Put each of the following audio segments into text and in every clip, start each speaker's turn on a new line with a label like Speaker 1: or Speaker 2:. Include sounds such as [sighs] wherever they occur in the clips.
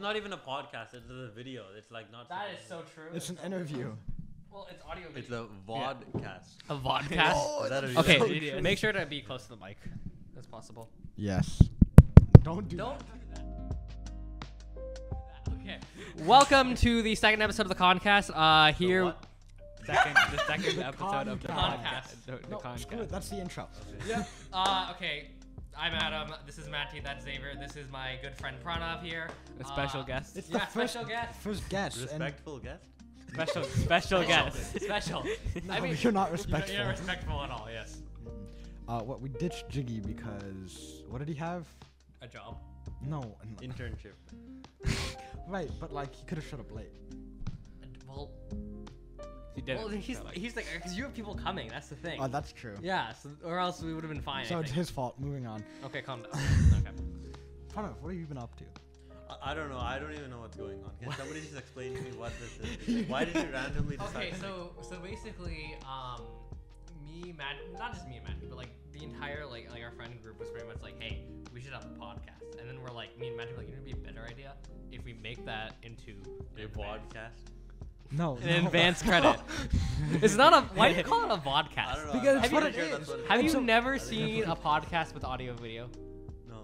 Speaker 1: not even a podcast. It's a video. It's like not.
Speaker 2: That is so true.
Speaker 3: It's an interview.
Speaker 2: Well, it's audio.
Speaker 1: It's
Speaker 2: Video.
Speaker 1: a vodcast.
Speaker 2: a
Speaker 4: [laughs]
Speaker 2: vodcast.
Speaker 3: Oh,
Speaker 1: That'd be
Speaker 2: okay,
Speaker 3: so
Speaker 2: dude,
Speaker 3: true.
Speaker 2: make sure to be close to the mic as possible.
Speaker 3: Yes. Don't do
Speaker 2: Don't. [laughs]
Speaker 3: that.
Speaker 2: Okay. Welcome to the second episode of the Concast. Uh, here.
Speaker 1: what?
Speaker 4: second, the
Speaker 2: [laughs]
Speaker 4: second episode of the
Speaker 2: Concast.
Speaker 4: podcast. The, the
Speaker 3: No, screw it.
Speaker 4: concast.
Speaker 3: That's
Speaker 2: [laughs]
Speaker 3: the intro.
Speaker 2: Uh, okay. I'm Adam. This is Matty. That's Xavier. This is my good friend Pranav here.
Speaker 4: A special
Speaker 2: Uh,
Speaker 4: guest.
Speaker 3: It's
Speaker 2: Yeah,
Speaker 3: the first
Speaker 2: special guest.
Speaker 3: First guest.
Speaker 1: [laughs]
Speaker 3: [laughs]
Speaker 1: Respectful guest.
Speaker 4: Special, special
Speaker 2: [laughs]
Speaker 4: guest. [laughs]
Speaker 2: Special.
Speaker 3: And no,
Speaker 2: I mean,
Speaker 3: you're not
Speaker 2: You're,
Speaker 3: respectful.
Speaker 2: you're respectful at all. Yes.
Speaker 3: uh, what we ditched Jiggy because what did he have?
Speaker 2: A job.
Speaker 3: No. n-
Speaker 1: Internship.
Speaker 3: Right, but like he could have shut up late.
Speaker 2: And- Well,
Speaker 4: He did
Speaker 2: well,
Speaker 4: it.
Speaker 2: he's he's like because you have people coming. That's the thing.
Speaker 3: Oh, that's true.
Speaker 2: yeah. So, or else we would have been fine.
Speaker 3: So
Speaker 2: I
Speaker 3: it's
Speaker 2: think.
Speaker 3: his fault. Moving on.
Speaker 2: Okay, calm down.
Speaker 3: [laughs]
Speaker 2: okay.
Speaker 3: Pranav, what have you been up to?
Speaker 1: I, I don't know. I don't even know what's going on. Can somebody just explain to me what this is? Like, [laughs] why did you randomly decide?
Speaker 2: [laughs] Okay,
Speaker 1: to make-
Speaker 2: so so basically, um, me, Matt, not just me and Matthew, but like the entire like like our friend group was pretty much like, hey, we should have a podcast, and then we're like, me and Matthew were like, you know, it'd be a better idea if we make that into
Speaker 1: a vodcast.
Speaker 3: No.
Speaker 2: [laughs]
Speaker 4: An
Speaker 3: no. [laughs]
Speaker 4: advance credit.
Speaker 2: It's not a why do you call it a podcast?
Speaker 1: I don't know.
Speaker 3: Because
Speaker 1: I'm
Speaker 3: it's
Speaker 1: pretty
Speaker 3: what it
Speaker 1: sure
Speaker 3: is.
Speaker 1: that's what it
Speaker 2: Have you
Speaker 3: It's a- [laughs]
Speaker 2: never seen a podcast with audio video?
Speaker 1: No.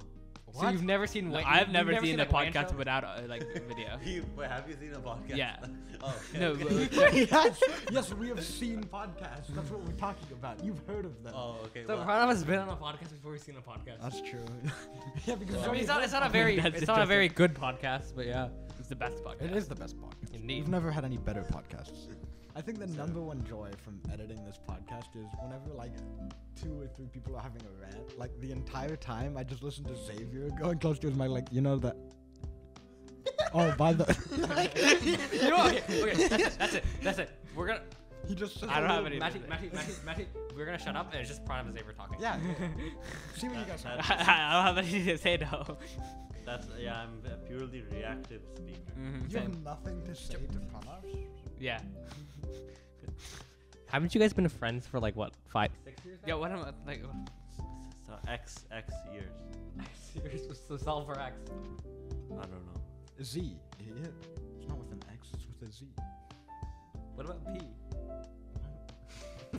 Speaker 2: So you've never seen?
Speaker 4: No,
Speaker 2: Wa-
Speaker 4: I've
Speaker 2: you've
Speaker 4: never, seen, a
Speaker 2: like,
Speaker 4: podcast
Speaker 2: Rancho?
Speaker 4: without uh,
Speaker 2: [laughs]
Speaker 4: like video.
Speaker 1: [laughs] You, wait, have you seen a podcast?
Speaker 4: Yeah.
Speaker 1: [laughs] oh, okay.
Speaker 4: No,
Speaker 1: okay.
Speaker 4: but-
Speaker 3: yes, yes, we have seen podcasts. That's what we're talking about. You've heard of them.
Speaker 1: oh, okay.
Speaker 2: So
Speaker 1: well,
Speaker 2: Pranav has been on a podcast before we've seen a podcast.
Speaker 3: That's true. [laughs] yeah, because
Speaker 2: I mean,
Speaker 3: we
Speaker 2: it's not,
Speaker 3: heard
Speaker 2: it's not a
Speaker 3: of
Speaker 2: very
Speaker 3: [laughs]
Speaker 4: That's
Speaker 2: it's not a very good podcast, but yeah.
Speaker 4: It's the best podcast.
Speaker 3: It is the best podcast.
Speaker 2: Indeed.
Speaker 3: We've never had any better podcasts. I think the number one joy from editing this podcast is whenever like two or three people are having a rant, like the entire time I just listen to Xavier going close to his mic, like you know [laughs] that. oh, by [laughs] the.
Speaker 2: You know what? Okay, [laughs] okay, that's it. That's it. That's it. We're gonna.
Speaker 3: he just. says
Speaker 4: I don't
Speaker 3: a
Speaker 4: have
Speaker 3: little-
Speaker 4: any-
Speaker 2: Matty, Matty, Matty, Matty, we're gonna shut up and it's just Pranav and Xavier talking.
Speaker 3: Yeah.
Speaker 4: [laughs]
Speaker 3: See what you guys have.
Speaker 4: [laughs] I don't have anything to say though.
Speaker 1: That's yeah. I'm a purely reactive speaker.
Speaker 4: Mhm,
Speaker 2: Mm-hmm.
Speaker 3: You
Speaker 4: same.
Speaker 3: have nothing to say to Pranav.
Speaker 4: Yeah.
Speaker 2: Haven't you guys been friends for like what five?
Speaker 1: Six years.
Speaker 4: Yeah. What am I like?
Speaker 1: So X X years.
Speaker 2: [laughs] Serious was the solver X.
Speaker 1: I don't know.
Speaker 3: Z. Idiot. It's not with an X. It's with a Z.
Speaker 2: What about P?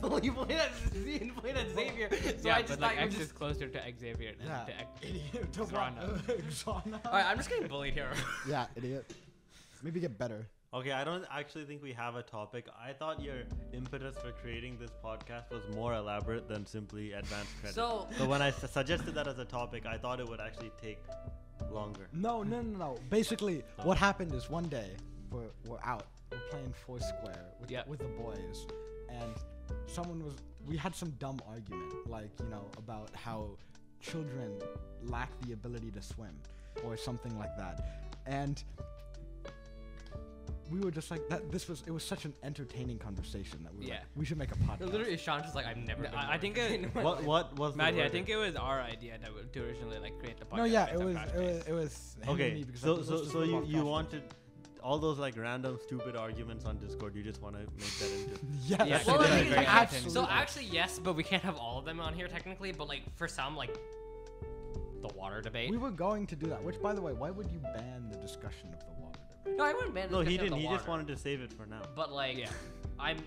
Speaker 2: [laughs] well, [laughs] you played at Z and played at Xavier,
Speaker 4: [laughs]
Speaker 2: so
Speaker 4: yeah,
Speaker 2: I just
Speaker 4: but like
Speaker 2: thought you
Speaker 4: X
Speaker 2: were
Speaker 4: is
Speaker 2: just.
Speaker 4: closer
Speaker 2: [laughs]
Speaker 4: to Xavier than
Speaker 3: Yeah.
Speaker 4: to X.
Speaker 3: Idiot. [laughs] To
Speaker 4: Xana.
Speaker 3: what? Xana.
Speaker 2: All right, I'm just getting bullied
Speaker 4: [laughs]
Speaker 2: here.
Speaker 3: Yeah, idiot. Maybe get better.
Speaker 1: Okay, I don't actually think we have a topic. I thought your impetus for creating this podcast was more elaborate than simply advanced credit.
Speaker 3: Oh.
Speaker 2: So-
Speaker 1: when I s- suggested that as a topic, I thought it would actually take longer.
Speaker 3: No, no, no, no. Basically, what happened is one day we're, we're out, we're playing Foursquare with,
Speaker 4: Yeah.
Speaker 3: with the boys, and someone was. We had some dumb argument, like, you know, about how children lack the ability to swim or something like that. And we were just like that this was it was such an entertaining conversation that we were like,
Speaker 4: Yeah.
Speaker 3: we should make a podcast
Speaker 2: Literally, Sean just like I've never.
Speaker 4: No,
Speaker 2: been
Speaker 4: I- I
Speaker 2: bullied
Speaker 4: think it-
Speaker 2: [laughs] in my
Speaker 1: What
Speaker 2: life.
Speaker 1: what was the
Speaker 4: Matty, I
Speaker 1: wording?
Speaker 4: think it was our idea that we, to originally like create the podcast.
Speaker 3: no yeah
Speaker 4: based
Speaker 3: it
Speaker 4: on
Speaker 3: was
Speaker 4: Crash
Speaker 3: it was
Speaker 4: Days.
Speaker 3: it was him and me
Speaker 1: okay.
Speaker 3: because
Speaker 1: So
Speaker 3: that's
Speaker 1: so
Speaker 3: just
Speaker 1: so
Speaker 3: what
Speaker 1: you you
Speaker 3: podcasting- [laughs]
Speaker 1: wanted all those like random stupid arguments on Discord. You just want to make that into.
Speaker 3: [laughs] yeah,
Speaker 4: Yeah,
Speaker 2: [laughs] Well, I
Speaker 4: Yeah,
Speaker 2: think
Speaker 4: very
Speaker 2: it's like,
Speaker 4: entertaining.
Speaker 2: so actually yes, but we can't have all of them on here technically. But like for some, like the water debate.
Speaker 3: We were going to do that, which, by the way, why would you ban the discussion of the water debate?
Speaker 2: no, I wouldn't ban.
Speaker 1: no, he
Speaker 2: discussion of
Speaker 1: didn't.
Speaker 2: the
Speaker 1: He just
Speaker 2: water.
Speaker 1: wanted to save it for now.
Speaker 2: But like,
Speaker 4: Yeah.
Speaker 2: I'm.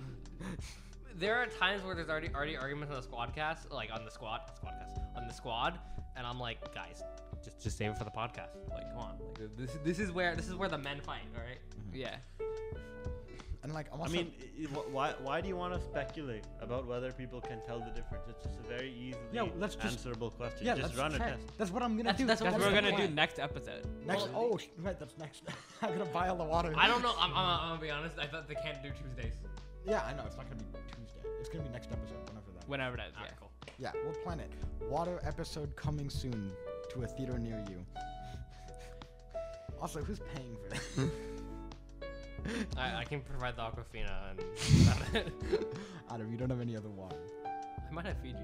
Speaker 2: There are times where there's already already arguments on the squadcast, like on the squad, squadcast, on the squad, and I'm like, guys, just just save it for the podcast. Like, come on, like, this this is where this is where the men fight. All right.
Speaker 4: Yeah.
Speaker 3: And like, I'm
Speaker 1: I
Speaker 3: also,
Speaker 1: mean, i- i- wh- why why do you want to speculate about whether people can tell the difference? It's just a very easily
Speaker 3: Yeah, let's just-
Speaker 1: answerable question.
Speaker 3: yeah,
Speaker 1: just
Speaker 3: let's
Speaker 1: run a
Speaker 3: try.
Speaker 1: test.
Speaker 3: That's what I'm gonna
Speaker 2: That's-
Speaker 3: do.
Speaker 2: that's what
Speaker 4: That's what
Speaker 2: the
Speaker 4: we're gonna do
Speaker 2: plan.
Speaker 4: next episode.
Speaker 3: next.
Speaker 2: Well-
Speaker 3: oh, sh- right, that's next. [laughs] I'm gonna buy all the water.
Speaker 2: I don't know. I'm, I'm, I'm gonna be honest. I thought they can't do Tuesdays.
Speaker 3: Yeah, I know. It's not gonna be Tuesday. It's gonna be next episode, whenever that.
Speaker 4: Whenever that is.
Speaker 2: All right,
Speaker 4: yeah.
Speaker 2: Ah, cool.
Speaker 3: yeah, we'll plan it. Water episode coming soon to a theater near you. Also, who's paying
Speaker 1: [laughs]
Speaker 3: for this?
Speaker 2: I, I can provide the Aquafina and.
Speaker 3: Adam, you don't have any other water.
Speaker 2: I might have Fiji.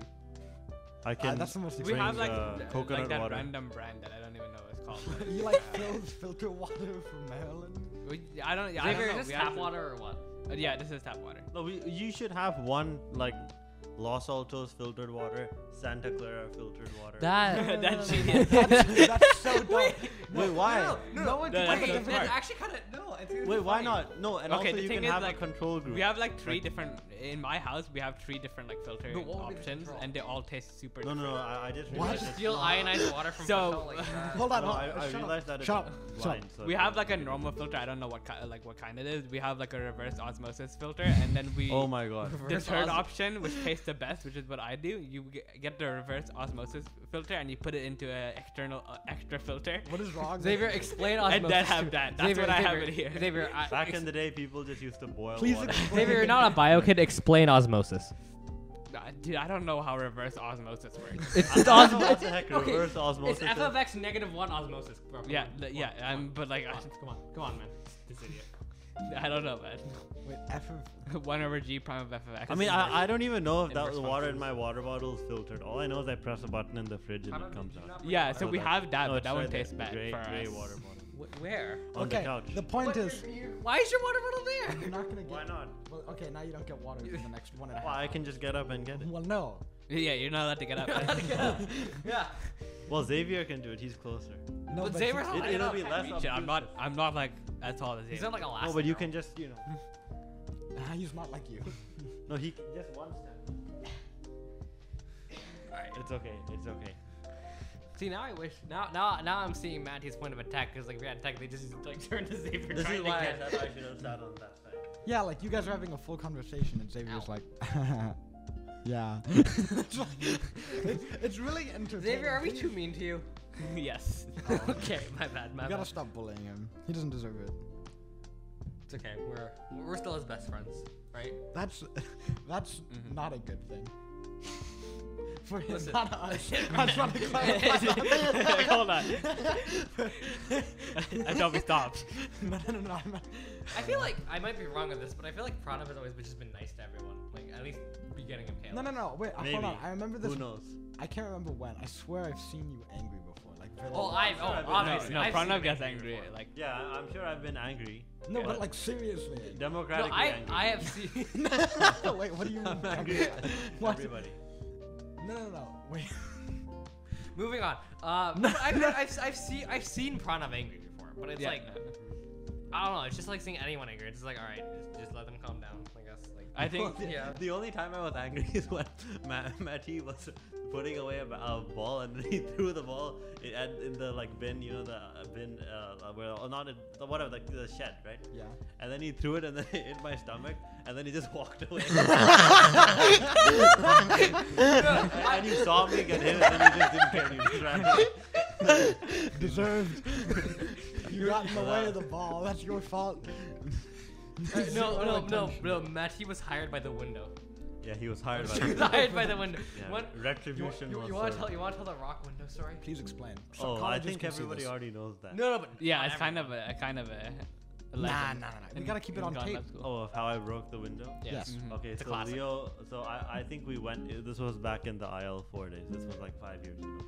Speaker 1: I
Speaker 3: Ah,
Speaker 1: can.
Speaker 3: that's the most
Speaker 4: We have
Speaker 3: expensive.
Speaker 4: like,
Speaker 1: uh,
Speaker 4: th-
Speaker 1: coconut
Speaker 4: like that
Speaker 1: water.
Speaker 4: random brand that I don't even know what it's
Speaker 3: [laughs]
Speaker 4: called.
Speaker 3: you like filled filter water from
Speaker 2: [laughs]
Speaker 3: Maryland?
Speaker 4: we, I don't. I
Speaker 2: Xavier,
Speaker 4: don't know.
Speaker 1: [laughs]
Speaker 2: is this
Speaker 4: we have
Speaker 2: tap
Speaker 4: to-
Speaker 2: water or what?
Speaker 4: Uh, yeah, this is tap water.
Speaker 1: No, we, you should have one like Los Altos filtered water, Santa Clara filtered water.
Speaker 2: That
Speaker 4: That's genius.
Speaker 1: [laughs]
Speaker 3: That's, that's so dumb.
Speaker 1: Wait, why?
Speaker 2: no,
Speaker 3: No one
Speaker 4: no,
Speaker 3: can
Speaker 4: that's
Speaker 3: take a
Speaker 4: so
Speaker 3: different
Speaker 4: smart.
Speaker 2: that's actually kind of no. It's gonna be
Speaker 1: Wait, why
Speaker 2: fine.
Speaker 1: not? No, and
Speaker 4: Okay,
Speaker 1: also
Speaker 4: the
Speaker 1: you
Speaker 4: thing
Speaker 1: can
Speaker 4: is,
Speaker 1: have
Speaker 4: like,
Speaker 1: a control group.
Speaker 4: We have like three
Speaker 1: Like-
Speaker 4: different in my house. We have three different like filtering
Speaker 2: But what would be the
Speaker 4: options,
Speaker 2: control?
Speaker 4: and they all taste super.
Speaker 1: no, no, no.
Speaker 4: different.
Speaker 1: I, I just
Speaker 3: What?
Speaker 1: realized.
Speaker 2: Just
Speaker 1: it's
Speaker 2: steal
Speaker 1: not-
Speaker 2: ionized water from
Speaker 4: So-
Speaker 2: Patel
Speaker 1: [laughs]
Speaker 2: like that.
Speaker 3: Hold on,
Speaker 1: No,
Speaker 3: hold on.
Speaker 1: I, I
Speaker 3: shut up,
Speaker 1: realized that it's
Speaker 3: shut up, shut up.
Speaker 1: blind. so
Speaker 4: We
Speaker 1: I
Speaker 4: have
Speaker 1: couldn't
Speaker 4: like a
Speaker 1: really-
Speaker 4: normal filter. I don't know what ki- like what kind it is. We have like a reverse osmosis filter, and then we.
Speaker 1: [laughs] Oh my
Speaker 4: [laughs]
Speaker 1: god.
Speaker 4: The
Speaker 2: Reverse
Speaker 4: third
Speaker 2: osmo-
Speaker 4: option, which tastes the best, which is what I do, you g- get the reverse osmosis filter and you put it into an external uh, extra filter.
Speaker 3: What is wrong? with
Speaker 2: Xavier,
Speaker 3: you?
Speaker 2: explain
Speaker 4: I
Speaker 2: osmosis.
Speaker 4: don't have that. That's
Speaker 2: Xavier,
Speaker 4: what I have
Speaker 2: Xavier,
Speaker 4: in here.
Speaker 2: Xavier, I,
Speaker 1: Back
Speaker 2: ex-
Speaker 1: in the day, people just used to boil
Speaker 3: Please
Speaker 1: water.
Speaker 3: explain.
Speaker 2: Xavier, you're not a bio kid. Explain
Speaker 4: [laughs]
Speaker 2: osmosis.
Speaker 4: Uh, Dude, I don't know how reverse osmosis works.
Speaker 2: It's,
Speaker 1: [laughs] I
Speaker 2: it's
Speaker 1: don't know
Speaker 2: osmosis.
Speaker 1: what the
Speaker 4: [laughs]
Speaker 1: heck reverse osmosis
Speaker 2: It's f of
Speaker 1: is.
Speaker 2: x negative one osmosis. Bro, come
Speaker 4: yeah,
Speaker 2: on,
Speaker 4: the-
Speaker 2: come
Speaker 4: yeah,
Speaker 2: on, come
Speaker 4: I'm,
Speaker 2: on,
Speaker 4: but like,
Speaker 2: come on, come on, come on, man. This idiot.
Speaker 4: [laughs] I, I don't know, man. [laughs]
Speaker 3: Wait, F of.
Speaker 4: 1 over g prime of f of x.
Speaker 1: I mean, I, I don't even know if that
Speaker 4: Inverse
Speaker 1: the water in my water bottle is filtered. All I know is I press a button in the fridge and
Speaker 2: How
Speaker 1: it
Speaker 2: did
Speaker 1: comes
Speaker 2: you
Speaker 1: out.
Speaker 2: not bring
Speaker 4: Yeah,
Speaker 2: water?
Speaker 4: so we
Speaker 1: that's-
Speaker 4: have that,
Speaker 1: no,
Speaker 4: but
Speaker 1: it's
Speaker 4: that
Speaker 1: right
Speaker 4: one
Speaker 1: there,
Speaker 4: tastes
Speaker 1: the
Speaker 4: bad
Speaker 1: gray,
Speaker 4: for
Speaker 1: gray
Speaker 4: us.
Speaker 1: water bottle.
Speaker 2: Wh- where?
Speaker 1: On
Speaker 3: okay,
Speaker 1: the couch.
Speaker 3: point
Speaker 2: But
Speaker 3: is,
Speaker 2: your- [laughs] your- Why is your water bottle there? [laughs]
Speaker 3: you're not gonna get.
Speaker 1: Why not?
Speaker 3: Well, okay, now you don't get water for the next one and a half.
Speaker 1: Well, I can just get up and get it.
Speaker 3: Well, no.
Speaker 4: Yeah, you're not allowed to get up.
Speaker 2: [laughs] yeah.
Speaker 1: Well, Xavier can do it. He's closer.
Speaker 3: No,
Speaker 2: But
Speaker 3: but
Speaker 2: Xavier's
Speaker 3: you-
Speaker 2: not
Speaker 1: It-
Speaker 2: lining
Speaker 1: it'll
Speaker 2: up.
Speaker 1: be less
Speaker 4: Shit, I'm not. I'm not like as tall as
Speaker 2: He's
Speaker 4: Oh, you.
Speaker 2: not like a last.
Speaker 1: No, but you can just, you know. [laughs]
Speaker 3: Nah, [laughs] he's not like you.
Speaker 1: No, he just one step. It's okay. It's okay.
Speaker 2: See now I wish now now now I'm seeing Matty's point of attack because like if we had attack they just like turn to Xavier
Speaker 1: This
Speaker 2: trying
Speaker 1: is why
Speaker 2: to
Speaker 1: I
Speaker 2: get.
Speaker 1: said I should have sat on that
Speaker 4: [laughs]
Speaker 1: side.
Speaker 3: Yeah, like you guys are having a full conversation, and
Speaker 2: Ow.
Speaker 3: Xavier's like, [laughs]
Speaker 2: [laughs]
Speaker 3: yeah. it's, like, [laughs] it's, it's really entertaining.
Speaker 2: Xavier, are we
Speaker 3: Please,
Speaker 2: too mean to [laughs] you?
Speaker 4: yes.
Speaker 2: [laughs] okay, my bad, my
Speaker 3: You gotta
Speaker 2: bad.
Speaker 3: stop bullying him. He doesn't deserve it.
Speaker 2: It's okay. We're we're still his best friends, right?
Speaker 3: That's [laughs] that's not a good thing. [laughs] For him,
Speaker 2: Listen.
Speaker 3: not us. I just want to clarify. [laughs]
Speaker 4: Hold on. I thought we stopped.
Speaker 3: no, no, no, no. I'm not-
Speaker 2: I feel like I might be wrong on this, but I feel like Pranav has always been- just been nice to everyone. Like at least beginning of Halo.
Speaker 3: No, no, no. Wait, uh,
Speaker 1: Maybe.
Speaker 3: hold on. I remember this.
Speaker 1: Who knows?
Speaker 3: I can't remember when. I swear I've seen you angry before. Like. very-
Speaker 2: Oh, I oh
Speaker 1: I've been-
Speaker 2: obviously.
Speaker 4: No, no
Speaker 2: I've seen
Speaker 4: Pranav
Speaker 2: him
Speaker 4: gets
Speaker 2: angry
Speaker 4: angry.
Speaker 2: before.
Speaker 4: Like
Speaker 1: Yeah, I- I'm sure I've been angry.
Speaker 3: No,
Speaker 1: but-
Speaker 3: but like seriously.
Speaker 1: [laughs]
Speaker 2: No,
Speaker 3: [laughs]
Speaker 1: Democratically
Speaker 2: I
Speaker 1: angry.
Speaker 2: I have seen.
Speaker 4: [laughs]
Speaker 2: [laughs]
Speaker 3: Wait, what do you mean?
Speaker 1: [laughs] I'm angry
Speaker 3: angry?
Speaker 1: at
Speaker 3: What?
Speaker 1: everybody.
Speaker 3: No, no, no. Wait. [laughs]
Speaker 2: Moving on. [laughs] Uh, but I've, I've, I've seen I've seen Pranav angry before, but it's
Speaker 4: yeah.
Speaker 2: like I don't know. It's just like seeing anyone angry. It's just like all right, just, just let them calm down. I guess. Like
Speaker 4: I
Speaker 1: [laughs]
Speaker 4: think
Speaker 1: Well, the-
Speaker 2: [laughs] Yeah.
Speaker 1: The only time I was angry [laughs] is when Ma- Matty was putting away a, ba- a ball and [laughs] he threw the ball in, at, in the like bin, you know, the uh, bin uh, where or not in, the whatever like the shed, right?
Speaker 3: Yeah.
Speaker 1: And then he threw it and then [laughs] it hit my stomach and then he just walked away. and you saw me get hit and then you just didn't care. You just ran away.
Speaker 3: Deserved. [laughs] you got in the way of the ball. That's
Speaker 1: [laughs]
Speaker 3: your fault.
Speaker 2: Uh, no,
Speaker 3: Zero
Speaker 2: no, no,
Speaker 3: attention.
Speaker 2: no. Matty was hired by
Speaker 1: [laughs]
Speaker 2: the window.
Speaker 1: Yeah, he was hired by.
Speaker 2: [laughs] He was
Speaker 1: the-
Speaker 2: hired by the window.
Speaker 1: Yeah,
Speaker 2: One, you, wa-
Speaker 1: retribution
Speaker 2: you,
Speaker 1: was
Speaker 2: you want to
Speaker 1: served.
Speaker 2: tell you want to tell the rock window story?
Speaker 3: Please explain.
Speaker 1: Oh, I
Speaker 3: Psychologists
Speaker 1: think
Speaker 3: can see
Speaker 1: everybody
Speaker 3: this.
Speaker 1: already knows that.
Speaker 2: No, no, but
Speaker 4: yeah,
Speaker 2: not
Speaker 4: it's kind of
Speaker 2: everyone.
Speaker 4: a a kind of a. a
Speaker 3: Nah, nah,
Speaker 4: lesson
Speaker 3: nah, nah. We
Speaker 4: in-
Speaker 3: gotta keep it
Speaker 4: in
Speaker 3: on
Speaker 4: gone
Speaker 3: tape.
Speaker 4: lab school.
Speaker 1: Oh, of how I broke the window.
Speaker 3: Yes.
Speaker 4: Mhm.
Speaker 1: Okay,
Speaker 2: Mm-hmm. It's a
Speaker 1: so
Speaker 2: classic.
Speaker 1: Leo, so I, I think we went. This was back in the IL four days. This was like five years
Speaker 2: [laughs]
Speaker 1: ago,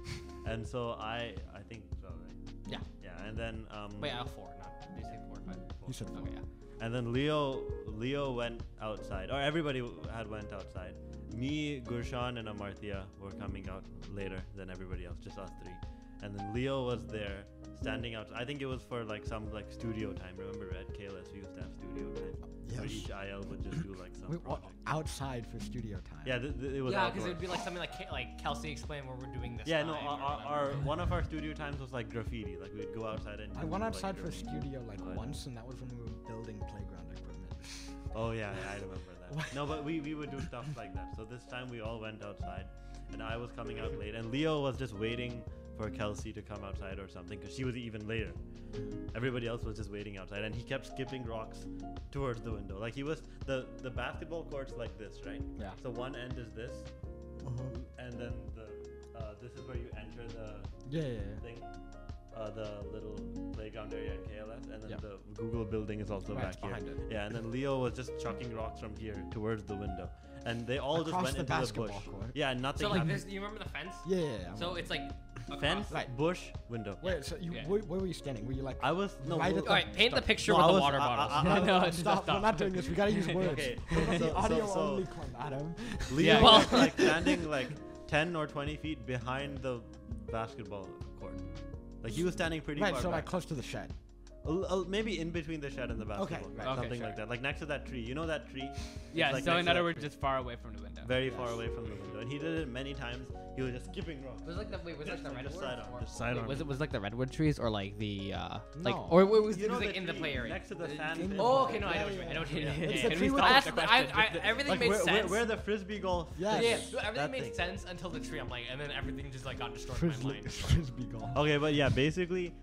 Speaker 1: and so I I think so, right?
Speaker 2: Yeah.
Speaker 1: Yeah, and then um,
Speaker 2: Wait, I'll four, not did you say four or five?
Speaker 3: You said
Speaker 2: Okay, yeah.
Speaker 1: and then Leo Leo went outside, or everybody w- had went outside. Me, Gurshan, and Amartya were coming out later than everybody else, just us three. And then Leo was there, standing out. I think it was for like some like studio time. Remember at KLSU used to have studio time, where
Speaker 3: Yes.
Speaker 1: each IL would just do like some
Speaker 3: We, well,
Speaker 1: project.
Speaker 3: outside for studio time.
Speaker 1: Yeah, th- th- it was
Speaker 2: Yeah, because it
Speaker 1: outdoors.
Speaker 2: would be like something like Ke- like Kelsey explained where we're doing this.
Speaker 1: Yeah, no,
Speaker 2: time or
Speaker 1: our, our,
Speaker 2: whatever.
Speaker 1: our one of our studio times was like graffiti. Like we'd go outside and.
Speaker 3: I
Speaker 1: do,
Speaker 3: went
Speaker 1: like,
Speaker 3: outside for
Speaker 1: graffiti.
Speaker 3: studio like
Speaker 1: Oh, I know.
Speaker 3: once, and that was when we were building playground equipment.
Speaker 1: Oh yeah, yeah, I remember that. no, but we we would do stuff like that. So this time we all went outside, and I was coming out late, and Leo was just waiting for Kelsey to come outside or something, because she was even later. Everybody else was just waiting outside, and he kept skipping rocks towards the window. Like he was the the basketball court's like this, right?
Speaker 3: Yeah.
Speaker 1: So one end is this,
Speaker 3: Uh-huh.
Speaker 1: and then the uh, this is where you enter the
Speaker 3: Yeah, yeah, yeah.
Speaker 1: thing, uh, the little playground area at KLS, and then
Speaker 3: Yeah.
Speaker 1: the Google building is also
Speaker 3: Right,
Speaker 1: back here.
Speaker 3: behind it.
Speaker 1: Yeah, and then Leo was just chucking rocks from here towards the window, and they all
Speaker 3: Across
Speaker 1: just
Speaker 3: the
Speaker 1: went into the bush.
Speaker 3: basketball court.
Speaker 1: Yeah, and nothing
Speaker 2: So like
Speaker 1: happened.
Speaker 2: this, you remember the fence?
Speaker 3: Yeah, yeah, yeah.
Speaker 2: So it's like
Speaker 1: Fence,
Speaker 3: Right.
Speaker 1: bush, window.
Speaker 3: Wait, so you,
Speaker 4: Yeah.
Speaker 3: where, where were you standing? Were you like?
Speaker 1: I was no.
Speaker 3: Right
Speaker 1: w-
Speaker 3: at
Speaker 2: All right, paint the
Speaker 3: Stop.
Speaker 2: picture
Speaker 1: No, I
Speaker 2: with the
Speaker 1: was-
Speaker 2: water
Speaker 1: I- I-
Speaker 2: bottles.
Speaker 1: I-
Speaker 2: [laughs]
Speaker 4: No, it's
Speaker 3: stop,
Speaker 4: just
Speaker 3: We're not doing this. We gotta use words.
Speaker 1: [laughs] Okay,
Speaker 3: We're
Speaker 1: so-
Speaker 3: the
Speaker 1: so-
Speaker 3: audio
Speaker 1: so-
Speaker 3: only club, Adam.
Speaker 1: Leo [laughs]
Speaker 3: [laughs]
Speaker 2: Yeah,
Speaker 1: was
Speaker 2: yeah.
Speaker 1: like standing like ten or twenty feet behind the basketball court. Like he was standing pretty
Speaker 3: Right,
Speaker 1: far
Speaker 3: so
Speaker 1: back.
Speaker 3: like close to the shed.
Speaker 1: L- l- maybe in between the shed and the basketball, court,
Speaker 3: right.
Speaker 4: Okay,
Speaker 1: something
Speaker 4: sure.
Speaker 1: like that. Like next to that tree, you know that tree. It's,
Speaker 4: Yeah,
Speaker 1: like,
Speaker 4: so
Speaker 1: next
Speaker 4: in
Speaker 1: to
Speaker 4: other
Speaker 1: that
Speaker 4: words,
Speaker 1: tree.
Speaker 4: just far away from the window.
Speaker 1: very far
Speaker 3: Yes.
Speaker 1: away from the window, and he did it many times. He was just skipping rocks.
Speaker 2: It was like the wait, was it like
Speaker 1: Just-
Speaker 2: the
Speaker 1: just
Speaker 2: redwood?
Speaker 1: side on-
Speaker 2: or-
Speaker 1: just side
Speaker 2: wait,
Speaker 1: on.
Speaker 2: Was it was like the redwood trees or like the uh like
Speaker 3: No.
Speaker 2: or it was,
Speaker 1: You
Speaker 2: it
Speaker 1: know
Speaker 2: was like
Speaker 1: the
Speaker 2: in the
Speaker 1: tree
Speaker 2: play area?
Speaker 1: Next to the
Speaker 4: Uh,
Speaker 1: sand.
Speaker 3: in
Speaker 1: pit.
Speaker 3: the-
Speaker 2: Oh, okay, no, I know what you mean. I know what you
Speaker 3: Yeah,
Speaker 2: mean.
Speaker 3: it's
Speaker 2: Can
Speaker 3: the
Speaker 2: we
Speaker 3: tree with
Speaker 2: stop
Speaker 3: the-
Speaker 2: with
Speaker 4: the
Speaker 2: the- I-
Speaker 4: question?
Speaker 2: I- Everything
Speaker 3: Like,
Speaker 2: made
Speaker 3: where- where-
Speaker 2: sense.
Speaker 1: Where the frisbee golf.
Speaker 3: Yeah.
Speaker 2: yeah,
Speaker 3: Yes.
Speaker 2: no,
Speaker 1: That
Speaker 2: everything
Speaker 1: thing.
Speaker 2: made sense until the tree. I'm like, and then everything just like got destroyed in my
Speaker 3: [laughs] Frisbee,
Speaker 1: [laughs]
Speaker 2: mind.
Speaker 3: frisbee golf.
Speaker 1: Okay, but yeah, basically,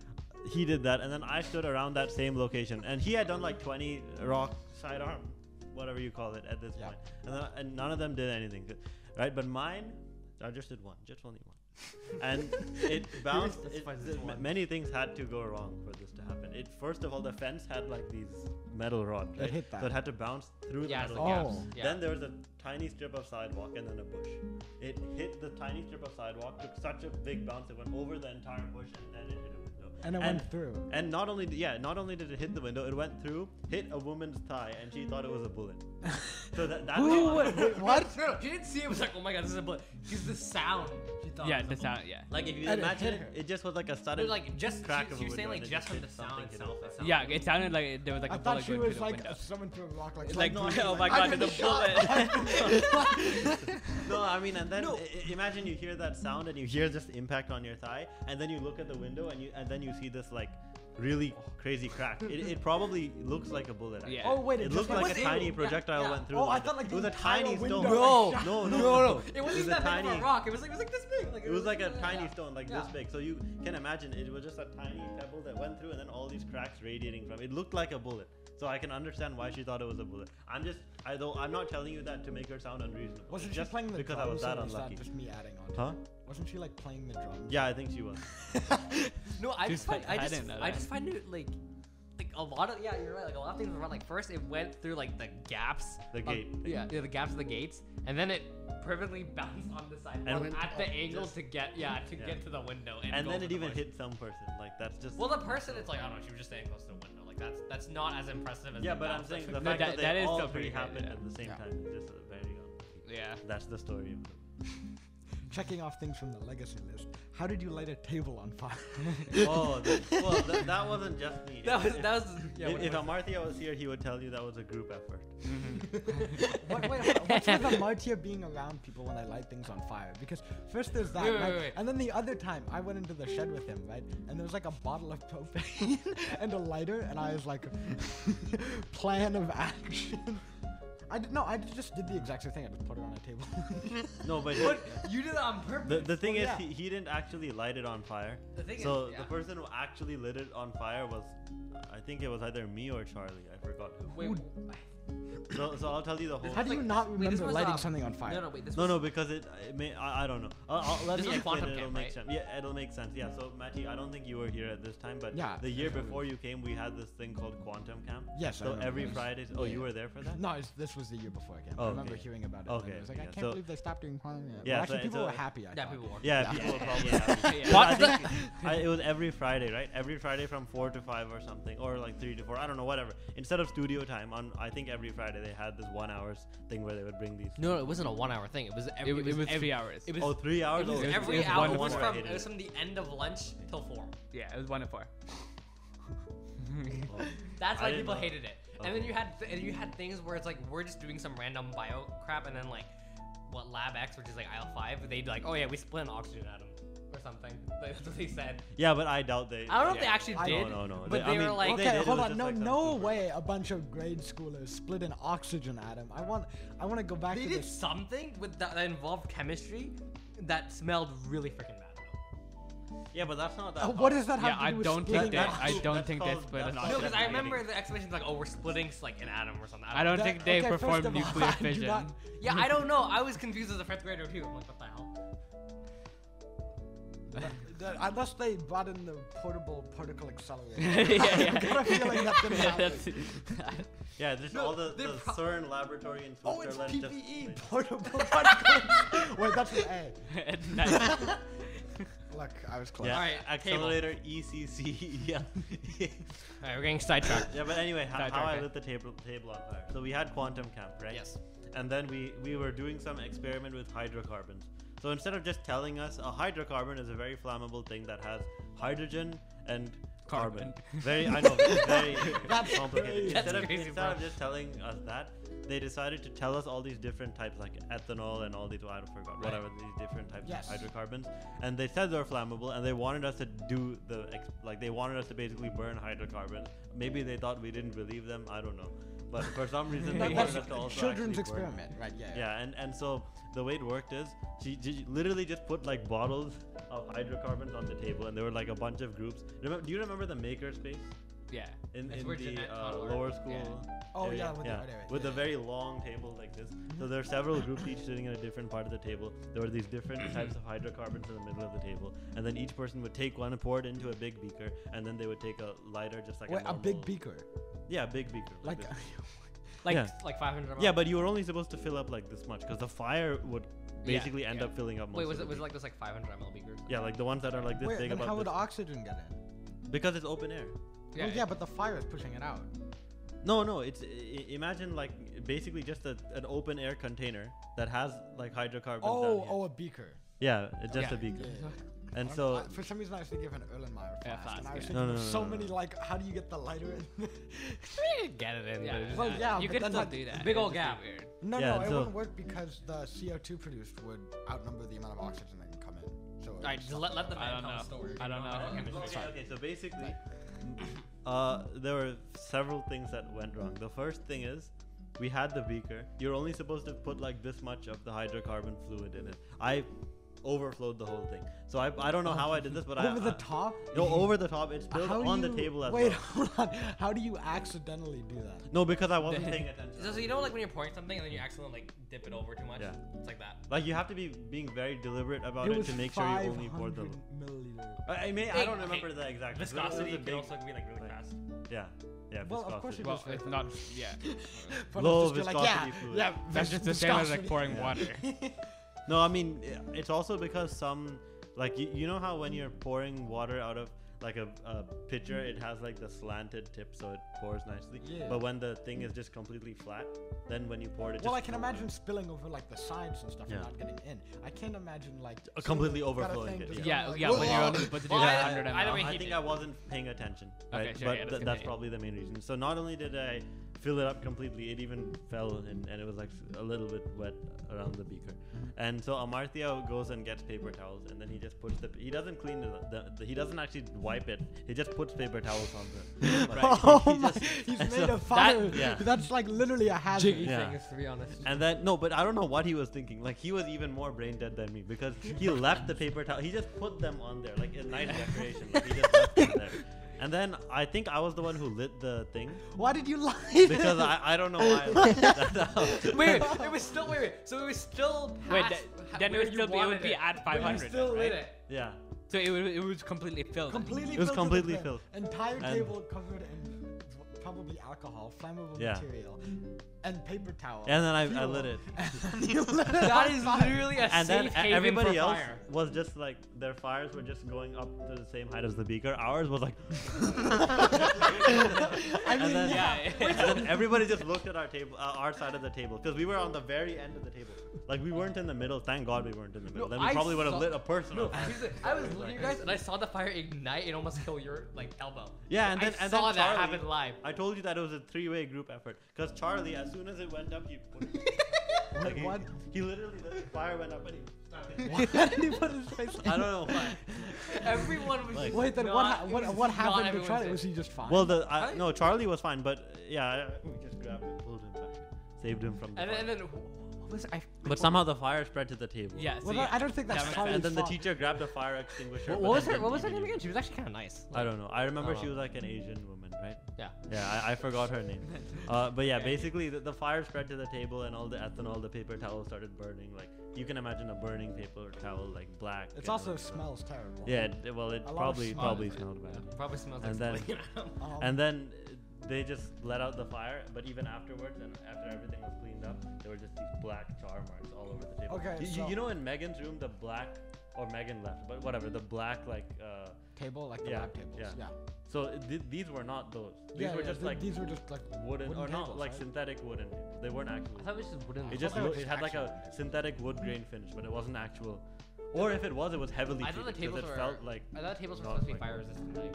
Speaker 1: he did that, and then I stood around that same location, and he had done like 20 rock sidearm, whatever you call it, at this
Speaker 3: Yeah.
Speaker 1: point. and then, and none of them did anything, right? But mine, I just did one, just only one, and
Speaker 2: [laughs]
Speaker 1: it bounced.
Speaker 2: That's
Speaker 1: it-
Speaker 2: fine,
Speaker 1: the-
Speaker 2: just one.
Speaker 1: many things had to go wrong for this to happen. It first of all, the fence had like these metal rods,
Speaker 3: It
Speaker 1: right?
Speaker 3: hit that.
Speaker 1: So it had to bounce through
Speaker 2: Yeah,
Speaker 1: the
Speaker 2: it's
Speaker 1: metal
Speaker 2: like
Speaker 3: Oh.
Speaker 1: rods.
Speaker 2: gaps. Yeah.
Speaker 1: Then there was a tiny strip of sidewalk and then a bush. It hit the tiny strip of sidewalk, took such a big bounce, it went over the entire bush, and then it hit a window.
Speaker 3: And it went through.
Speaker 1: And not only yeah, not only did it hit the window, it went through, hit a woman's thigh, and she thought it was a bullet. So that that's how- [laughs]
Speaker 3: What?
Speaker 2: No, no, she didn't see it. Was like, oh my god, this is a bullet. Because the sound. She thought.
Speaker 4: Yeah,
Speaker 2: it was a
Speaker 4: the
Speaker 2: bullet.
Speaker 4: sound. Yeah.
Speaker 1: Like if you
Speaker 3: And it
Speaker 1: imagine
Speaker 3: hit
Speaker 1: it,
Speaker 3: her.
Speaker 1: it just was like a
Speaker 2: No,
Speaker 1: sudden
Speaker 2: like just
Speaker 1: crack
Speaker 2: she,
Speaker 1: of
Speaker 2: she
Speaker 1: a
Speaker 2: was saying
Speaker 1: window, and
Speaker 2: like
Speaker 1: it
Speaker 2: just from
Speaker 1: hit
Speaker 2: the
Speaker 1: something,
Speaker 2: sound
Speaker 1: hit
Speaker 2: itself.
Speaker 1: it.
Speaker 2: it sounded
Speaker 4: Yeah, it sounded like it- there was like a
Speaker 3: I
Speaker 4: bullet
Speaker 3: thought she
Speaker 4: going through
Speaker 3: was
Speaker 4: the
Speaker 3: like
Speaker 4: window.
Speaker 3: someone threw a rock like.
Speaker 4: like,
Speaker 1: [laughs] no, I mean,
Speaker 4: oh my
Speaker 1: like-
Speaker 4: god,
Speaker 3: I
Speaker 4: there's a
Speaker 3: just shot-
Speaker 4: bullet.
Speaker 1: [laughs] No, I mean, and then
Speaker 2: No.
Speaker 1: i- i- imagine you hear that sound and you hear this impact on your thigh, and then you look at the window and you and then you see this like really crazy crack. It, it probably looks like a bullet. actually.
Speaker 4: Yeah.
Speaker 3: Oh wait,
Speaker 1: It,
Speaker 3: it,
Speaker 1: looked
Speaker 3: just
Speaker 1: like
Speaker 3: went
Speaker 1: a
Speaker 2: through.
Speaker 1: tiny
Speaker 2: Yeah,
Speaker 1: projectile
Speaker 2: yeah.
Speaker 1: went through.
Speaker 3: Oh,
Speaker 1: the
Speaker 3: I
Speaker 1: window.
Speaker 3: thought, like,
Speaker 1: it
Speaker 3: the
Speaker 1: was a
Speaker 3: entire
Speaker 1: tiny
Speaker 3: window
Speaker 1: stone.
Speaker 3: got shot.
Speaker 1: no, no,
Speaker 2: No,
Speaker 1: [laughs]
Speaker 2: it
Speaker 1: It
Speaker 2: wasn't
Speaker 1: was a
Speaker 2: even that big of
Speaker 1: tiny.
Speaker 2: a rock. It was like it was like this big. Like
Speaker 1: It was like a tiny
Speaker 2: yeah.
Speaker 1: stone, like this
Speaker 2: Yeah.
Speaker 1: big. So you can imagine it was just a tiny pebble that went through, and then all these cracks radiating from it. It looked like a bullet. So I can understand why she thought it was a bullet. I'm just, I though I'm not telling you that to make her sound unreasonable.
Speaker 3: Wasn't
Speaker 1: It's
Speaker 3: she
Speaker 1: just
Speaker 3: playing the
Speaker 1: because
Speaker 3: drums?
Speaker 1: I was
Speaker 3: or
Speaker 1: that
Speaker 3: was
Speaker 1: unlucky?
Speaker 3: just me adding on. to
Speaker 1: Huh?
Speaker 3: it? Wasn't she like playing the drums?
Speaker 1: Yeah, I think she was.
Speaker 2: [laughs] No, I
Speaker 4: Just
Speaker 2: just find,
Speaker 4: like-
Speaker 2: I
Speaker 4: I
Speaker 2: just
Speaker 4: didn't know
Speaker 2: I
Speaker 4: that.
Speaker 2: just find it like like a lot of yeah you're right like a lot of things were wrong. Like first it went through like the gaps
Speaker 1: The
Speaker 2: of-
Speaker 1: gate.
Speaker 2: yeah yeah the gaps of the gates and then it perfectly bounced on the sidewalk
Speaker 1: And went
Speaker 2: at the
Speaker 1: up
Speaker 2: angle
Speaker 1: just-
Speaker 2: to get yeah to
Speaker 1: Yeah.
Speaker 2: get to the window and,
Speaker 1: and
Speaker 2: go
Speaker 1: then
Speaker 2: for
Speaker 1: it
Speaker 2: the
Speaker 1: even
Speaker 2: bush.
Speaker 1: hit some person. Like that's just.
Speaker 2: Well, the person it's like I don't know she was just standing close to the window like that's that's not as impressive as
Speaker 1: yeah,
Speaker 2: the
Speaker 1: but I'm
Speaker 2: bounce
Speaker 1: saying
Speaker 2: that
Speaker 1: the
Speaker 2: took-
Speaker 4: No,
Speaker 1: fact
Speaker 4: that-
Speaker 1: that,
Speaker 4: that
Speaker 1: they
Speaker 4: is
Speaker 1: all
Speaker 4: still
Speaker 1: three
Speaker 4: pretty good,
Speaker 1: happened
Speaker 4: yeah.
Speaker 1: at the same
Speaker 3: Yeah.
Speaker 1: time is just a very unlucky.
Speaker 4: yeah.
Speaker 1: That's the story. of
Speaker 3: Checking off things from the legacy list. How did you light a table on fire?
Speaker 1: it. oh, that, well, that, that wasn't just me.
Speaker 2: [laughs] that was
Speaker 1: If-
Speaker 2: that was
Speaker 1: [laughs]
Speaker 2: yeah
Speaker 1: if
Speaker 2: what
Speaker 1: if
Speaker 2: was-
Speaker 1: Amartya was here, he would tell you that was a group effort.
Speaker 3: what, wait, what- what's with Amartya being around people when I light things on fire? Because first there's that,
Speaker 2: Wait, wait,
Speaker 3: right?
Speaker 2: wait, wait.
Speaker 3: and then the other time I went into the shed with him, right? And there was like a bottle of propane [laughs] and a lighter, and I was like, [laughs] plan of action. I did no, I just did the exact same thing. I just put it on a table. [laughs]
Speaker 1: No, but
Speaker 2: [laughs] what you did that on purpose
Speaker 1: the, the thing
Speaker 3: Well,
Speaker 1: is,
Speaker 3: yeah.
Speaker 1: he, he didn't actually light it on fire.
Speaker 2: The thing is-
Speaker 1: so
Speaker 2: yeah.
Speaker 1: the person who actually lit it on fire was, I think it was either me or Charlie. I forgot who.
Speaker 2: wait
Speaker 1: So, so I'll tell you the whole.
Speaker 3: How do
Speaker 2: Wait,
Speaker 3: you not
Speaker 2: wait, this
Speaker 3: remember
Speaker 2: was,
Speaker 3: lighting
Speaker 2: um,
Speaker 3: something on fire?
Speaker 2: no no wait this
Speaker 1: No,
Speaker 2: was-
Speaker 1: no, because it, it may, I, I don't know. I'll, I'll, let
Speaker 2: This
Speaker 1: me
Speaker 2: was
Speaker 1: explain.
Speaker 2: Quantum
Speaker 1: It'll
Speaker 2: Camp,
Speaker 1: make
Speaker 2: right?
Speaker 1: sense. Yeah, it'll make sense. Yeah. So, Matty, I don't think you were here at this time, but
Speaker 3: Yeah,
Speaker 1: the year
Speaker 3: definitely.
Speaker 1: before you came, we had this thing called Quantum Camp.
Speaker 3: Yes, I
Speaker 1: So
Speaker 3: remember
Speaker 1: every
Speaker 3: this.
Speaker 1: Friday. Oh,
Speaker 3: Yeah,
Speaker 1: you
Speaker 3: yeah.
Speaker 1: were there for
Speaker 3: [laughs]
Speaker 1: that.
Speaker 3: No, it's, this was the year before again.
Speaker 1: Oh,
Speaker 3: I remember
Speaker 1: okay.
Speaker 3: hearing about it. and
Speaker 1: Okay,
Speaker 3: I was like,
Speaker 1: okay,
Speaker 3: I
Speaker 1: yeah.
Speaker 3: can't
Speaker 1: So-
Speaker 3: believe they stopped doing porn. yet." Well,
Speaker 1: Yeah, so
Speaker 3: actually,
Speaker 1: it's
Speaker 3: people
Speaker 1: a-
Speaker 3: were happy. I
Speaker 2: yeah
Speaker 3: thought.
Speaker 2: people were
Speaker 1: Yeah,
Speaker 3: Yeah.
Speaker 1: people were probably happy.
Speaker 2: [laughs] Yeah.
Speaker 1: But
Speaker 2: What
Speaker 1: I think I, it was every Friday, right? Every Friday from four to five or something, or like three to four. I don't know, whatever. Instead of studio time, on I think every Friday they had this one hours thing where they would bring these.
Speaker 2: No, no, it wasn't a one-hour thing. It was every.
Speaker 4: It, it was
Speaker 2: every,
Speaker 4: three hours.
Speaker 2: It was,
Speaker 1: Oh, three hours.
Speaker 2: it was
Speaker 1: Oh, okay.
Speaker 2: every
Speaker 4: it was
Speaker 2: hour.
Speaker 4: one
Speaker 2: it, was
Speaker 4: hour.
Speaker 2: from,
Speaker 1: I hated
Speaker 2: it was from the end of lunch till four.
Speaker 4: yeah, it was one and four.
Speaker 1: Oh.
Speaker 2: That's
Speaker 1: I
Speaker 2: why
Speaker 1: didn't
Speaker 2: people
Speaker 1: know.
Speaker 2: hated it. And then
Speaker 1: Okay.
Speaker 2: you had th- and you had things where it's like we're just doing some random bio crap, and then like what Lab X, which is like aisle five, they'd be like, oh yeah, we split an oxygen atom or something. [laughs] Like, that's what they said.
Speaker 1: Yeah, but I doubt they.
Speaker 2: I don't know if
Speaker 4: Yeah.
Speaker 2: they actually
Speaker 3: I-
Speaker 2: did.
Speaker 1: No, no, no.
Speaker 2: But
Speaker 1: They-
Speaker 2: they,
Speaker 1: I mean,
Speaker 2: were like,
Speaker 1: they
Speaker 3: okay,
Speaker 1: did, it
Speaker 3: hold
Speaker 1: was just
Speaker 3: on. No,
Speaker 1: like some
Speaker 3: no
Speaker 1: super-
Speaker 3: way. A bunch of grade schoolers split an oxygen atom. I want, I want to go back
Speaker 2: they
Speaker 3: to
Speaker 2: did
Speaker 3: this.
Speaker 2: something with that, that involved chemistry that smelled really freaking bad. though.
Speaker 1: Yeah, but that's not that.
Speaker 3: Uh,
Speaker 1: hard.
Speaker 3: what does that have
Speaker 4: Yeah,
Speaker 3: to do
Speaker 4: I
Speaker 3: with
Speaker 4: don't
Speaker 3: splitting
Speaker 4: think they.
Speaker 1: that-
Speaker 3: up?
Speaker 4: I
Speaker 1: that's
Speaker 4: don't think they
Speaker 1: called-
Speaker 4: split
Speaker 1: that's called-
Speaker 4: an
Speaker 2: No,
Speaker 4: oxygen.
Speaker 2: because I
Speaker 1: definitely
Speaker 2: remember
Speaker 1: hated
Speaker 2: the explanations like, oh, we're splitting like an atom or something.
Speaker 4: I don't
Speaker 3: That-
Speaker 4: think they
Speaker 3: okay, first
Speaker 4: performed
Speaker 3: of all,
Speaker 4: nuclear
Speaker 3: I do
Speaker 4: fission. [laughs]
Speaker 3: not-
Speaker 2: Yeah, I don't know. I was confused as a fifth grader too. I'm like, what the hell?
Speaker 3: The- Unless they brought in the portable particle accelerator.
Speaker 4: [laughs] yeah,
Speaker 3: [laughs]
Speaker 4: yeah.
Speaker 3: I got a feeling that
Speaker 4: [laughs]
Speaker 3: didn't
Speaker 4: Yeah,
Speaker 3: happen.
Speaker 4: that's-
Speaker 1: Yeah, there's
Speaker 2: No,
Speaker 1: all the,
Speaker 2: they
Speaker 1: the
Speaker 2: pro-
Speaker 1: CERN laboratory in
Speaker 3: Oh, it's
Speaker 1: Switzerland. just-
Speaker 3: [laughs]
Speaker 2: [laughs]
Speaker 4: [laughs]
Speaker 3: PPE, portable particle. Wait, that's an A.
Speaker 4: Nice.
Speaker 3: Look, I was close.
Speaker 1: Yeah,
Speaker 2: Alright, table.
Speaker 1: accelerator E ECC. [laughs] Yeah.
Speaker 2: All right, we're getting
Speaker 1: [laughs]
Speaker 2: sidetracked.
Speaker 1: yeah, but anyway, how,
Speaker 2: Sidetrack,
Speaker 1: how I
Speaker 2: right?
Speaker 1: lit the table table on fire. So we had quantum camp, right?
Speaker 2: Yes.
Speaker 1: And then we we were doing some experiment with hydrocarbons. So instead of just telling us a hydrocarbon is a very flammable thing that has hydrogen and carbon.
Speaker 4: Carbon.
Speaker 1: Very I know very
Speaker 3: That's
Speaker 1: complicated.
Speaker 3: crazy.
Speaker 1: Instead, of,
Speaker 2: That's crazy,
Speaker 1: instead of
Speaker 2: bro.
Speaker 1: just telling us that, they decided to tell us all these different types like ethanol and all these I forgot whatever these different types
Speaker 3: Yes.
Speaker 1: of hydrocarbons and they said they're flammable and they wanted us to do the ex- like they wanted us to basically burn hydrocarbons. Maybe they thought we didn't believe them, I don't know. But for
Speaker 3: [laughs]
Speaker 1: some reason they
Speaker 3: That-
Speaker 1: wanted
Speaker 3: that's
Speaker 1: us to also
Speaker 3: children's
Speaker 1: actually burn it.
Speaker 3: experiment, right? Yeah.
Speaker 1: Yeah, and, and so the way it worked is she, she literally just put like bottles of hydrocarbons on the table, and there were like a bunch of groups. Remember, do you remember the maker space
Speaker 4: Yeah.
Speaker 1: in,
Speaker 2: That's
Speaker 1: in
Speaker 2: where
Speaker 1: the
Speaker 2: Jeanette
Speaker 1: uh,
Speaker 2: Todd worked,
Speaker 1: lower
Speaker 2: yeah.
Speaker 1: school?
Speaker 3: Oh,
Speaker 1: area?
Speaker 3: yeah, with the- right, right,
Speaker 1: with
Speaker 3: yeah,
Speaker 1: a
Speaker 3: yeah.
Speaker 1: very long table like this. So there are several groups each sitting in a different part of the table. There were these
Speaker 2: [clears throat]
Speaker 1: different types of hydrocarbons in the middle of the table, and then each person would take one and pour it into a big beaker, and then they would take a lighter, just like
Speaker 3: Wait,
Speaker 1: a,
Speaker 3: a big
Speaker 1: normal-
Speaker 3: beaker.
Speaker 1: Yeah, a big beaker.
Speaker 3: Like, [laughs]
Speaker 1: this.
Speaker 2: Like
Speaker 1: Yeah.
Speaker 2: like 500. ml.
Speaker 1: Yeah, but you were only supposed to fill up like this much because the fire would
Speaker 2: Yeah,
Speaker 1: basically end
Speaker 2: yeah.
Speaker 1: up filling up most
Speaker 2: wait, was
Speaker 1: of
Speaker 2: it
Speaker 1: the
Speaker 2: was it like this like 500 ml beakers?
Speaker 1: beaker. yeah, like the ones that are like this
Speaker 3: wait,
Speaker 1: big
Speaker 3: then
Speaker 1: about
Speaker 3: how would
Speaker 1: this.
Speaker 3: oxygen get in?
Speaker 1: because it's open air.
Speaker 3: Yeah, yeah, but the fire is pushing it out.
Speaker 1: No, no, it's i- imagine like basically just a, an open air container that has like hydrocarbons. down
Speaker 3: Oh,
Speaker 1: here.
Speaker 3: oh, a beaker.
Speaker 1: yeah, it's just
Speaker 4: Yeah.
Speaker 1: a beaker.
Speaker 3: Yeah.
Speaker 1: And
Speaker 3: I'm-
Speaker 1: so
Speaker 3: I- for some reason, I was thinking of an Erlenmeyer flask,
Speaker 4: Yeah,
Speaker 3: and I
Speaker 4: flask,
Speaker 3: was
Speaker 4: yeah.
Speaker 3: thinking
Speaker 1: No,
Speaker 3: of
Speaker 1: no, no,
Speaker 3: so
Speaker 1: no,
Speaker 3: many
Speaker 1: no.
Speaker 3: like, how do you get the lighter in? [laughs]
Speaker 2: You get it in.
Speaker 4: Yeah.
Speaker 2: Yeah.
Speaker 3: Well, yeah,
Speaker 4: you
Speaker 3: but
Speaker 4: could
Speaker 3: then,
Speaker 4: still
Speaker 3: like,
Speaker 4: do that.
Speaker 2: big
Speaker 4: It'd
Speaker 2: ol'
Speaker 4: just be
Speaker 2: gap.
Speaker 4: Weird.
Speaker 3: no,
Speaker 1: Yeah,
Speaker 3: no, it
Speaker 1: so-
Speaker 3: wouldn't work because the CO2 produced would outnumber the amount of oxygen that can come in. So,
Speaker 2: All right, just let, let the
Speaker 4: I
Speaker 2: man
Speaker 4: don't
Speaker 2: tell
Speaker 4: know.
Speaker 2: the story.
Speaker 4: I don't know.
Speaker 1: okay,
Speaker 4: Sorry.
Speaker 1: okay, so basically, uh, there were several things that went wrong. The first thing is we had the beaker. You're only supposed to put like this much of the hydrocarbon fluid in it. I overflowed the whole thing. So I, I don't know how I did this, but I
Speaker 3: over
Speaker 4: uh,
Speaker 3: the
Speaker 1: I-
Speaker 3: top.
Speaker 1: No, over the top. It's spilled
Speaker 3: How do
Speaker 1: on the
Speaker 3: you-
Speaker 1: table as
Speaker 3: Wait,
Speaker 1: well.
Speaker 3: [laughs] hold on. How do you accidentally do that?
Speaker 1: No, because I wasn't paying attention.
Speaker 2: So, so you know like when you're pouring something and then you accidentally like dip it over too much?
Speaker 1: Yeah.
Speaker 2: It's like that.
Speaker 1: Like you have to be being very deliberate about it,
Speaker 3: was
Speaker 1: to make sure you only pour
Speaker 3: 500
Speaker 1: the. [laughs]
Speaker 3: milliliters.
Speaker 1: I I mean, I
Speaker 2: Hey,
Speaker 1: don't
Speaker 2: okay,
Speaker 1: remember the exact but it was a
Speaker 2: Viscosity
Speaker 1: big-
Speaker 2: can also be like really
Speaker 1: like-
Speaker 2: fast.
Speaker 1: Yeah, yeah.
Speaker 3: Well, of course
Speaker 1: viscosity.
Speaker 3: it
Speaker 4: Well,
Speaker 3: Just like-
Speaker 4: it's not. Yeah.
Speaker 3: But
Speaker 1: Low
Speaker 3: it's just you're like,
Speaker 1: viscosity
Speaker 3: yeah,
Speaker 1: fluid.
Speaker 3: yeah,
Speaker 4: That's
Speaker 3: vis-
Speaker 4: just the same as like
Speaker 3: viscosity.
Speaker 4: pouring
Speaker 1: Yeah.
Speaker 4: water.
Speaker 1: No, I mean i- it's also because some like you, you know how when you're pouring water out of like a, a pitcher it has like the slanted tip so it pours nicely.
Speaker 3: Yeah.
Speaker 1: But when the thing is just completely flat, then when you pour it, it
Speaker 3: Well, I
Speaker 1: just
Speaker 3: can imagine spilling over like the sides and stuff
Speaker 1: Yeah.
Speaker 3: and not getting in. I can't imagine like
Speaker 1: Uh, completely
Speaker 3: sort of got a
Speaker 1: overflowing
Speaker 3: thing
Speaker 1: it,
Speaker 3: just
Speaker 4: yeah,
Speaker 3: going, like,
Speaker 4: yeah. When you're
Speaker 3: "Whoa!"
Speaker 4: only supposed to do
Speaker 2: Well,
Speaker 4: that
Speaker 2: either-
Speaker 4: 100
Speaker 2: either way,
Speaker 4: ml.
Speaker 1: I
Speaker 2: he
Speaker 1: think
Speaker 2: did.
Speaker 1: I wasn't paying attention,
Speaker 4: Okay,
Speaker 1: right?
Speaker 4: sure,
Speaker 1: but
Speaker 4: yeah,
Speaker 1: th-
Speaker 4: let's
Speaker 1: that's
Speaker 4: continue.
Speaker 1: probably the main reason. So not only did I fill it up completely, it even fell and, and it was like s- a little bit wet around the beaker. And so Amartya goes and gets paper towels, and then he just puts the he doesn't clean the, the, the he doesn't actually wipe it. He just puts paper towels on the.
Speaker 3: [laughs]
Speaker 1: right.
Speaker 3: Oh
Speaker 1: He [laughs]
Speaker 3: my,
Speaker 1: just-
Speaker 3: he's
Speaker 1: and
Speaker 3: made
Speaker 1: so-
Speaker 3: a fire.
Speaker 1: yeah.
Speaker 3: That's like literally a hazard.
Speaker 2: Jiggy
Speaker 1: Yeah.
Speaker 2: things to be honest.
Speaker 1: And then no, but I don't know what he was thinking. Like he was even more brain dead than me because he left the paper towel. He just put them on there, like a nice decoration. Like, he just left them there. And then I think I was the one who lit the thing
Speaker 3: Why did you lie?
Speaker 1: because I, I don't know why. I lit that out.
Speaker 2: wait, wait, it was still wait, wait. So it was still
Speaker 4: Wait,
Speaker 2: past
Speaker 4: that-
Speaker 2: ha-
Speaker 4: then it
Speaker 2: where
Speaker 4: would
Speaker 2: you
Speaker 4: still be, it would
Speaker 2: wanted
Speaker 4: be
Speaker 2: it.
Speaker 4: at
Speaker 2: But you
Speaker 4: 500.
Speaker 2: still
Speaker 4: right?
Speaker 2: lit it.
Speaker 1: [laughs] yeah,
Speaker 4: So it, would- it was completely filled.
Speaker 3: [laughs] completely.
Speaker 1: It was
Speaker 3: filled to the
Speaker 1: completely
Speaker 3: brim.
Speaker 1: filled.
Speaker 3: Entire
Speaker 1: And-
Speaker 3: table covered in probably alcohol, flammable
Speaker 1: Yeah.
Speaker 3: material, and paper towel.
Speaker 1: and then I, I
Speaker 3: fuel,
Speaker 1: lit it.
Speaker 3: [laughs] and you lit it
Speaker 2: That
Speaker 3: on
Speaker 2: is
Speaker 3: fire.
Speaker 2: literally a
Speaker 1: And then
Speaker 2: safe
Speaker 1: e-
Speaker 2: haven
Speaker 1: everybody
Speaker 2: for
Speaker 1: else
Speaker 2: fire.
Speaker 1: [laughs] was just like their fires were just going up to the same height as the beaker. Ours was like,
Speaker 3: [laughs] I mean,
Speaker 1: then-
Speaker 3: yeah.
Speaker 4: Yeah.
Speaker 1: [laughs] and then everybody just looked at our table, uh, our side of the table, because we were on the very end of the table. Like we weren't in the middle. Thank God we weren't in the middle. then we
Speaker 2: I
Speaker 1: probably would have
Speaker 2: saw-
Speaker 1: lit a person.
Speaker 2: No,
Speaker 1: on fire.
Speaker 2: here's the- I was looking at you guys and I saw the fire ignite and almost kill your like elbow.
Speaker 1: Yeah, and
Speaker 2: I
Speaker 1: then and
Speaker 2: saw
Speaker 1: then
Speaker 2: that
Speaker 1: Charlie-
Speaker 2: happen
Speaker 1: [laughs]
Speaker 2: live. [laughs]
Speaker 1: I told you that it was a three-way group effort because Charlie, as soon as it went up, he
Speaker 3: [laughs]
Speaker 1: [laughs] put it. like, he,
Speaker 3: What?
Speaker 1: he literally the fire went up and he.
Speaker 3: Why [laughs] did he put his face?
Speaker 1: I don't know why.
Speaker 2: Everyone was
Speaker 1: Like-
Speaker 2: just
Speaker 3: Wait, then
Speaker 2: not,
Speaker 3: what? ha-
Speaker 2: it
Speaker 3: What?
Speaker 2: was
Speaker 3: What
Speaker 2: not
Speaker 3: happened to
Speaker 2: everyone's
Speaker 3: Charlie?
Speaker 2: it.
Speaker 3: Was he just fine?
Speaker 1: Well, the I,
Speaker 2: I-
Speaker 1: no Charlie was fine, but uh, yeah, I- we just grabbed him, pulled him back, saved him from the.
Speaker 2: And
Speaker 1: fire.
Speaker 2: then, and then wh- what was I?
Speaker 1: but somehow the fire spread to the table.
Speaker 4: Yeah. So
Speaker 3: Well,
Speaker 4: yeah.
Speaker 3: I don't think that's
Speaker 4: that makes
Speaker 3: Charlie's
Speaker 1: And then the
Speaker 3: fault.
Speaker 1: teacher grabbed a fire extinguisher. but
Speaker 2: What, what was
Speaker 1: then
Speaker 2: her? What was her
Speaker 1: didn't
Speaker 2: name
Speaker 1: need
Speaker 2: again?
Speaker 1: it.
Speaker 2: She was
Speaker 1: [laughs]
Speaker 2: actually kind of nice.
Speaker 1: I don't know. I remember
Speaker 2: Oh.
Speaker 1: she was like an Asian woman, right?
Speaker 2: Yeah.
Speaker 1: Yeah, I, I forgot her
Speaker 2: [laughs]
Speaker 1: name. Uh, but yeah,
Speaker 4: Okay.
Speaker 1: basically the, the fire spread to the table and all the ethanol, the paper towel started burning. Like you can imagine a burning paper towel, like black.
Speaker 3: It's
Speaker 1: and
Speaker 3: also
Speaker 1: like-
Speaker 3: smells terrible.
Speaker 1: Yeah, it- it- well, it
Speaker 3: lot of
Speaker 1: probably
Speaker 3: smog.
Speaker 1: probably smelled bad.
Speaker 2: Probably smells
Speaker 1: And
Speaker 2: like
Speaker 1: then-
Speaker 2: something, [laughs] you know?
Speaker 3: Um,
Speaker 1: And then uh, they just let out the fire, but even afterwards, and after everything was cleaned up, there were just these black char marks all over the table.
Speaker 3: Okay,
Speaker 1: You, you-
Speaker 3: so-
Speaker 1: you know in Megan's room the black or Megan left, but whatever. The black like. Uh,
Speaker 3: Table, like the
Speaker 1: Yeah,
Speaker 3: lab tables.
Speaker 1: yeah.
Speaker 3: Yeah. Yeah.
Speaker 1: so th- these were not those. These were
Speaker 3: yeah,
Speaker 1: just
Speaker 3: th-
Speaker 1: like
Speaker 3: these were just like
Speaker 1: wooden, or
Speaker 3: tables,
Speaker 1: not like
Speaker 3: right?
Speaker 1: synthetic wooden. tables. They weren't actual.
Speaker 2: I thought it was just wooden.
Speaker 1: It just
Speaker 3: thought it
Speaker 1: looked,
Speaker 3: was
Speaker 1: it had like
Speaker 3: actual
Speaker 1: a synthetic wood grain finish, but it wasn't actual. Or if it was, it was heavily
Speaker 2: I thought the
Speaker 1: treated, 'cause
Speaker 2: tables
Speaker 1: it
Speaker 2: were.
Speaker 1: felt like
Speaker 2: I thought tables were
Speaker 1: not
Speaker 2: supposed to be
Speaker 1: like-
Speaker 2: fire resistant anyway.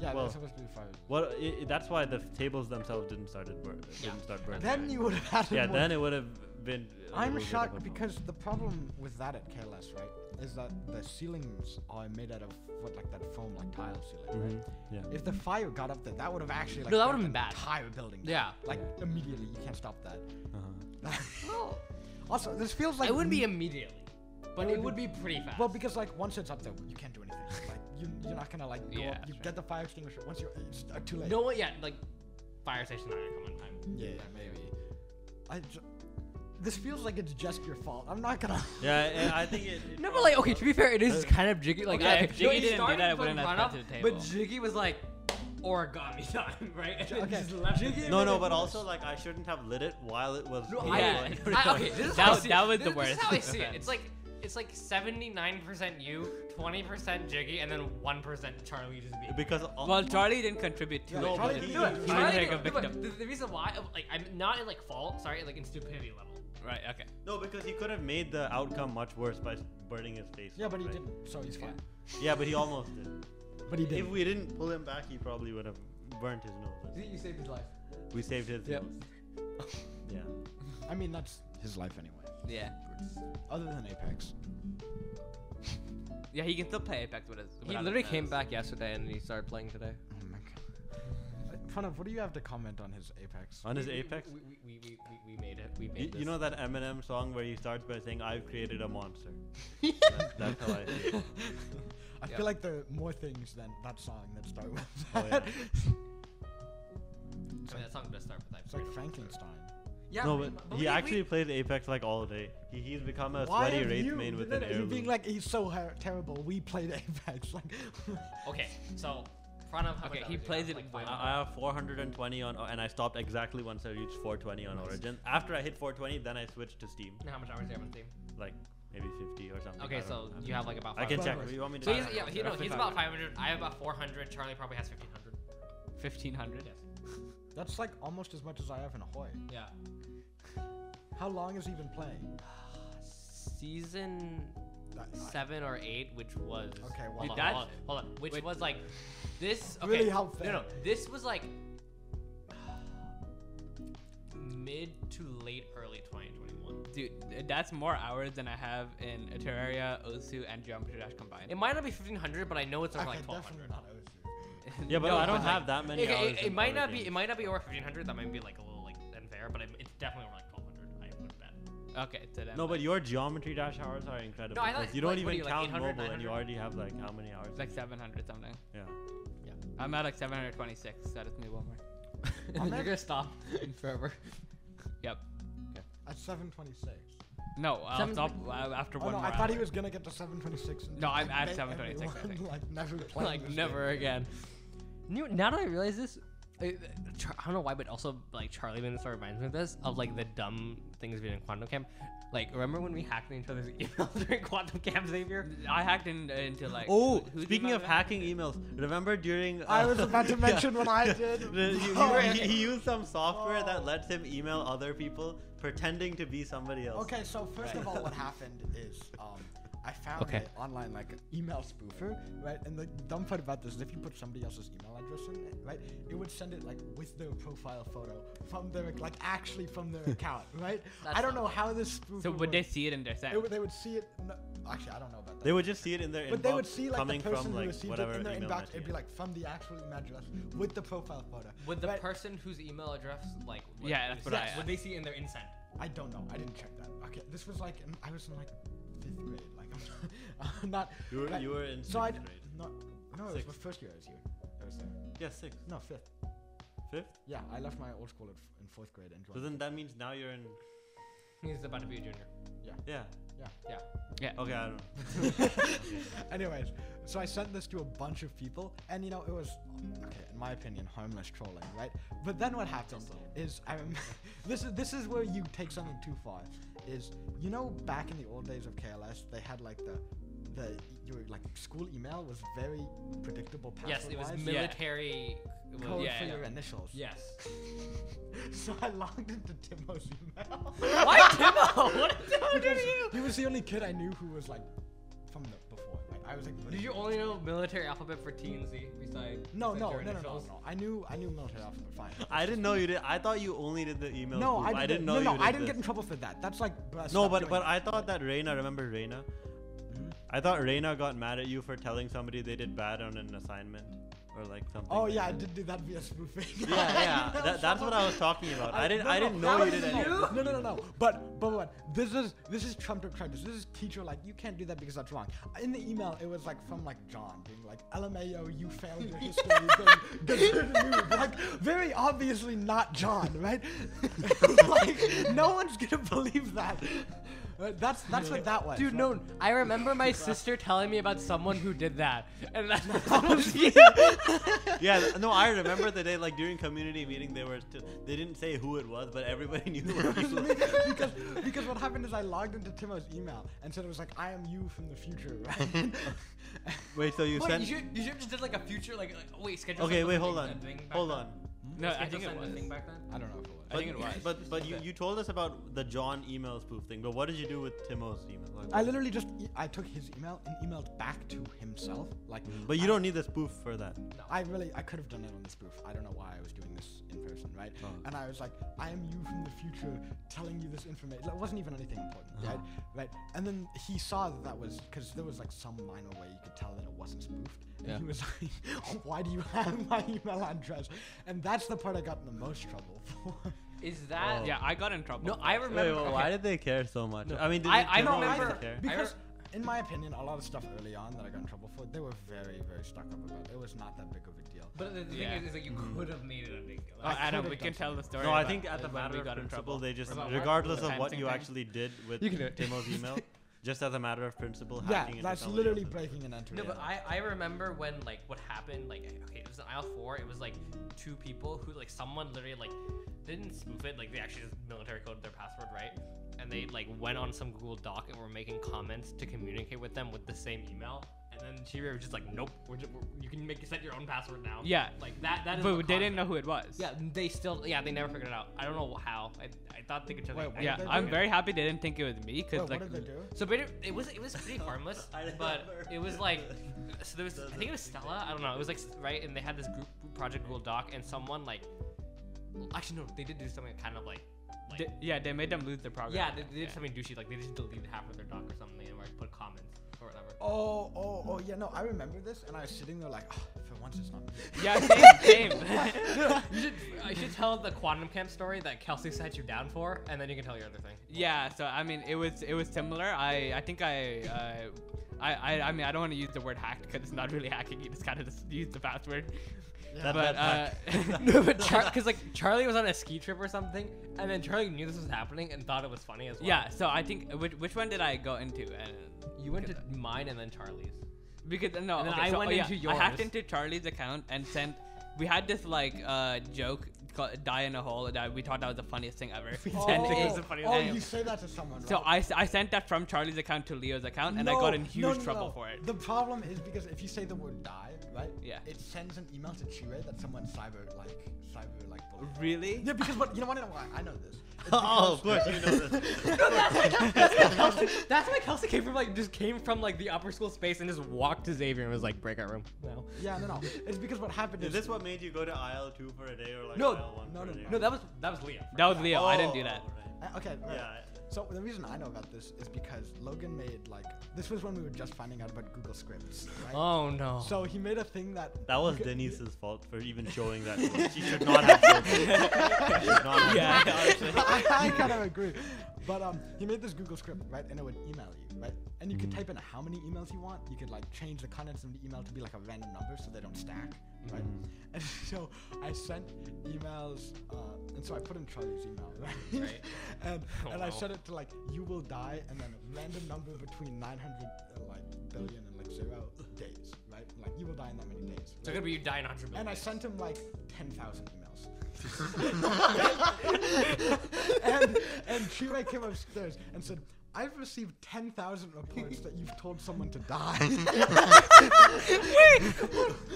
Speaker 3: Yeah,
Speaker 1: well,
Speaker 3: they're supposed to be fires.
Speaker 1: Well, i i that's why the tables themselves didn't started bur-
Speaker 2: Yeah.
Speaker 1: didn't start burning.
Speaker 3: Then you would have had.
Speaker 1: yeah,
Speaker 3: more-
Speaker 1: then it would have been. a little
Speaker 3: I'm
Speaker 1: bit of a
Speaker 3: shocked
Speaker 1: problem.
Speaker 3: because the problem with that at KLS, right, is that the ceilings are made out of what, like that foam, like tile ceiling, right?
Speaker 1: Mhm, Yeah.
Speaker 3: If the fire got up there, that would have actually like
Speaker 2: Mm-hmm. No, that
Speaker 3: burnt
Speaker 2: would've been
Speaker 3: the
Speaker 2: bad.
Speaker 3: Entire building. down.
Speaker 2: Yeah.
Speaker 3: Like immediately, you can't stop that.
Speaker 1: Uh-huh.
Speaker 2: Well,
Speaker 3: [laughs] Also, this feels like
Speaker 2: it wouldn't be immediately, but
Speaker 3: It
Speaker 2: it
Speaker 3: would
Speaker 2: would be pretty fast.
Speaker 3: Well, because like once it's up there, you can't do anything. Like you, you're not gonna like go
Speaker 2: Yeah,
Speaker 3: up. You
Speaker 2: sure.
Speaker 3: get the fire extinguisher. Once you're, it's uh, too late.
Speaker 2: no one, yeah, like fire station not gonna come on time.
Speaker 3: Yeah, yeah, maybe. I. Ju- this feels like it's just your fault. I'm not gonna.
Speaker 1: Yeah, and I think it. it
Speaker 2: [laughs] No, but like, okay. To be fair, it is kind of Jiggy. Like,
Speaker 4: Okay,
Speaker 2: I-
Speaker 4: if
Speaker 2: no,
Speaker 4: Jiggy
Speaker 2: he
Speaker 4: didn't do
Speaker 2: started
Speaker 4: that,
Speaker 2: the
Speaker 4: I wouldn't have
Speaker 2: run-up,
Speaker 4: come to the
Speaker 2: But
Speaker 4: table.
Speaker 2: Jiggy was like, origami [laughs] time, right? And then
Speaker 3: Okay.
Speaker 2: just left.
Speaker 3: Jiggy-
Speaker 1: no, no, but also like I shouldn't have lit it while it was.
Speaker 2: No,
Speaker 1: being
Speaker 2: I,
Speaker 4: Yeah.
Speaker 1: [laughs] lit.
Speaker 4: [laughs]
Speaker 2: I- okay, this is
Speaker 4: That
Speaker 2: how I
Speaker 4: was-
Speaker 2: see
Speaker 4: that
Speaker 2: it.
Speaker 4: was the
Speaker 2: This- This is how I
Speaker 4: worst
Speaker 2: see it.
Speaker 4: [laughs] offense.
Speaker 2: It's like it's like seventy nine percent you, twenty percent Jiggy, and then one percent Charlie just being. [laughs]
Speaker 1: because all,
Speaker 4: Well, Charlie didn't contribute to
Speaker 3: Yeah,
Speaker 4: it.
Speaker 1: no,
Speaker 3: Charlie
Speaker 1: but
Speaker 3: didn't
Speaker 1: he-
Speaker 3: do it.
Speaker 1: he-
Speaker 4: he
Speaker 2: Charlie
Speaker 4: was like a
Speaker 2: didn't- no, but
Speaker 4: victim.
Speaker 2: The, the reason why, like, I'm not in like fault. Sorry, like in stupidity level.
Speaker 4: Right. Okay.
Speaker 1: no, because he could have made the outcome much worse by burning his face.
Speaker 3: Yeah, but he
Speaker 1: right?
Speaker 3: didn't, so he's fine.
Speaker 1: Yeah, but he almost did.
Speaker 3: But he
Speaker 1: If
Speaker 3: didn't.
Speaker 1: we didn't pull him back, he probably would have burnt his nose.
Speaker 2: You saved his life.
Speaker 1: We saved his
Speaker 4: Yep.
Speaker 1: nose. Yeah.
Speaker 3: I mean, that's his life anyway.
Speaker 4: Yeah.
Speaker 3: Other than Apex.
Speaker 4: Yeah. He can still play Apex with us.
Speaker 2: He literally came back yesterday and he started playing today.
Speaker 3: Oh my god. Uh, Pranav, what do you have to comment on his Apex?
Speaker 1: On his
Speaker 2: We- we-
Speaker 1: apex.
Speaker 2: We, we, we, we, we made it. We made
Speaker 1: You,
Speaker 2: this.
Speaker 1: you know that Eminem song where he starts by saying, "I've created a monster." that's, that's how I feel.
Speaker 3: I
Speaker 2: Yeah.
Speaker 3: feel like there are more things than that song that start with
Speaker 1: Oh, yeah.
Speaker 3: that.
Speaker 2: I mean, that song does start with I
Speaker 3: [laughs] It's
Speaker 2: played
Speaker 3: like
Speaker 2: it.
Speaker 3: Frankenstein.
Speaker 2: Yeah,
Speaker 1: no,
Speaker 2: we-
Speaker 1: but,
Speaker 2: but
Speaker 1: he
Speaker 2: we-
Speaker 1: actually
Speaker 2: we-
Speaker 1: plays Apex like all day. He, he's become a sweaty
Speaker 3: have
Speaker 1: wraith
Speaker 3: you-
Speaker 1: main with
Speaker 3: no,
Speaker 1: an
Speaker 3: no, you
Speaker 1: heirloom.
Speaker 3: being like he's so her- terrible? We played [laughs] Apex. Like,
Speaker 2: Okay, so Pranav. how much
Speaker 4: Okay, he
Speaker 2: hours do you
Speaker 4: plays
Speaker 2: have?
Speaker 4: it
Speaker 2: Like
Speaker 4: way
Speaker 2: five
Speaker 4: more.
Speaker 2: hours?
Speaker 1: I I have 420 on, and I stopped exactly once I reached 420 on Origin. After I hit 420, then I switched to Steam,
Speaker 2: How much hours do you have on Steam?
Speaker 1: like maybe 50 or something.
Speaker 2: Okay,
Speaker 1: I don't
Speaker 2: so
Speaker 1: know.
Speaker 2: you have like about.
Speaker 1: I can
Speaker 2: 500.
Speaker 1: check.
Speaker 3: hours.
Speaker 1: You want me to?
Speaker 2: So he's,
Speaker 1: check?
Speaker 2: yeah, he, no,
Speaker 4: Roughly
Speaker 2: he's about
Speaker 4: five hours.
Speaker 2: 500. I have about 400. Charlie probably has 1500.
Speaker 4: [laughs] Fifteen hundred.
Speaker 3: that's like almost as much as I have in Ahoy.
Speaker 2: Yeah.
Speaker 3: How long has he been playing?
Speaker 2: Season
Speaker 3: That-
Speaker 2: seven or eight, which was
Speaker 3: Okay, wow.
Speaker 2: hold,
Speaker 3: Dude,
Speaker 2: on,
Speaker 4: that-
Speaker 2: hold on, hold on, which
Speaker 4: wait.
Speaker 2: was like this. Okay,
Speaker 3: Really helped
Speaker 2: No, no,
Speaker 3: that.
Speaker 2: this was like mid to late early 2021.
Speaker 4: Dude, that's more hours than I have in Terraria, Osu, and Geometry Dash combined. [laughs]
Speaker 2: It might not be 1500, but I know it's
Speaker 3: okay,
Speaker 2: over like
Speaker 3: definitely
Speaker 2: 1200.
Speaker 3: not OC.
Speaker 1: Yeah, but
Speaker 4: No,
Speaker 1: I don't
Speaker 4: like-
Speaker 1: have that many
Speaker 2: Okay,
Speaker 1: hours.
Speaker 2: it, it
Speaker 1: in
Speaker 2: might not be.
Speaker 1: Origin.
Speaker 2: It might not be over 1500. That might be like a little like unfair, but it, it's definitely over like 1200. I would bet.
Speaker 4: Okay, so then
Speaker 1: No, but
Speaker 4: like,
Speaker 1: your geometry dash hours are incredible.
Speaker 2: No, I thought-
Speaker 1: because you don't
Speaker 2: like, what
Speaker 1: even
Speaker 2: are you, like,
Speaker 1: count
Speaker 2: 800,
Speaker 1: mobile, and you
Speaker 2: 900?
Speaker 1: already have like how many hours?
Speaker 4: it's like 700 something.
Speaker 1: yeah.
Speaker 4: I'm at like 726. That is me one
Speaker 3: [laughs]
Speaker 4: more.
Speaker 3: I'm at-
Speaker 2: stop in [laughs] forever.
Speaker 4: Yep.
Speaker 3: At 7:26.
Speaker 4: No, I'll
Speaker 2: Seven-
Speaker 4: stop uh, after
Speaker 3: Oh
Speaker 4: one
Speaker 3: no,
Speaker 4: more
Speaker 3: I thought
Speaker 4: hour.
Speaker 3: he was gonna get to 7:26. and
Speaker 4: No, I'm
Speaker 3: like,
Speaker 4: at
Speaker 3: make
Speaker 4: 7:26, I
Speaker 3: everyone,
Speaker 4: think.
Speaker 3: Like
Speaker 4: [laughs]
Speaker 3: never play
Speaker 4: like
Speaker 3: this game.
Speaker 4: never again.
Speaker 2: You know, now that I realize this, I, Char- I don't know why, but also like Charlie Manson sort of reminds me of this of like the dumb things we did in Quantum Camp. Like, remember when we hacked each other's [laughs] email during Quantum Camp, Xavier?
Speaker 4: I hacked in, uh, into like.
Speaker 1: Oh,
Speaker 4: who- who's
Speaker 1: speaking
Speaker 4: email
Speaker 1: of
Speaker 4: was that?
Speaker 1: hacking emails, remember during
Speaker 3: I
Speaker 1: uh,
Speaker 3: was
Speaker 1: [laughs]
Speaker 3: about to
Speaker 1: yeah.
Speaker 3: mention what I did.
Speaker 1: [laughs] The- you- you
Speaker 3: Oh,
Speaker 1: were-
Speaker 3: okay.
Speaker 1: he, he used some software that
Speaker 3: Oh.
Speaker 1: lets him email other people pretending to be somebody else.
Speaker 3: Okay, so first of all, [laughs] what happened is um, I found
Speaker 2: Okay.
Speaker 3: an online like email spoofer, right? And the dumb part about this is if you put somebody else's email address in, it, right, it would send it like with their profile photo from their like actually from
Speaker 4: [laughs]
Speaker 3: their account, right?
Speaker 2: That's
Speaker 3: I don't
Speaker 2: not
Speaker 3: know how this spoofer.
Speaker 4: So would
Speaker 3: worked.
Speaker 4: they see it in their sense?
Speaker 3: It would- they would see it. No, actually, I don't know about that.
Speaker 1: They would just see it in their inbox
Speaker 3: but they would see like the
Speaker 1: coming
Speaker 3: person
Speaker 1: from
Speaker 3: who
Speaker 1: like
Speaker 3: received
Speaker 1: whatever
Speaker 3: it in their
Speaker 1: email
Speaker 3: inbox.
Speaker 1: that
Speaker 3: It'd
Speaker 1: you-
Speaker 3: be like from the actual email address with the profile photo.
Speaker 2: Would the
Speaker 3: Right?
Speaker 2: person whose email address like
Speaker 4: was- Yeah, that's what I-
Speaker 2: would they see in their incent?
Speaker 3: I don't know. I didn't check that. Okay, this was like in- I was in like fifth grade. Like I'm not. I'm [laughs] not
Speaker 1: You were-
Speaker 3: like-
Speaker 1: you were in
Speaker 3: So I
Speaker 1: sixth grade.
Speaker 3: not. No, it was my
Speaker 1: Sixth.
Speaker 3: first year. I was here. I was there.
Speaker 1: yeah, sixth,
Speaker 3: No, fifth.
Speaker 1: fifth.
Speaker 3: Yeah, I left my old school at, f- in fourth grade and
Speaker 1: So
Speaker 3: joined.
Speaker 1: then that means now you're in.
Speaker 2: He's about to be a junior.
Speaker 1: Yeah.
Speaker 2: Yeah.
Speaker 4: yeah.
Speaker 1: Okay, I don't know.
Speaker 3: [laughs] Anyways, so I sent this to a bunch of people, and you know it was, okay, in my opinion, harmless trolling, right? But then what happened is I rem- [laughs] this is this is where you take something too far. Is you know back in the old days of KLS, they had like the the your like school email was very predictable
Speaker 2: Yes, it was
Speaker 3: password-wise.
Speaker 4: mil- Yeah.
Speaker 2: military. it was-
Speaker 3: code
Speaker 4: yeah,
Speaker 3: for
Speaker 4: yeah.
Speaker 3: your initials.
Speaker 2: Yes.
Speaker 3: [laughs] So I logged into Timo's email.
Speaker 2: [laughs]
Speaker 4: Why Timo? What did Timo do to
Speaker 3: Because
Speaker 4: you?
Speaker 3: He was the only kid I knew who was like from the before. Like I was like, what
Speaker 2: Did
Speaker 3: is
Speaker 2: you
Speaker 3: this
Speaker 2: only
Speaker 3: kid?
Speaker 2: know military alphabet for T and Z beside?
Speaker 3: No,
Speaker 2: besides
Speaker 3: no, no,
Speaker 2: your
Speaker 3: no, no, no,
Speaker 2: initials?
Speaker 3: no. I knew, I knew military alphabet. Fine.
Speaker 1: I didn't know you did. I thought you only did the email.
Speaker 3: No,
Speaker 1: group.
Speaker 3: I,
Speaker 1: I didn't
Speaker 3: no,
Speaker 1: know
Speaker 3: No,
Speaker 1: you did
Speaker 3: I didn't
Speaker 1: this.
Speaker 3: get in trouble for that. That's like. bruh,
Speaker 1: No,
Speaker 3: stop
Speaker 1: but
Speaker 3: doing
Speaker 1: but
Speaker 3: that.
Speaker 1: I thought that Reina. Remember Reina?
Speaker 3: Mhm.
Speaker 1: I thought Reina got mad at you for telling somebody they did bad on an assignment or like something.
Speaker 3: Oh
Speaker 1: like
Speaker 3: yeah, I
Speaker 1: that.
Speaker 3: did do that via
Speaker 1: [laughs] yeah,
Speaker 3: spoofing. [laughs]
Speaker 1: yeah. that, that's what I was talking about. I, didn't.
Speaker 3: no,
Speaker 1: I
Speaker 3: no,
Speaker 1: didn't
Speaker 3: that
Speaker 1: know you
Speaker 3: was
Speaker 1: did
Speaker 3: no,
Speaker 1: any. of
Speaker 3: No, no, no, no. But, but, but, this is this is Trump to Trump. This is teacher like you can't do that because that's wrong. In the email, it was like from like John being like, "LMAO, you failed your history [laughs] thing. Good move." Like very obviously not John, right? [laughs] like no one's gonna believe that. Uh, That's that's what that was.
Speaker 2: Dude,
Speaker 3: right?
Speaker 2: no. I remember [laughs] my sister telling me about someone who did that, and [laughs] that was you.
Speaker 1: it. [laughs] Yeah, th- no, I remember the day like during community meeting they were t- they didn't say who it was, but everybody [laughs] knew. What it was.
Speaker 3: [laughs] because because what happened is I logged into Timo's email and said it was like I am you from the future,
Speaker 1: [laughs]
Speaker 3: right?
Speaker 1: Wait, so you
Speaker 2: Wait, you
Speaker 1: sent?
Speaker 2: should you should have just did like a future like, like wait schedule.
Speaker 1: Okay,
Speaker 2: send
Speaker 1: wait,
Speaker 2: the
Speaker 1: hold
Speaker 2: thing-
Speaker 1: on,
Speaker 2: the thing back
Speaker 1: hold
Speaker 2: then?
Speaker 1: on.
Speaker 4: No, I
Speaker 2: Schedule
Speaker 4: think it
Speaker 2: send the
Speaker 4: was.
Speaker 2: thing back then?
Speaker 3: I don't know if it was.
Speaker 4: I think it was.
Speaker 1: But but you, you told us about the John email spoof thing. But what did you do with Timo's email? Like,
Speaker 3: I literally just e- I took his email and emailed back to himself. Like,
Speaker 1: But you
Speaker 3: I-
Speaker 1: don't need the spoof for that.
Speaker 3: I really I could have done it on the spoof. I don't know why I was doing this in person, right?
Speaker 1: Oh.
Speaker 3: And I was like, I am you from the future, telling you this information. It wasn't even anything important, right? Right. And then he saw that that was because there was like some minor way you could tell that it wasn't spoofed. And
Speaker 4: Yeah.
Speaker 3: He was [laughs] like, Why do you have my email address? And that's the part I got in the most trouble [laughs] for.
Speaker 2: Is that?
Speaker 1: Oh.
Speaker 4: Yeah, I got in trouble.
Speaker 2: No, I
Speaker 1: Wait,
Speaker 2: remember.
Speaker 1: well, why did they care so much? I mean, did
Speaker 2: I-
Speaker 1: did
Speaker 2: I
Speaker 1: Timo
Speaker 2: don't
Speaker 1: really
Speaker 2: remember-
Speaker 1: care?
Speaker 2: I re-
Speaker 3: Because, in my opinion, a lot of stuff early on that I got in trouble for, they were very, very stuck up about. It was not that big of a deal.
Speaker 2: But the, the
Speaker 4: Yeah.
Speaker 2: thing is, is that you could have made it a big deal.
Speaker 4: Oh, Adam,
Speaker 3: could've
Speaker 4: we
Speaker 3: done
Speaker 4: can tell the story.
Speaker 1: No, I
Speaker 4: about
Speaker 1: think at the
Speaker 4: when
Speaker 1: matter
Speaker 4: we
Speaker 1: of
Speaker 4: got in
Speaker 1: principle,
Speaker 4: trouble.
Speaker 1: they just,
Speaker 2: About what?
Speaker 1: regardless
Speaker 4: The
Speaker 1: of what
Speaker 4: fencing
Speaker 1: you
Speaker 4: thing?
Speaker 1: actually did with
Speaker 2: You can do it.
Speaker 1: Timo's
Speaker 3: [laughs]
Speaker 1: email, just as a matter of principle,
Speaker 3: Yeah,
Speaker 1: hacking into
Speaker 3: that's
Speaker 1: somebody
Speaker 3: literally
Speaker 1: else's-
Speaker 3: breaking and entering.
Speaker 2: No, but I, I remember when like what happened like okay it was in aisle four it was like two people who like someone literally like didn't spoof it like they actually just military coded their password right and they like went on some Google Doc and were making comments to communicate with them with the same email and then Chibi was just like nope we're just, we're, you can make set your own password now
Speaker 4: Yeah.
Speaker 2: like that that is
Speaker 4: But
Speaker 2: the
Speaker 4: we didn't
Speaker 2: concept.
Speaker 4: know who it was.
Speaker 2: yeah they still yeah they never figured it out I don't know how I, I thought they could just
Speaker 3: Wait,
Speaker 2: like,
Speaker 3: what
Speaker 2: I-
Speaker 4: Yeah,
Speaker 3: did they
Speaker 4: I'm
Speaker 3: do?
Speaker 4: very happy they didn't think it was me
Speaker 3: Wait,
Speaker 4: because like
Speaker 3: what did they do?
Speaker 2: So but it, it was it was pretty harmless,
Speaker 1: [laughs] I
Speaker 2: but
Speaker 1: remember.
Speaker 2: it was
Speaker 1: [laughs]
Speaker 2: like so there was I think it was
Speaker 1: Doesn't
Speaker 2: Stella I don't know it was like right and they had this group project Google Doc and someone like well, actually no they did do something kind of like, like
Speaker 4: they- yeah, they made them lose the progress.
Speaker 2: yeah they, they did something douchey like they just deleted half of their doc or something and like put comments or whatever. [laughs]
Speaker 3: Oh, oh, oh, yeah, no, I remember this, and I was sitting there like, oh, for once it's not me.
Speaker 4: [laughs] Yeah,
Speaker 2: [laughs]
Speaker 4: same, same. [laughs]
Speaker 2: You should I should tell the quantum camp story that Kelsey set you down for and then you can tell your other [laughs] thing.
Speaker 4: Yeah, so I mean, it was it was similar. I I think I uh, I, I I mean I don't want to use the word hacked because it's not really hacking. You just kind of just use the password.
Speaker 1: That-
Speaker 4: but uh,
Speaker 1: that- [laughs]
Speaker 2: no, but because [laughs] like Charlie was on a ski trip or something, and then Charlie knew this was happening and thought it was funny as well.
Speaker 4: yeah, so I think which, which one did I go into? And
Speaker 2: you went to mine and
Speaker 1: [laughs]
Speaker 2: then Charlie's.
Speaker 4: Because no,
Speaker 2: And then
Speaker 4: okay,
Speaker 2: I
Speaker 4: so,
Speaker 2: went
Speaker 4: oh, yeah,
Speaker 2: into
Speaker 4: I hacked
Speaker 2: yours.
Speaker 4: into Charlie's account and sent. We had this like uh, joke called "die in a hole" that we thought that was the funniest thing ever. [laughs] and
Speaker 3: oh,
Speaker 4: it was the funniest
Speaker 3: oh,
Speaker 4: thing.
Speaker 3: you say that to someone.
Speaker 4: So
Speaker 3: right?
Speaker 4: I, s- I sent that from Charlie's account to Leo's account, and I got in huge
Speaker 3: no, no, no,
Speaker 4: trouble
Speaker 3: no.
Speaker 4: for it.
Speaker 3: The problem is because if you say the word die, right?
Speaker 4: Yeah.
Speaker 3: It sends an email to Chire that someone cyber like cyber like. bullied.
Speaker 4: Really?
Speaker 3: Yeah, because what you know what I know why I know this.
Speaker 4: [laughs]
Speaker 3: It's
Speaker 1: oh,
Speaker 3: because-
Speaker 1: of course you know
Speaker 3: [laughs]
Speaker 1: this. [laughs]
Speaker 2: that's, why Kelsey, that's why Kelsey came from like just came from like the upper school space and just walked to Xavier and was like breakout room. No,
Speaker 3: Yeah, no, no. It's because what happened
Speaker 1: Is
Speaker 3: is
Speaker 1: this what made you go to aisle two for a day or like
Speaker 2: No,
Speaker 1: aisle one
Speaker 3: no,
Speaker 1: for
Speaker 3: no,
Speaker 1: a day?
Speaker 2: no, that was that was Leo.
Speaker 4: That was Leo. I didn't do
Speaker 1: Oh,
Speaker 4: that.
Speaker 1: right.
Speaker 3: Uh, okay. alright.
Speaker 1: Yeah.
Speaker 3: So the reason I know about this is because Logan made like this was when we were just finding out about Google Scripts, right?
Speaker 2: Oh no.
Speaker 3: So he made a thing that
Speaker 1: That was
Speaker 3: Okay.
Speaker 1: Denise's fault for even showing that. to us.
Speaker 3: [laughs]
Speaker 1: she should not [laughs] have. Shown it. She should not have
Speaker 4: Yeah,
Speaker 1: shown it.
Speaker 4: honestly.
Speaker 3: I,
Speaker 1: [laughs]
Speaker 3: I kind of agree. But um, he made this Google script, right? And it would email you, right? And you could
Speaker 1: Mm-hmm.
Speaker 3: type in how many emails you want. You could like change the contents of the email to be like a random number so they don't stack, right?
Speaker 1: Mm-hmm.
Speaker 3: [laughs] And so I sent emails, uh, and so I put in Charlie's email, [laughs] right?
Speaker 2: Right.
Speaker 3: and
Speaker 2: Oh,
Speaker 3: and
Speaker 2: wow.
Speaker 3: I sent it to like you will die, and then random number between 900 and like billion and like zero days, right? Like you will die in that many days.
Speaker 2: so
Speaker 3: right?
Speaker 2: gonna be you dying on Tribune.
Speaker 3: and I
Speaker 2: [laughs]
Speaker 3: sent him like 10,000 emails.
Speaker 1: [laughs]
Speaker 3: [laughs] and and Chirag came upstairs and said, I've received 10,000 reports that you've told someone to [laughs] die.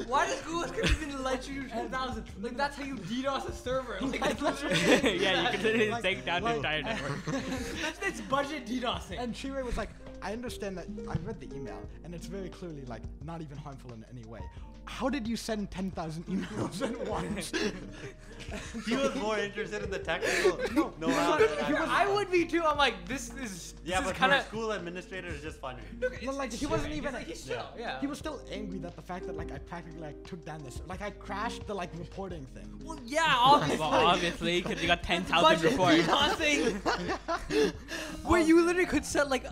Speaker 2: Why does Google
Speaker 3: [laughs]
Speaker 2: Script even let you do 10,000? Like, that's how you DDoS a server. Like, that's [laughs]
Speaker 4: yeah,
Speaker 2: literally.
Speaker 4: you can literally
Speaker 3: Like- [laughs]
Speaker 4: take down
Speaker 3: like-
Speaker 4: the
Speaker 3: [laughs]
Speaker 4: entire network.
Speaker 2: That's, that's budget DDoSing.
Speaker 3: and Shirei was like, I understand that. I read the email, and it's very clearly, like, not even harmful in any way. How did you send 10,000 emails at once?
Speaker 1: He
Speaker 3: [laughs]
Speaker 1: was more interested in the technical.
Speaker 3: No,
Speaker 1: no,
Speaker 3: he
Speaker 1: I-
Speaker 3: was-
Speaker 1: I-
Speaker 3: he was-
Speaker 2: I would be too. I'm like, this is.
Speaker 1: yeah,
Speaker 2: this
Speaker 1: but
Speaker 2: is kind
Speaker 1: for a
Speaker 2: of.
Speaker 1: school administrator is just
Speaker 2: [laughs]
Speaker 1: funny.
Speaker 3: Well, like, he wasn't even.
Speaker 2: He's
Speaker 1: Yeah.
Speaker 2: chill. Yeah.
Speaker 3: He was still angry that the fact that like I practically like took down this like I crashed the like reporting thing.
Speaker 2: Well, yeah, obviously.
Speaker 4: Well, obviously, because
Speaker 3: [laughs]
Speaker 4: you got 10,000 reports.
Speaker 2: Where you literally could set like,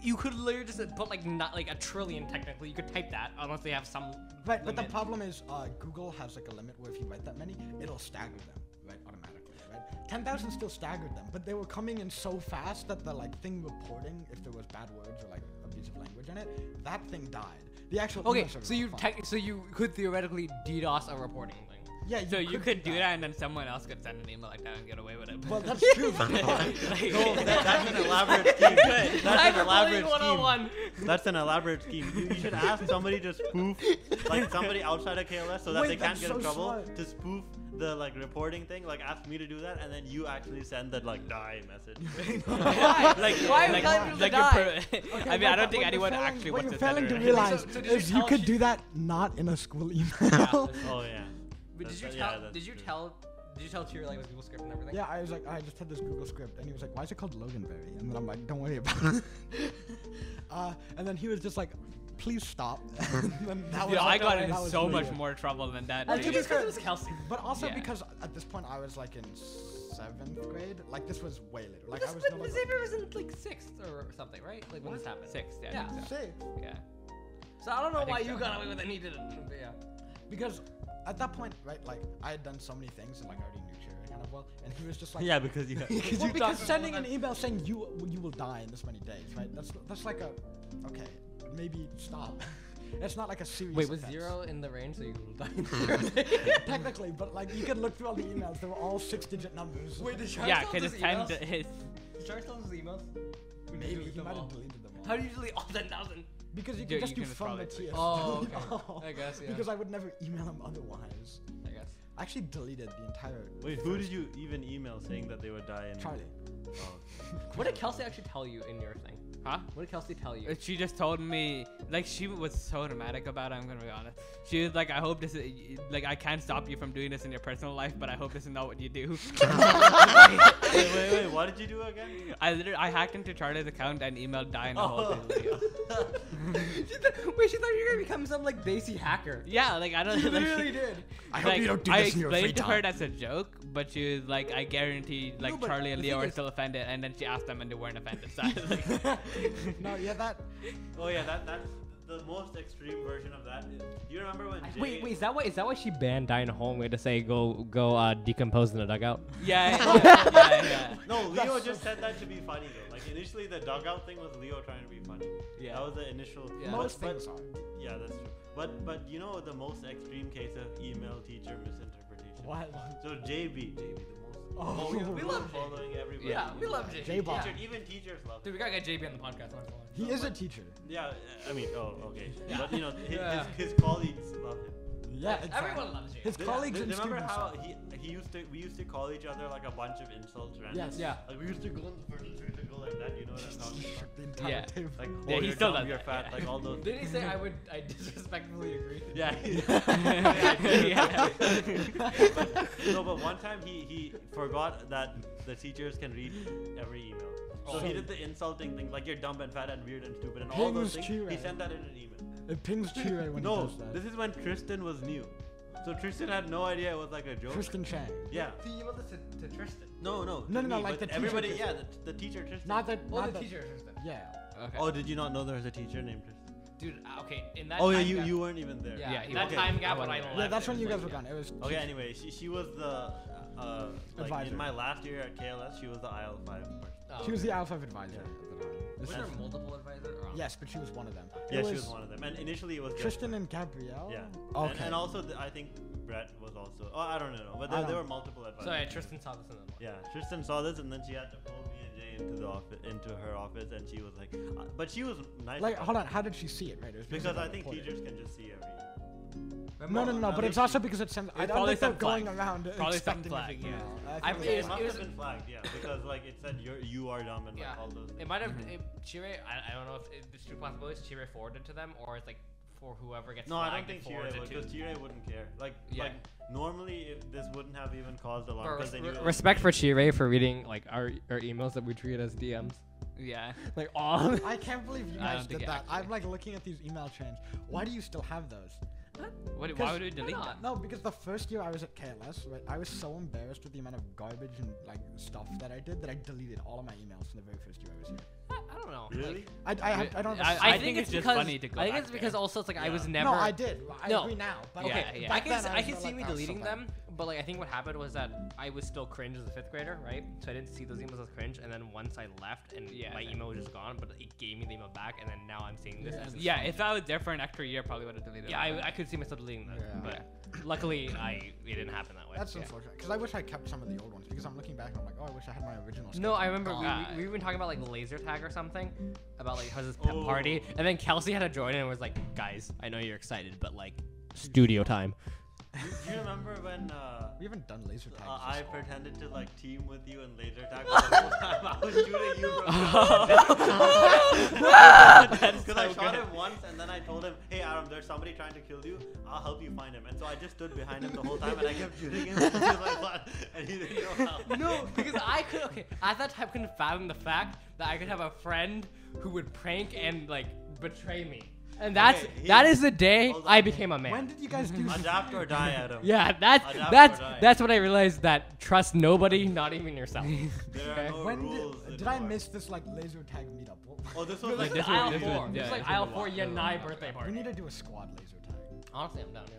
Speaker 2: you could literally just put like not like a trillion technically. You could type that unless they have some.
Speaker 3: Right, but the
Speaker 2: limit.
Speaker 3: problem is uh, Google has like a limit where if you write that many, it'll stagger them right automatically. Right, ten thousand still staggered them, but they were coming in so fast that the like thing reporting if there was bad words or like abusive language in it, that thing died. The actual
Speaker 2: Okay,
Speaker 3: email server
Speaker 2: so
Speaker 3: was
Speaker 2: you
Speaker 3: fine.
Speaker 2: tech, so you could theoretically DDoS a reporting thing.
Speaker 3: yeah
Speaker 4: [laughs] So you could do that, and then someone else could send an email like that and get away with it.
Speaker 3: Well, that's true. [laughs]
Speaker 1: No, that, [laughs] that's an elaborate scheme. That's an
Speaker 2: Cyberbullying
Speaker 1: elaborate scheme.
Speaker 2: 101.
Speaker 1: That's an elaborate scheme. You, you should ask somebody to spoof, like somebody outside of KLS, so that
Speaker 3: Wait,
Speaker 1: they can't
Speaker 3: that's
Speaker 1: get in
Speaker 3: so
Speaker 1: trouble.
Speaker 3: smart.
Speaker 1: To spoof the like reporting thing, like ask me to do that, and then you actually send that like die message.
Speaker 2: [laughs] Why?
Speaker 4: [laughs] like,
Speaker 2: Why would
Speaker 4: like,
Speaker 2: I be able to
Speaker 4: like you're
Speaker 2: die?
Speaker 4: pro-
Speaker 3: Okay, but
Speaker 4: [laughs] I mean, I
Speaker 3: what
Speaker 4: don't think
Speaker 3: you're
Speaker 4: anyone
Speaker 3: failing-
Speaker 4: actually
Speaker 3: what
Speaker 4: wants
Speaker 3: you're
Speaker 4: to send
Speaker 3: failing
Speaker 4: it
Speaker 3: to
Speaker 4: right.
Speaker 3: realize
Speaker 4: [laughs]
Speaker 2: So- so did you
Speaker 3: is you
Speaker 2: tell
Speaker 3: could
Speaker 2: she-
Speaker 3: do that not in a school email. [laughs]
Speaker 1: Oh yeah.
Speaker 2: But
Speaker 1: That's-
Speaker 2: did you
Speaker 1: yeah,
Speaker 2: tell?
Speaker 1: that's
Speaker 2: did you
Speaker 1: true.
Speaker 2: tell? Did you tell Tyr like with Google script and everything?
Speaker 3: Yeah, I was like, I just had this Google script, and he was like, "Why is it called Loganberry?" And then I'm like, "Don't worry about it." [laughs] uh, and then he was just like, "Please stop." [laughs] and then that
Speaker 4: Yo,
Speaker 3: was-
Speaker 4: I got
Speaker 3: that
Speaker 4: in
Speaker 3: was
Speaker 4: so
Speaker 3: really
Speaker 4: much
Speaker 3: it.
Speaker 4: more trouble than that.
Speaker 2: I
Speaker 4: dude.
Speaker 2: think it's because it was Kelsey.
Speaker 3: But also
Speaker 4: Yeah.
Speaker 3: because at this point I was like in seventh grade, like this was way later. Like I
Speaker 2: This
Speaker 3: was
Speaker 2: but
Speaker 3: no
Speaker 2: Miss
Speaker 3: longer
Speaker 2: Xavier was in like sixth or something, right? Like when this happened.
Speaker 4: Six, yeah. I
Speaker 2: Yeah.
Speaker 4: think so.
Speaker 3: safe
Speaker 4: yeah.
Speaker 2: So I don't know
Speaker 4: I think
Speaker 2: why
Speaker 4: so.
Speaker 2: you got away with it. and He didn't. But yeah.
Speaker 3: because at that point, right? Like I had done so many things, and like I already knew Cherry kind of well, and he was just like,
Speaker 1: Yeah, because
Speaker 2: [laughs]
Speaker 1: you.
Speaker 3: Well,
Speaker 2: you
Speaker 3: because
Speaker 2: talked
Speaker 3: sending
Speaker 2: about
Speaker 3: an
Speaker 2: that.
Speaker 3: email saying you you will die in this many days, right? That's that's like a okay, maybe stop. [laughs] It's not like a serious.
Speaker 2: Wait, was
Speaker 3: offense. [laughs]
Speaker 2: zero in the range? So [laughs] you died in zero.
Speaker 3: Technically, but like you could look through all the emails; they were all six-digit numbers.
Speaker 2: Wait, did Charles
Speaker 4: Yeah,
Speaker 2: tell
Speaker 4: because
Speaker 2: his
Speaker 4: it's time
Speaker 2: emails?
Speaker 4: to hit.
Speaker 2: Did Charles tell his emails? Or did you
Speaker 3: maybe
Speaker 2: delete
Speaker 3: he
Speaker 2: them
Speaker 3: might
Speaker 2: all?
Speaker 3: have deleted them all.
Speaker 2: How do you delete all ten thousand?
Speaker 3: because you
Speaker 4: Yeah,
Speaker 3: could just
Speaker 4: you
Speaker 3: do
Speaker 4: can
Speaker 3: from the
Speaker 4: probably
Speaker 3: TS.
Speaker 2: Oh,
Speaker 3: [laughs]
Speaker 2: okay. I guess, yeah.
Speaker 3: Because I would never email him otherwise.
Speaker 2: I guess.
Speaker 3: I actually deleted the entire.
Speaker 1: Wait, who did you even email saying that they would die? In-
Speaker 3: Charlie.
Speaker 2: [laughs]
Speaker 1: Oh, okay.
Speaker 2: What did Kelsey actually tell you in your thing?
Speaker 4: Huh?
Speaker 2: What did Kelsey tell [laughs] you?
Speaker 4: Uh, She just told me, like, she was so dramatic about it. I'm gonna be honest. She was like, "I hope this is like, I can't stop you from doing this in your personal life, but I hope this is not what you do." [laughs]
Speaker 1: wait, wait, wait. What did you do again?
Speaker 4: I literally, I hacked into Charlie's account and emailed Diane the whole
Speaker 1: Oh.
Speaker 4: thing.
Speaker 2: she th- wait, she thought you were gonna become some like Daisy [laughs] hacker.
Speaker 4: Yeah, like I don't.
Speaker 2: You
Speaker 4: [laughs] like,
Speaker 2: literally did.
Speaker 3: I hope
Speaker 4: like,
Speaker 3: you don't do
Speaker 4: I
Speaker 3: this in your
Speaker 4: explained
Speaker 3: free
Speaker 4: to
Speaker 3: time.
Speaker 4: her that's a joke, but she was like, "I guarantee, like
Speaker 3: but
Speaker 4: Charlie and
Speaker 3: the
Speaker 4: Leo
Speaker 3: thing
Speaker 4: are
Speaker 3: is-
Speaker 4: still offended." And then she asked them, and they weren't offended. So I was
Speaker 2: [laughs]
Speaker 4: like, [laughs]
Speaker 3: no, yeah, that.
Speaker 1: Oh yeah, that that's the most extreme version of that. Is, do you remember when? Jay-
Speaker 2: Wait, wait, is that why? Is that why she banned Diane Hall? We had to say go, go, uh, decompose in the dugout.
Speaker 4: yeah, yeah, yeah, yeah.
Speaker 1: No,
Speaker 3: That's
Speaker 1: Leo
Speaker 3: so
Speaker 1: just said that to be funny though. Like initially, the dugout thing was Leo trying to be funny.
Speaker 4: Yeah.
Speaker 1: That was the initial.
Speaker 4: Yeah.
Speaker 1: But,
Speaker 3: Most
Speaker 1: but-
Speaker 3: things are.
Speaker 1: yeah, that's true. But but you know the most extreme case of email teacher misinterpretation.
Speaker 3: What?
Speaker 1: So JB, JB, the most.
Speaker 3: Oh.
Speaker 1: yeah,
Speaker 3: We
Speaker 1: the
Speaker 2: love
Speaker 1: most following everybody.
Speaker 2: Yeah, we love JB.
Speaker 3: J-Ball.
Speaker 2: Yeah.
Speaker 1: Teacher, even teachers love.
Speaker 2: Dude,
Speaker 1: him.
Speaker 2: we gotta get JB on the podcast. once in a while.
Speaker 3: He is a teacher.
Speaker 1: Yeah, I mean, oh, okay. But you know, his,
Speaker 2: Yeah.
Speaker 1: his, his colleagues love him.
Speaker 3: Yeah, exactly.
Speaker 2: Everyone loves JB.
Speaker 3: His
Speaker 1: Th-
Speaker 3: colleagues
Speaker 1: th-
Speaker 3: and
Speaker 1: remember
Speaker 3: students.
Speaker 1: how he, he used to we used to call each other like a bunch of insults randomly.
Speaker 3: Yes.
Speaker 2: Yeah.
Speaker 1: Like we used to go in the first street to go like that. You know what I'm talking about?
Speaker 3: the entire
Speaker 4: Yeah.
Speaker 3: table.
Speaker 1: Like oh,
Speaker 4: Yeah, he
Speaker 1: you're
Speaker 4: still
Speaker 1: dumb,
Speaker 4: does
Speaker 1: you're
Speaker 4: that,
Speaker 1: fat.
Speaker 4: yeah.
Speaker 1: Like all those.
Speaker 2: Didn't he say I would? I [laughs] disrespectfully agree.
Speaker 1: [laughs]
Speaker 4: [laughs]
Speaker 1: Yeah.
Speaker 4: yeah.
Speaker 1: [laughs] no, but one time he he forgot that the teachers can read every email. So
Speaker 3: Oh.
Speaker 1: he did the insulting thing, like you're dumb and fat and weird and stupid and all those
Speaker 3: Pings
Speaker 1: things.
Speaker 3: Chira.
Speaker 1: He sent that in an email.
Speaker 3: It pings Chirei when he
Speaker 1: [laughs] No,
Speaker 3: does that.
Speaker 1: this is when Tristan was new. So Tristan had no idea it was like a joke.
Speaker 3: Tristan Chang.
Speaker 1: Yeah.
Speaker 2: So you emailed this to, to Tristan.
Speaker 1: No, no.
Speaker 3: No,
Speaker 1: to
Speaker 3: no, no,
Speaker 1: me,
Speaker 3: like
Speaker 1: but
Speaker 3: the teacher
Speaker 1: everybody.
Speaker 3: Tristan.
Speaker 1: Yeah, the, the teacher Tristan.
Speaker 3: Not that.
Speaker 2: Oh,
Speaker 3: not
Speaker 2: the
Speaker 3: that-
Speaker 2: teacher Tristan.
Speaker 3: Yeah.
Speaker 4: Okay.
Speaker 1: Oh, did you not know there was a teacher named Tristan?
Speaker 2: Dude, uh, okay. In that.
Speaker 1: Oh yeah,
Speaker 2: time
Speaker 1: you
Speaker 2: gap,
Speaker 1: you weren't even there.
Speaker 2: Yeah.
Speaker 4: Yeah, he
Speaker 2: that
Speaker 1: was.
Speaker 2: time
Speaker 1: Okay.
Speaker 2: gap
Speaker 4: I
Speaker 2: when I
Speaker 4: wasn't
Speaker 2: left.
Speaker 4: there.
Speaker 3: Yeah, that's
Speaker 2: it
Speaker 3: when
Speaker 2: was
Speaker 3: you guys
Speaker 2: like,
Speaker 3: were
Speaker 2: yeah.
Speaker 3: gone. It was.
Speaker 1: Okay. Anyway, she, she was the uh like
Speaker 3: Advisor.
Speaker 1: in my last year at KLS, she was the IL five person.
Speaker 2: Oh,
Speaker 3: She was the
Speaker 2: okay.
Speaker 3: Alpha advisor
Speaker 1: Yeah.
Speaker 3: at the time. This
Speaker 2: Was
Speaker 3: is-
Speaker 2: there multiple advisors? Or
Speaker 3: Yes, but she was one of them. It
Speaker 1: Yeah, she was one of them. And initially it was just
Speaker 3: Tristan and Gabrielle.
Speaker 1: Yeah.
Speaker 3: Okay.
Speaker 1: And, and also th- I think Brett was also. Oh, I don't know. But
Speaker 3: I
Speaker 1: there, there were
Speaker 3: don't-
Speaker 1: multiple advisors.
Speaker 2: Sorry, Tristan saw this in the morning.
Speaker 1: Yeah, Tristan saw this and then she had to pull me and today into the office, into her office, and she was like, uh, but she was nice.
Speaker 3: Like,
Speaker 1: about
Speaker 3: hold
Speaker 1: it.
Speaker 3: on. How did she see it? Right? It was
Speaker 1: Because
Speaker 3: of
Speaker 1: I
Speaker 3: the
Speaker 1: think
Speaker 3: reporter.
Speaker 1: teachers can just see every.
Speaker 3: No, no, no, no.
Speaker 1: Now
Speaker 3: But
Speaker 1: they
Speaker 3: it's also
Speaker 1: should-
Speaker 3: because it's some. I
Speaker 4: It's
Speaker 3: don't
Speaker 4: probably
Speaker 3: think they're
Speaker 4: some
Speaker 3: going
Speaker 4: flag.
Speaker 3: around
Speaker 4: Probably some
Speaker 3: expecting
Speaker 4: flag,
Speaker 3: to figure
Speaker 4: yeah.
Speaker 3: out.
Speaker 2: I
Speaker 3: think
Speaker 2: mean,
Speaker 1: It,
Speaker 3: it's
Speaker 2: it's-
Speaker 3: like-
Speaker 1: must
Speaker 2: it was-
Speaker 1: have been flagged, yeah, because like it said you're you are dumb and
Speaker 2: Yeah.
Speaker 1: like all those.
Speaker 2: It
Speaker 1: Things.
Speaker 2: might have.
Speaker 3: Mm-hmm.
Speaker 2: It, Chire, I, I don't know if it, there's two possibilities. Chire forwarded to them, or it's like for whoever gets
Speaker 1: No, I don't
Speaker 2: flagged,
Speaker 1: think
Speaker 2: it
Speaker 1: Chire
Speaker 2: forwards
Speaker 1: would,
Speaker 2: it to.
Speaker 1: because Chire wouldn't care. Like,
Speaker 2: Yeah.
Speaker 1: like normally if this wouldn't have even caused alarm because they knew. it was-
Speaker 2: respect for Chire for reading like our our emails that we treat as DMs.
Speaker 4: Yeah.
Speaker 2: Like all.
Speaker 3: [laughs] I can't believe you
Speaker 4: I
Speaker 3: guys
Speaker 4: don't think
Speaker 3: did
Speaker 4: it
Speaker 3: that. I'm
Speaker 4: actually-
Speaker 3: like looking at these email chains. Why do you still have those?
Speaker 4: What,
Speaker 3: Because-
Speaker 4: why would we delete
Speaker 2: not?
Speaker 4: that?
Speaker 3: No, because the first year I was at KLS, right, I was so embarrassed with the amount of garbage and like stuff that I did that I deleted all of my emails from the very first year I was here.
Speaker 2: I, I don't know.
Speaker 1: Really?
Speaker 2: Like,
Speaker 3: I, I, have- I don't. Have a
Speaker 4: I-
Speaker 3: s-
Speaker 2: I,
Speaker 4: think it's just
Speaker 2: because,
Speaker 4: funny to go
Speaker 2: I think
Speaker 4: back
Speaker 2: it's because
Speaker 4: there.
Speaker 2: also it's like I was
Speaker 1: Yeah.
Speaker 2: never.
Speaker 3: No, I did. I
Speaker 2: No.
Speaker 3: agree now. But
Speaker 2: Okay,
Speaker 3: okay,
Speaker 4: yeah.
Speaker 2: I
Speaker 3: back
Speaker 2: can
Speaker 3: then
Speaker 2: I,
Speaker 3: was
Speaker 2: can
Speaker 3: still
Speaker 2: see
Speaker 3: like,
Speaker 2: me
Speaker 3: "Ah, so
Speaker 2: deleting
Speaker 3: bad."
Speaker 2: them, but like I think what happened was that I was still cringe as a fifth grader, right? So I didn't see those emails as cringe, and then once I left, and
Speaker 4: Yeah,
Speaker 2: my
Speaker 4: that-
Speaker 2: email was just gone, but it gave me the email back, and then now I'm seeing this. as a
Speaker 4: Yeah,
Speaker 2: strong-
Speaker 4: if I was there for an extra year, probably would have deleted
Speaker 2: yeah,
Speaker 4: it.
Speaker 2: I, I could see myself deleting that,
Speaker 3: Yeah.
Speaker 2: but luckily I it didn't happen that way.
Speaker 3: That's
Speaker 2: yeah.
Speaker 3: unfortunate because I wish I kept some of the old ones because I'm looking back and I'm like, oh, I wish I had my original.
Speaker 2: No,
Speaker 3: schedule.
Speaker 2: I remember we,
Speaker 4: God.
Speaker 2: we, we've been talking about like laser tag or something, about like how's this pep
Speaker 1: Oh.
Speaker 2: party, and then Kelsey had to join in and was like, "Guys, I know you're excited, but like, studio time."
Speaker 1: Do do you remember when
Speaker 2: [laughs]
Speaker 1: uh,
Speaker 3: we haven't done laser tags.
Speaker 1: uh, I
Speaker 3: this long.
Speaker 1: pretended to like team with you and laser tag the
Speaker 2: [laughs]
Speaker 1: whole time I was shooting you,
Speaker 4: That is
Speaker 2: [laughs]
Speaker 1: Because I
Speaker 4: so
Speaker 1: shot
Speaker 4: good.
Speaker 1: him once and then I told him, hey Adam, there's somebody trying to kill you. I'll help you find him. And so I just stood behind him the whole time and I kept shooting him [laughs] until I got- and he didn't know how.
Speaker 2: No, [laughs] because I could. Okay, at that time, couldn't fathom the fact that I could have a friend who would prank and like betray me, and that's
Speaker 1: Okay, he-
Speaker 2: that is the day
Speaker 1: Hold on.
Speaker 2: I became a man.
Speaker 3: When did you guys
Speaker 1: [laughs]
Speaker 3: do?
Speaker 1: Adapt or die, Adam.
Speaker 2: yeah, that's
Speaker 1: Adapt or
Speaker 2: that's
Speaker 1: die.
Speaker 2: that's when I realized that trust nobody, not even yourself.
Speaker 1: There are
Speaker 4: Okay.
Speaker 1: no
Speaker 3: [laughs] when
Speaker 1: rules.
Speaker 3: did, did
Speaker 1: anymore.
Speaker 3: I miss this like laser tag meetup? What-
Speaker 1: Oh, this was
Speaker 2: like
Speaker 1: like
Speaker 4: this
Speaker 1: the
Speaker 4: one-
Speaker 2: aisle
Speaker 1: Adam
Speaker 4: this
Speaker 1: one.
Speaker 2: four,
Speaker 4: one-
Speaker 2: This
Speaker 4: yeah,
Speaker 2: is like
Speaker 4: this one
Speaker 2: aisle
Speaker 4: a
Speaker 2: four,
Speaker 4: lot.
Speaker 2: yeah,
Speaker 4: This one a
Speaker 2: nine
Speaker 4: lot.
Speaker 2: birthday
Speaker 3: [laughs] we
Speaker 2: party.
Speaker 3: need to do a squad laser tag.
Speaker 2: Honestly, I'm down here.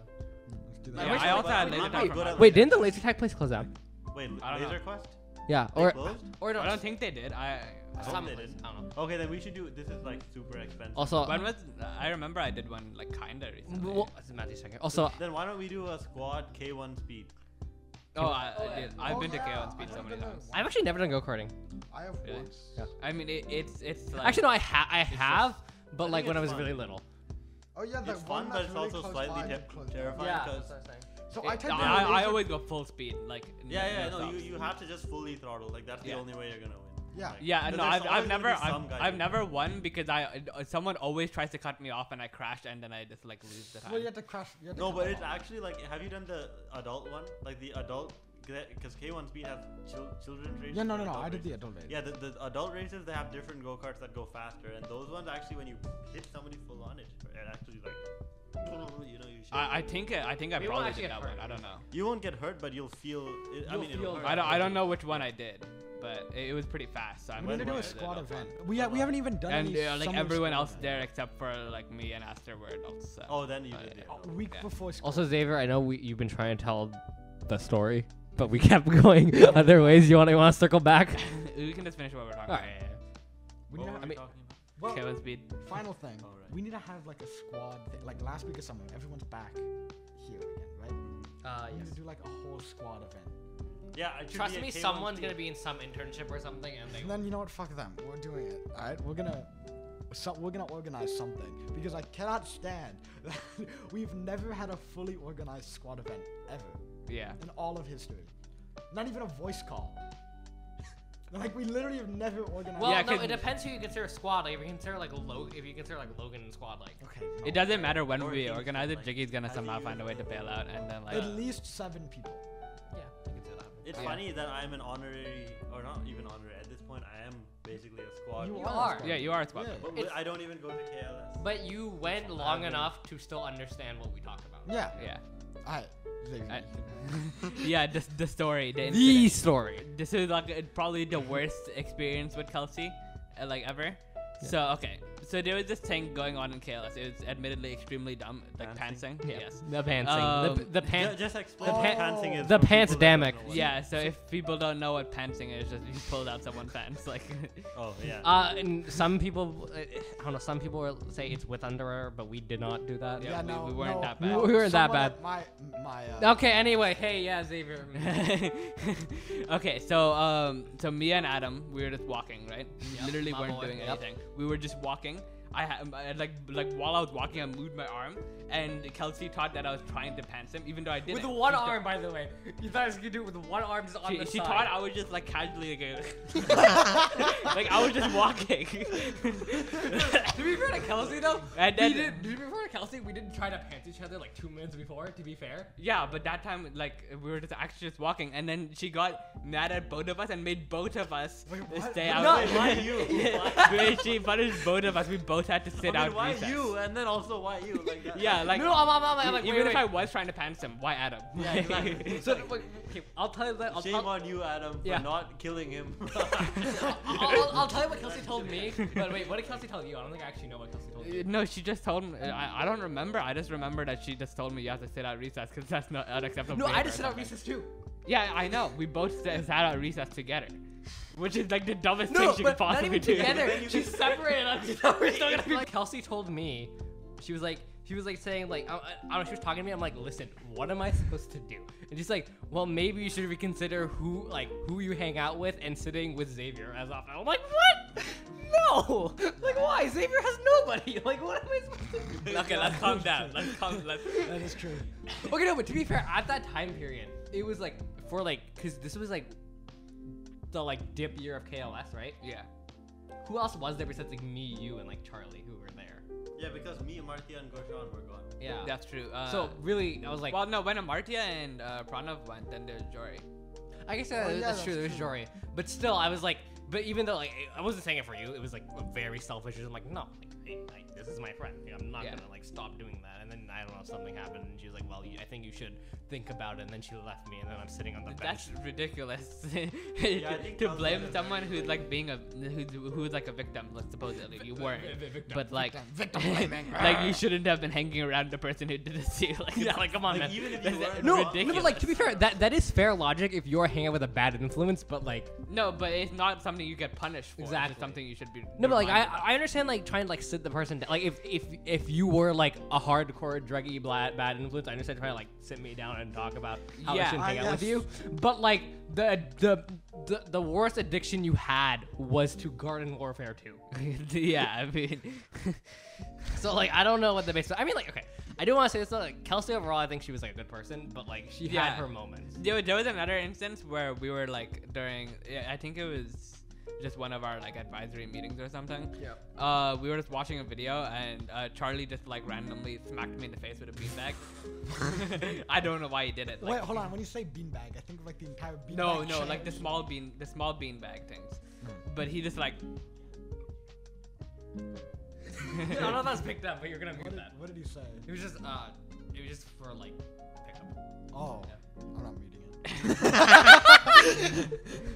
Speaker 3: Let's do
Speaker 4: Yeah,
Speaker 3: that.
Speaker 2: I wish
Speaker 4: I,
Speaker 2: I-
Speaker 4: also had
Speaker 1: I'm
Speaker 4: laser
Speaker 1: not
Speaker 4: tag.
Speaker 1: good
Speaker 4: from
Speaker 1: at
Speaker 4: that.
Speaker 1: Wait,
Speaker 2: didn't the laser tag place close down?
Speaker 1: Wait,
Speaker 4: I don't know.
Speaker 1: Laser Quest?
Speaker 2: Yeah,
Speaker 1: They closed?
Speaker 2: or
Speaker 4: I don't think they did. I.
Speaker 1: I
Speaker 2: Some
Speaker 1: hope they
Speaker 2: place,
Speaker 1: didn't.
Speaker 2: I don't know.
Speaker 1: Okay, then we should do. This is like super expensive.
Speaker 2: Also,
Speaker 4: When was? I remember I did one like kinda recently.
Speaker 2: well, it's Matthew's second. Also,
Speaker 1: then why don't we do a squad K1 speed?
Speaker 4: oh, I,
Speaker 3: Oh,
Speaker 4: I did.
Speaker 3: yeah.
Speaker 4: I've
Speaker 3: Oh,
Speaker 4: been to
Speaker 3: yeah.
Speaker 4: KO and
Speaker 3: I
Speaker 4: speed so
Speaker 3: haven't
Speaker 4: many
Speaker 3: done
Speaker 4: times.
Speaker 3: that
Speaker 2: I've actually never done go karting.
Speaker 3: I have
Speaker 4: Really?
Speaker 3: once.
Speaker 4: I mean, it, it's it's like
Speaker 2: Actually, no, I ha- I have, but
Speaker 1: I
Speaker 2: like
Speaker 1: think
Speaker 2: when I was
Speaker 1: it's
Speaker 2: really
Speaker 1: fun.
Speaker 2: little.
Speaker 3: Oh yeah, the
Speaker 1: It's fun,
Speaker 3: one
Speaker 1: but
Speaker 3: that's
Speaker 1: it's
Speaker 3: really
Speaker 1: also
Speaker 3: close
Speaker 1: slightly
Speaker 3: by,
Speaker 1: ter-
Speaker 3: but close by.
Speaker 1: terrifying. because-
Speaker 3: So I
Speaker 4: It,
Speaker 3: tend to
Speaker 4: I,
Speaker 3: do
Speaker 4: I
Speaker 3: laser-
Speaker 4: always go full speed. Like
Speaker 1: Yeah, yeah, no,
Speaker 4: stops.
Speaker 1: you, you have to just fully throttle. Like that's
Speaker 4: Yeah.
Speaker 1: the only way you're gonna win.
Speaker 3: Yeah.
Speaker 1: Like,
Speaker 4: Yeah,
Speaker 1: 'cause
Speaker 4: no,
Speaker 1: there's
Speaker 4: I've,
Speaker 1: always
Speaker 4: I've
Speaker 1: gonna
Speaker 4: never
Speaker 1: be
Speaker 4: I've,
Speaker 1: some guy
Speaker 4: I've
Speaker 1: who-
Speaker 4: never won because I uh, someone always tries to cut me off and I crash and then I just like lose the time.
Speaker 3: Well, you have to crash. You have to
Speaker 1: No,
Speaker 3: cut
Speaker 1: but
Speaker 3: them
Speaker 1: it's
Speaker 3: off.
Speaker 1: actually like, have you done the adult one? Like the adult, because K1 speed has chil- children races.
Speaker 3: Yeah, no, no,
Speaker 1: and
Speaker 3: no.
Speaker 1: adult
Speaker 3: I did
Speaker 1: races.
Speaker 3: the adult race.
Speaker 1: Yeah, the, the adult races they have different go karts that go faster, and those ones actually when you hit somebody full on it, it actually like, you know, you.
Speaker 4: I, I
Speaker 1: should-
Speaker 4: think I think I
Speaker 2: We won't
Speaker 4: probably
Speaker 2: actually
Speaker 4: did
Speaker 2: get
Speaker 4: that one.
Speaker 2: hurt.
Speaker 4: I don't know.
Speaker 1: You won't get hurt, but you'll feel. It, I
Speaker 2: You'll
Speaker 1: mean,
Speaker 2: feel
Speaker 1: it'll hurt.
Speaker 4: I don't I
Speaker 1: obviously.
Speaker 4: don't know which one I did, but it, it was pretty fast. So I'm
Speaker 3: We need to do
Speaker 1: When
Speaker 3: a
Speaker 1: was it?
Speaker 3: squad
Speaker 1: Uh,
Speaker 3: event. We, we haven't even done
Speaker 4: and
Speaker 3: any.
Speaker 4: uh, like
Speaker 3: summer
Speaker 4: everyone
Speaker 3: squad
Speaker 4: else
Speaker 3: event.
Speaker 4: there except for like me and Aster were adults. So.
Speaker 1: Oh, then you
Speaker 4: Uh,
Speaker 1: did.
Speaker 4: yeah.
Speaker 1: it.
Speaker 3: A week
Speaker 4: Yeah.
Speaker 3: before squad.
Speaker 2: Also, Xavier, I know we, you've been trying to tell the story, but we [laughs] kept going other ways. You want to want to circle back?
Speaker 4: [laughs] we can just finish what we're talking
Speaker 2: All
Speaker 4: about.
Speaker 2: right.
Speaker 3: we need to
Speaker 1: What were
Speaker 3: have,
Speaker 1: we
Speaker 2: mean-
Speaker 1: talking about?
Speaker 3: well,
Speaker 4: Okay, let's beat.
Speaker 3: final thing.
Speaker 1: All right.
Speaker 3: We need to have like a squad. Thing. Like last week or something. Everyone's back here again, right?
Speaker 4: Ah,
Speaker 2: Uh,
Speaker 3: We need to do like a whole squad event.
Speaker 1: Yeah, it should
Speaker 2: Trust
Speaker 1: be a
Speaker 2: me,
Speaker 1: K1
Speaker 2: someone's
Speaker 1: speed.
Speaker 2: gonna be in some internship or something, and they.
Speaker 3: And then you know what? Fuck them. We're doing it. All right. We're gonna. So we're gonna organize something because I cannot stand. [laughs] that We've never had a fully organized squad event ever.
Speaker 4: Yeah.
Speaker 3: in all of history. Not even a voice call. [laughs] like we literally have never organized.
Speaker 2: Well,
Speaker 4: Yeah,
Speaker 2: no,
Speaker 4: 'cause-
Speaker 2: it depends who you consider squad. Like, if you consider like Logan, if you consider like Logan and squad, like.
Speaker 3: okay. no.
Speaker 4: It doesn't matter when
Speaker 1: Or
Speaker 4: we
Speaker 1: things
Speaker 4: organize it.
Speaker 1: like,
Speaker 4: Jiggy's gonna
Speaker 1: how do
Speaker 4: somehow
Speaker 1: you
Speaker 4: find a way to bail out, and then like
Speaker 3: At least seven people.
Speaker 2: Yeah, you can say that.
Speaker 1: It's
Speaker 4: Yeah.
Speaker 1: funny that I'm an honorary, or not even honorary at this point. I am basically a squad.
Speaker 3: You
Speaker 2: You
Speaker 1: member.
Speaker 2: are.
Speaker 3: are.
Speaker 4: yeah, Oh, you are a squad.
Speaker 3: Yeah.
Speaker 1: But
Speaker 2: It's-
Speaker 1: I don't even go to KLS.
Speaker 2: But you went long
Speaker 1: haven't-
Speaker 2: enough to still understand what we talked about.
Speaker 3: Yeah.
Speaker 4: Yeah.
Speaker 3: All right. Xavier.
Speaker 4: I- yeah. This the story. The
Speaker 2: The
Speaker 4: incident.
Speaker 2: story.
Speaker 4: this Mm-hmm. is like uh, probably the worst experience with Kelsey, uh, like ever. So okay, so there was this thing going on in KLS. It was admittedly extremely dumb, like
Speaker 1: Pantsing?
Speaker 4: pantsing. Yes.
Speaker 2: The pantsing. the,
Speaker 4: Um,
Speaker 2: the pants.
Speaker 1: Ju- just explain what
Speaker 3: pan-
Speaker 1: pantsing is.
Speaker 2: the
Speaker 1: for people
Speaker 2: pants
Speaker 1: that don't
Speaker 2: damic.
Speaker 1: know what it is.
Speaker 4: Yeah. So if people don't know what pantsing is, just you pulled out someone's pants. [laughs] Like,
Speaker 1: Oh yeah.
Speaker 2: Uh, and some people, uh, I don't know. Some people will say it's with underwear, but we did not do that.
Speaker 4: Yeah, we-
Speaker 3: no,
Speaker 4: we weren't
Speaker 3: no,
Speaker 4: that
Speaker 3: no,
Speaker 2: bad. We weren't that
Speaker 3: someone at
Speaker 2: bad.
Speaker 3: My, my, uh,
Speaker 2: Okay. Anyway, hey, yeah, Xavier.
Speaker 4: [laughs] okay. So um, so me and Adam, we were just walking, right?
Speaker 2: Yep,
Speaker 4: Literally
Speaker 2: my
Speaker 4: weren't
Speaker 2: boy.
Speaker 4: doing
Speaker 2: Yep.
Speaker 4: anything. We were just walking. I had I had, like like while I was walking, I moved my arm, and Kelsey thought that I was trying to pants him, even though I didn't.
Speaker 2: with the one
Speaker 4: She thought-
Speaker 2: arm, by the way. You thought I was gonna do it with one arm just on
Speaker 4: She,
Speaker 2: the
Speaker 4: she
Speaker 2: side.
Speaker 4: thought I was just like casually like, uh, [laughs] like I was just walking.
Speaker 2: [laughs] to be fair to Kelsey though,
Speaker 4: And then-
Speaker 2: we did. To be fair to Kelsey, we didn't try to pants each other like two minutes before. To be fair,
Speaker 4: yeah, but that time like we were just actually just walking, and then she got mad at both of us and made both of us
Speaker 3: Wait, what?
Speaker 4: stay
Speaker 3: Wait,
Speaker 4: out.
Speaker 1: why- why [laughs] you?
Speaker 4: [laughs] she punished both of us. We both had to sit
Speaker 1: I
Speaker 4: out.
Speaker 1: mean, why
Speaker 4: recess.
Speaker 1: you? And then also why you? Like uh, that.
Speaker 4: Yeah, like e-,
Speaker 2: no, I'm, I'm, I'm, I'm like, e-
Speaker 4: even
Speaker 2: wait,
Speaker 4: if
Speaker 2: wait.
Speaker 4: I was trying to pants him, why Adam?
Speaker 2: Yeah, exactly. so, wait, okay, I'll tell you that. I'll,
Speaker 1: Shame
Speaker 2: I'll,
Speaker 1: on you, Adam, for
Speaker 4: Yeah.
Speaker 1: not killing him. [laughs]
Speaker 2: I'll, I'll, I'll tell you what Kelsey told me. But wait, what did Kelsey tell you? I don't think I actually know what Kelsey told you.
Speaker 4: [laughs] No, she just told me. I, I don't remember. I just remember that she just told me you have to sit out recess because that's not unacceptable.
Speaker 2: No, I
Speaker 4: behavior
Speaker 2: just
Speaker 4: or
Speaker 2: said out
Speaker 4: something.
Speaker 2: recess too.
Speaker 4: Yeah, I know. We both sat sat out recess together, which is like the dumbest
Speaker 2: No,
Speaker 4: thing she could
Speaker 2: but not
Speaker 4: possibly
Speaker 2: even
Speaker 4: do. [laughs]
Speaker 2: together.
Speaker 1: Then you
Speaker 2: She
Speaker 1: can-
Speaker 2: separated us. So we're still gonna be. Kelsey told me, she was like, she was like saying like, I, I I don't know. She was talking to me. I'm like, listen, what am I supposed to do? And she's like, well, maybe you should reconsider who like who you hang out with and sitting with Xavier as often. I'm like, what? No. [laughs] Like, why? Xavier has nobody. [laughs] Like, what am I supposed to do?
Speaker 4: [laughs] Okay, let's calm down. Let's calm. Let's.
Speaker 3: that is true.
Speaker 2: Okay, no, but to be fair, at that time period, it was like for like, cause this was like the like dip year of KLS, right?
Speaker 4: Yeah.
Speaker 2: Who else was there besides like me, you, and like Charlie, who were there?
Speaker 1: yeah, because me, Martia, and Gorshan were gone.
Speaker 2: Yeah.
Speaker 4: That's true. Uh,
Speaker 2: so really, I was like,
Speaker 4: well, no, when Amartya and uh, Pranav went, then there's Jory.
Speaker 2: I guess that,
Speaker 3: Oh, yeah,
Speaker 2: that's, true.
Speaker 3: that's
Speaker 2: There's
Speaker 3: true.
Speaker 2: Jory, but still, I was like, but even though like I wasn't saying it for you, it was like very selfish. I'm like, no, like, I, I, this is my friend. Like, I'm not
Speaker 4: Yeah.
Speaker 2: gonna like stop doing that. And then I don't know, something happened, and she was like, well, you, I think you should think about it. And then she left me, and then I'm sitting on the bench.
Speaker 4: That's ridiculous. [laughs]
Speaker 1: I think
Speaker 4: to
Speaker 1: Kelsey had
Speaker 4: blame
Speaker 1: a
Speaker 4: someone
Speaker 1: very
Speaker 4: who's
Speaker 1: good-
Speaker 4: like being a who's who's like a victim, like, supposedly you weren't,
Speaker 2: vi- victim,
Speaker 4: but like
Speaker 3: victim, victim blaming.
Speaker 4: [laughs] like you shouldn't have been hanging around the person who did this to you. [laughs]
Speaker 2: [laughs]
Speaker 4: Like,
Speaker 2: Yeah, like come on,
Speaker 1: Like,
Speaker 2: man.
Speaker 1: even if you
Speaker 4: That's
Speaker 1: were
Speaker 2: No, no,
Speaker 4: ridiculous.
Speaker 2: but like to be fair, that that is fair logic if you're hanging out with a bad influence, but like
Speaker 4: no, but it's not something you get punished for. It's just
Speaker 2: Exactly.
Speaker 4: something you should be.
Speaker 2: no, but like I
Speaker 4: reminded of.
Speaker 2: I understand like trying to like sit the person down. Like if if if you were like a hardcore druggy bad bad influence, I understand trying to like sit me down and talk about how I
Speaker 4: Yeah,
Speaker 2: shouldn't
Speaker 3: I
Speaker 2: hang out with
Speaker 3: guess.
Speaker 2: you. But like the the the, the worst addiction you had was to garden warfare too. [laughs]
Speaker 4: [laughs] yeah, I mean,
Speaker 2: So like I don't know what the basis. I mean like okay, I do want to say this though. Like Kelsey overall, I think she was like a good person, but like she
Speaker 4: Yeah.
Speaker 2: had her moments.
Speaker 4: there, was- there was another instance where we were like during, yeah, I think it was just one of our like advisory meetings or something.
Speaker 2: Yeah.
Speaker 4: Uh, we were just watching a video and uh, Charlie just like randomly smacked me in the face with a beanbag. [laughs] I don't know why he did it. Like,
Speaker 3: Wait, hold on. When you say beanbag, I think of like the entire beanbag.
Speaker 4: No, no, like the
Speaker 3: chain.
Speaker 4: small bean, the small beanbag things. But he just like.
Speaker 2: [laughs]
Speaker 4: [laughs]
Speaker 2: I don't know if that's picked up, but you're gonna
Speaker 3: What
Speaker 2: mute
Speaker 3: did,
Speaker 2: that.
Speaker 3: what did he say?
Speaker 2: It was just uh, it was just for like pickup.
Speaker 3: Oh, I'm not reading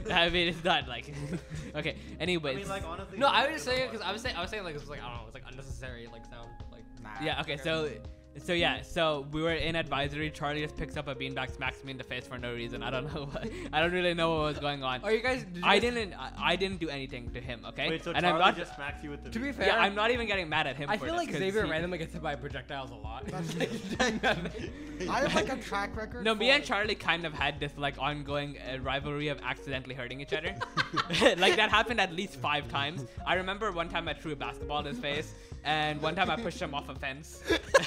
Speaker 3: it.
Speaker 4: I mean, it's not like. [laughs] okay.
Speaker 1: I
Speaker 4: Anyways.
Speaker 1: mean, like honestly.
Speaker 2: No, I was just saying because I was saying I was saying like it was like I don't know, it's like unnecessary like sound like.
Speaker 4: yeah. Okay. So. So yeah, so we were in advisory. Charlie just picks up a beanbag, smacks me in the face for no reason. I don't know. [laughs] What, I don't really know what was going on.
Speaker 2: Are you guys? Did you
Speaker 4: I
Speaker 2: guys-
Speaker 4: didn't. I, I didn't do anything to him. Okay.
Speaker 1: Wait, so
Speaker 4: and
Speaker 1: Charlie
Speaker 4: I'm not.
Speaker 1: just smacks you with the.
Speaker 2: To be
Speaker 1: beat.
Speaker 2: fair,
Speaker 4: [laughs] yeah, I'm not even getting mad at him.
Speaker 2: I
Speaker 4: for
Speaker 2: feel
Speaker 4: this
Speaker 2: like
Speaker 4: 'cause
Speaker 2: Xavier
Speaker 4: he-
Speaker 2: randomly gets hit by projectiles a lot. [laughs]
Speaker 3: That's
Speaker 2: Like,
Speaker 3: true.
Speaker 2: doing nothing.
Speaker 3: [laughs] I have like a track record.
Speaker 4: No,
Speaker 3: for,
Speaker 4: me and
Speaker 3: like-
Speaker 4: Charlie kind of had this like ongoing uh, rivalry of accidentally hurting
Speaker 1: [laughs]
Speaker 4: each other. [laughs] like that happened at least five times. I remember one time I threw a basketball in his face, and one time I pushed him off a fence.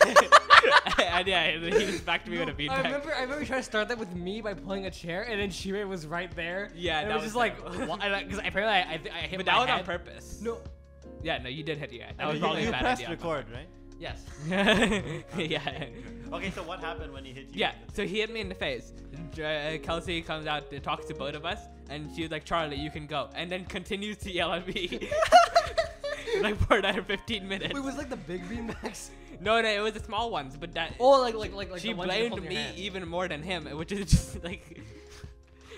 Speaker 4: [laughs] and yeah, he just backed me with a
Speaker 2: I
Speaker 4: beanbag.
Speaker 2: remember I remember trying to start that with me by pulling a chair, and then Shire was right there.
Speaker 4: Yeah,
Speaker 2: and
Speaker 4: that
Speaker 2: it was,
Speaker 4: was
Speaker 2: just like
Speaker 4: terrible.
Speaker 2: [laughs] because apparently I, I, th- I hit
Speaker 4: But
Speaker 2: my
Speaker 4: that was on
Speaker 2: head.
Speaker 4: purpose.
Speaker 2: No.
Speaker 4: Yeah, no, you did hit your head.
Speaker 1: [laughs]
Speaker 4: That
Speaker 1: You-
Speaker 4: was probably
Speaker 1: you
Speaker 4: a bad
Speaker 1: pressed
Speaker 4: idea.
Speaker 1: record, right?
Speaker 2: Yes.
Speaker 4: [laughs] yeah.
Speaker 1: Okay, so what happened when he hit you?
Speaker 4: Yeah,
Speaker 1: with the
Speaker 4: so he hit me in the face. Dr- uh, Kelsey comes out, uh, talks to both of us, and she's like, Charlie, you can go. And then continues to yell at me. [laughs] like for another 15 minutes.
Speaker 2: Wait, was like the big beanbags?
Speaker 4: No, no, it was the small ones, but that.
Speaker 2: Oh, like like like like.
Speaker 4: she
Speaker 2: the ones you hold in
Speaker 4: blamed
Speaker 2: your
Speaker 4: me
Speaker 2: hand.
Speaker 4: [laughs] even more than him, which is just like.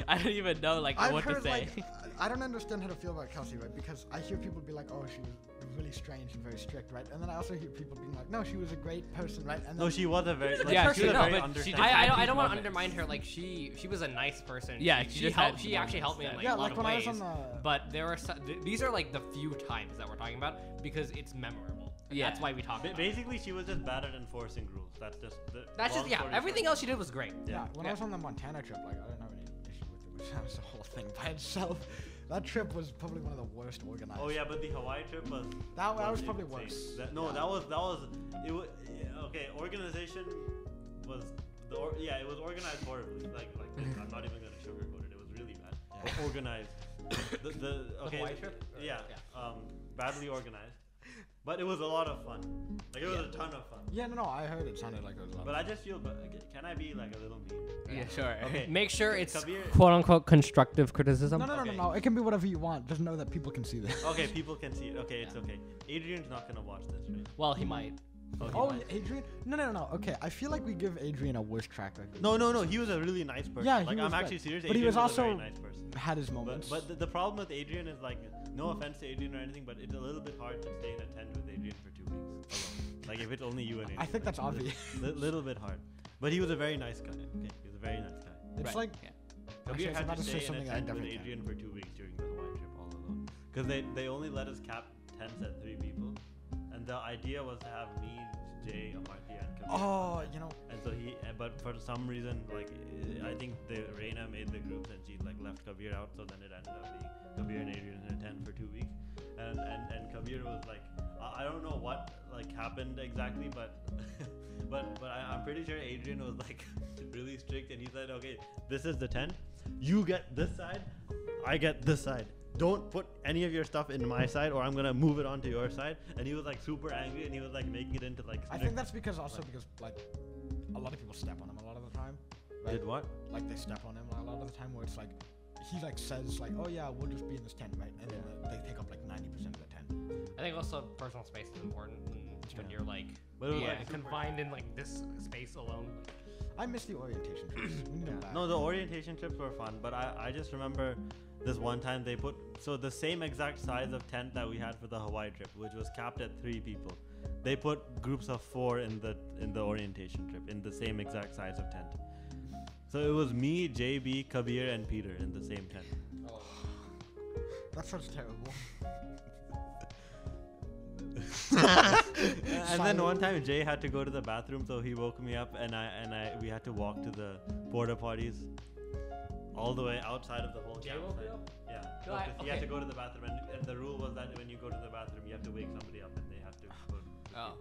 Speaker 4: I don't even know like
Speaker 3: I've
Speaker 4: what
Speaker 3: heard
Speaker 4: to say.
Speaker 3: like [laughs] I don't understand how to feel about Kelsey, right? Because I hear people be like, "Oh, she was really strange and very strict," right? And then I also hear people being like, "No, she was a great person,y right?" And then,
Speaker 1: No, she was a very.
Speaker 2: was a
Speaker 1: Like,
Speaker 2: good
Speaker 1: she was
Speaker 2: person,
Speaker 1: a
Speaker 2: no,
Speaker 1: very
Speaker 4: but she
Speaker 1: understanding.
Speaker 4: did
Speaker 2: I, I, don't- I
Speaker 4: these
Speaker 2: don't want to
Speaker 4: moments.
Speaker 2: undermine her. Like she she was a nice person.
Speaker 4: Yeah,
Speaker 2: she,
Speaker 4: she
Speaker 2: she
Speaker 4: just
Speaker 2: helped.
Speaker 4: had
Speaker 2: She actually helped me in like
Speaker 4: moments
Speaker 3: yeah,
Speaker 2: a lot
Speaker 3: like
Speaker 2: of
Speaker 3: when
Speaker 2: ways.
Speaker 3: I was on the
Speaker 2: But there are so, th- these are like the few times that we're talking about because it's memorable. And
Speaker 4: Yeah.
Speaker 2: that's why we talk.
Speaker 1: Ba-
Speaker 2: About it.
Speaker 1: Basically, she was just bad at enforcing rules. That's just. The
Speaker 2: That's
Speaker 1: long
Speaker 2: just yeah.
Speaker 1: story
Speaker 2: Everything
Speaker 1: short.
Speaker 2: else she did was great.
Speaker 3: yeah,
Speaker 1: Yeah.
Speaker 3: when I was on the Montana trip, like I didn't have any issue with it, which that was the whole thing by itself. [laughs] That trip was probably one of the worst organized.
Speaker 1: Oh yeah, but the Hawaii trip was.
Speaker 3: That- that was probably
Speaker 1: insane.
Speaker 3: worse.
Speaker 1: That- no,
Speaker 3: Yeah.
Speaker 1: that was that was it was yeah, okay. Organization was the or, yeah, it was organized horribly. Like
Speaker 2: [laughs]
Speaker 1: like this. I'm not even gonna sugarcoat it. It was really bad.
Speaker 3: Yeah.
Speaker 1: O- Organized. the,
Speaker 2: [laughs]
Speaker 1: the okay.
Speaker 2: Hawaii trip? Or-
Speaker 1: Yeah.
Speaker 2: yeah.
Speaker 1: Um, badly organized, but it was a lot of fun. Like it was a ton of fun.
Speaker 3: Yeah, no, no, I heard it sounded like it was. a lot
Speaker 1: But
Speaker 3: of
Speaker 1: I just feel. But can I be like a little mean?
Speaker 4: Yeah, sure.
Speaker 2: [laughs]
Speaker 1: Okay.
Speaker 2: Make sure it's
Speaker 1: Kabir-
Speaker 2: quote unquote constructive criticism.
Speaker 3: fun. no, no, no,
Speaker 1: okay.
Speaker 3: no, no. It can be whatever you want. Just know that people can see this.
Speaker 1: Okay, people can see it. Okay, it's
Speaker 3: Yeah.
Speaker 1: okay. Adrian's not gonna watch this, right?
Speaker 2: Well, he might.
Speaker 1: he
Speaker 3: Oh,
Speaker 1: might.
Speaker 3: Adrian? No, no, no, no. Okay, I feel like we give Adrian a worse track record.
Speaker 1: No, no, no. He was a really nice person.
Speaker 3: Yeah, he
Speaker 1: like
Speaker 3: was
Speaker 1: I'm actually
Speaker 3: good.
Speaker 1: serious.
Speaker 3: But he
Speaker 1: Adrian
Speaker 3: was
Speaker 1: a very
Speaker 3: also-
Speaker 1: nice person.
Speaker 3: Had his moments.
Speaker 1: But but the, the problem with Adrian is like no offense to Adrian or anything, but it's a little bit hard to stay in a tent with Adrian for two weeks alone. like if it's only you and Adrian.
Speaker 3: I think that's
Speaker 1: like,
Speaker 3: obvious.
Speaker 1: A [laughs] li- little bit hard. But he was a very nice guy. Okay, he was a very nice guy.
Speaker 3: It's
Speaker 4: Right,
Speaker 3: like
Speaker 4: yeah.
Speaker 3: Actually,
Speaker 1: Kabir
Speaker 3: I was
Speaker 1: had
Speaker 3: about
Speaker 1: to
Speaker 3: to
Speaker 1: stay
Speaker 3: say
Speaker 1: in a
Speaker 3: something I
Speaker 1: tent with
Speaker 3: definitely
Speaker 1: Adrian for two weeks during the Hawaii trip all alone. Because they, they only let us cap tents at three people. And the idea was to have me, Jay, Amartya, and Kabir.
Speaker 3: oh, you know,
Speaker 1: And so he, uh, but for some reason, like uh, I think the Reina made the groups and she like left Kabir out, so then it ended up being Kabir and Adrian in a tent for two weeks, and and and Kabir was like, I, I don't know what like happened exactly, but [laughs] but but I, I'm pretty sure Adrian was like [laughs] really strict, and he said, okay, this is the tent, you get this side, I get this side. Don't put any of your stuff in my side, or I'm gonna move it onto your side. And he was like super angry, and he was like making it into like.
Speaker 3: I think that's because also because like a lot of people step on him a lot of the time. Right?
Speaker 1: did what?
Speaker 3: Like they step on him a lot of the time, where it's like he like says like, oh yeah, we'll just be in this tent, right? And then uh, they take up like ninety percent of the tent.
Speaker 2: I think also personal space is important and when you're like
Speaker 1: But it was,
Speaker 2: yeah,
Speaker 1: like, super-
Speaker 2: confined in like this space alone.
Speaker 3: I miss the orientation trips. We need 'em back.
Speaker 1: No, the orientation trips were fun, but I, I just remember this one time they put so the same exact size of tent that we had for the Hawaii trip, which was capped at three people. They put groups of four in the in the orientation trip in the same exact size of tent. So it was me, JB, Kabir, and Peter in the same tent.
Speaker 3: that sounds terrible.
Speaker 1: and then one time Jay had to go to the bathroom, so he woke me up, and I and I we had to walk to the porta potties, all the way outside of the whole.
Speaker 2: Jay woke
Speaker 1: campsite.
Speaker 2: you up?
Speaker 1: Yeah.
Speaker 2: No, I-
Speaker 1: because He had to
Speaker 2: okay.
Speaker 1: go to the bathroom, and, and the rule was that when you go to the bathroom, you have to wake somebody up, and they have to go.
Speaker 4: [laughs] [laughs] Oh.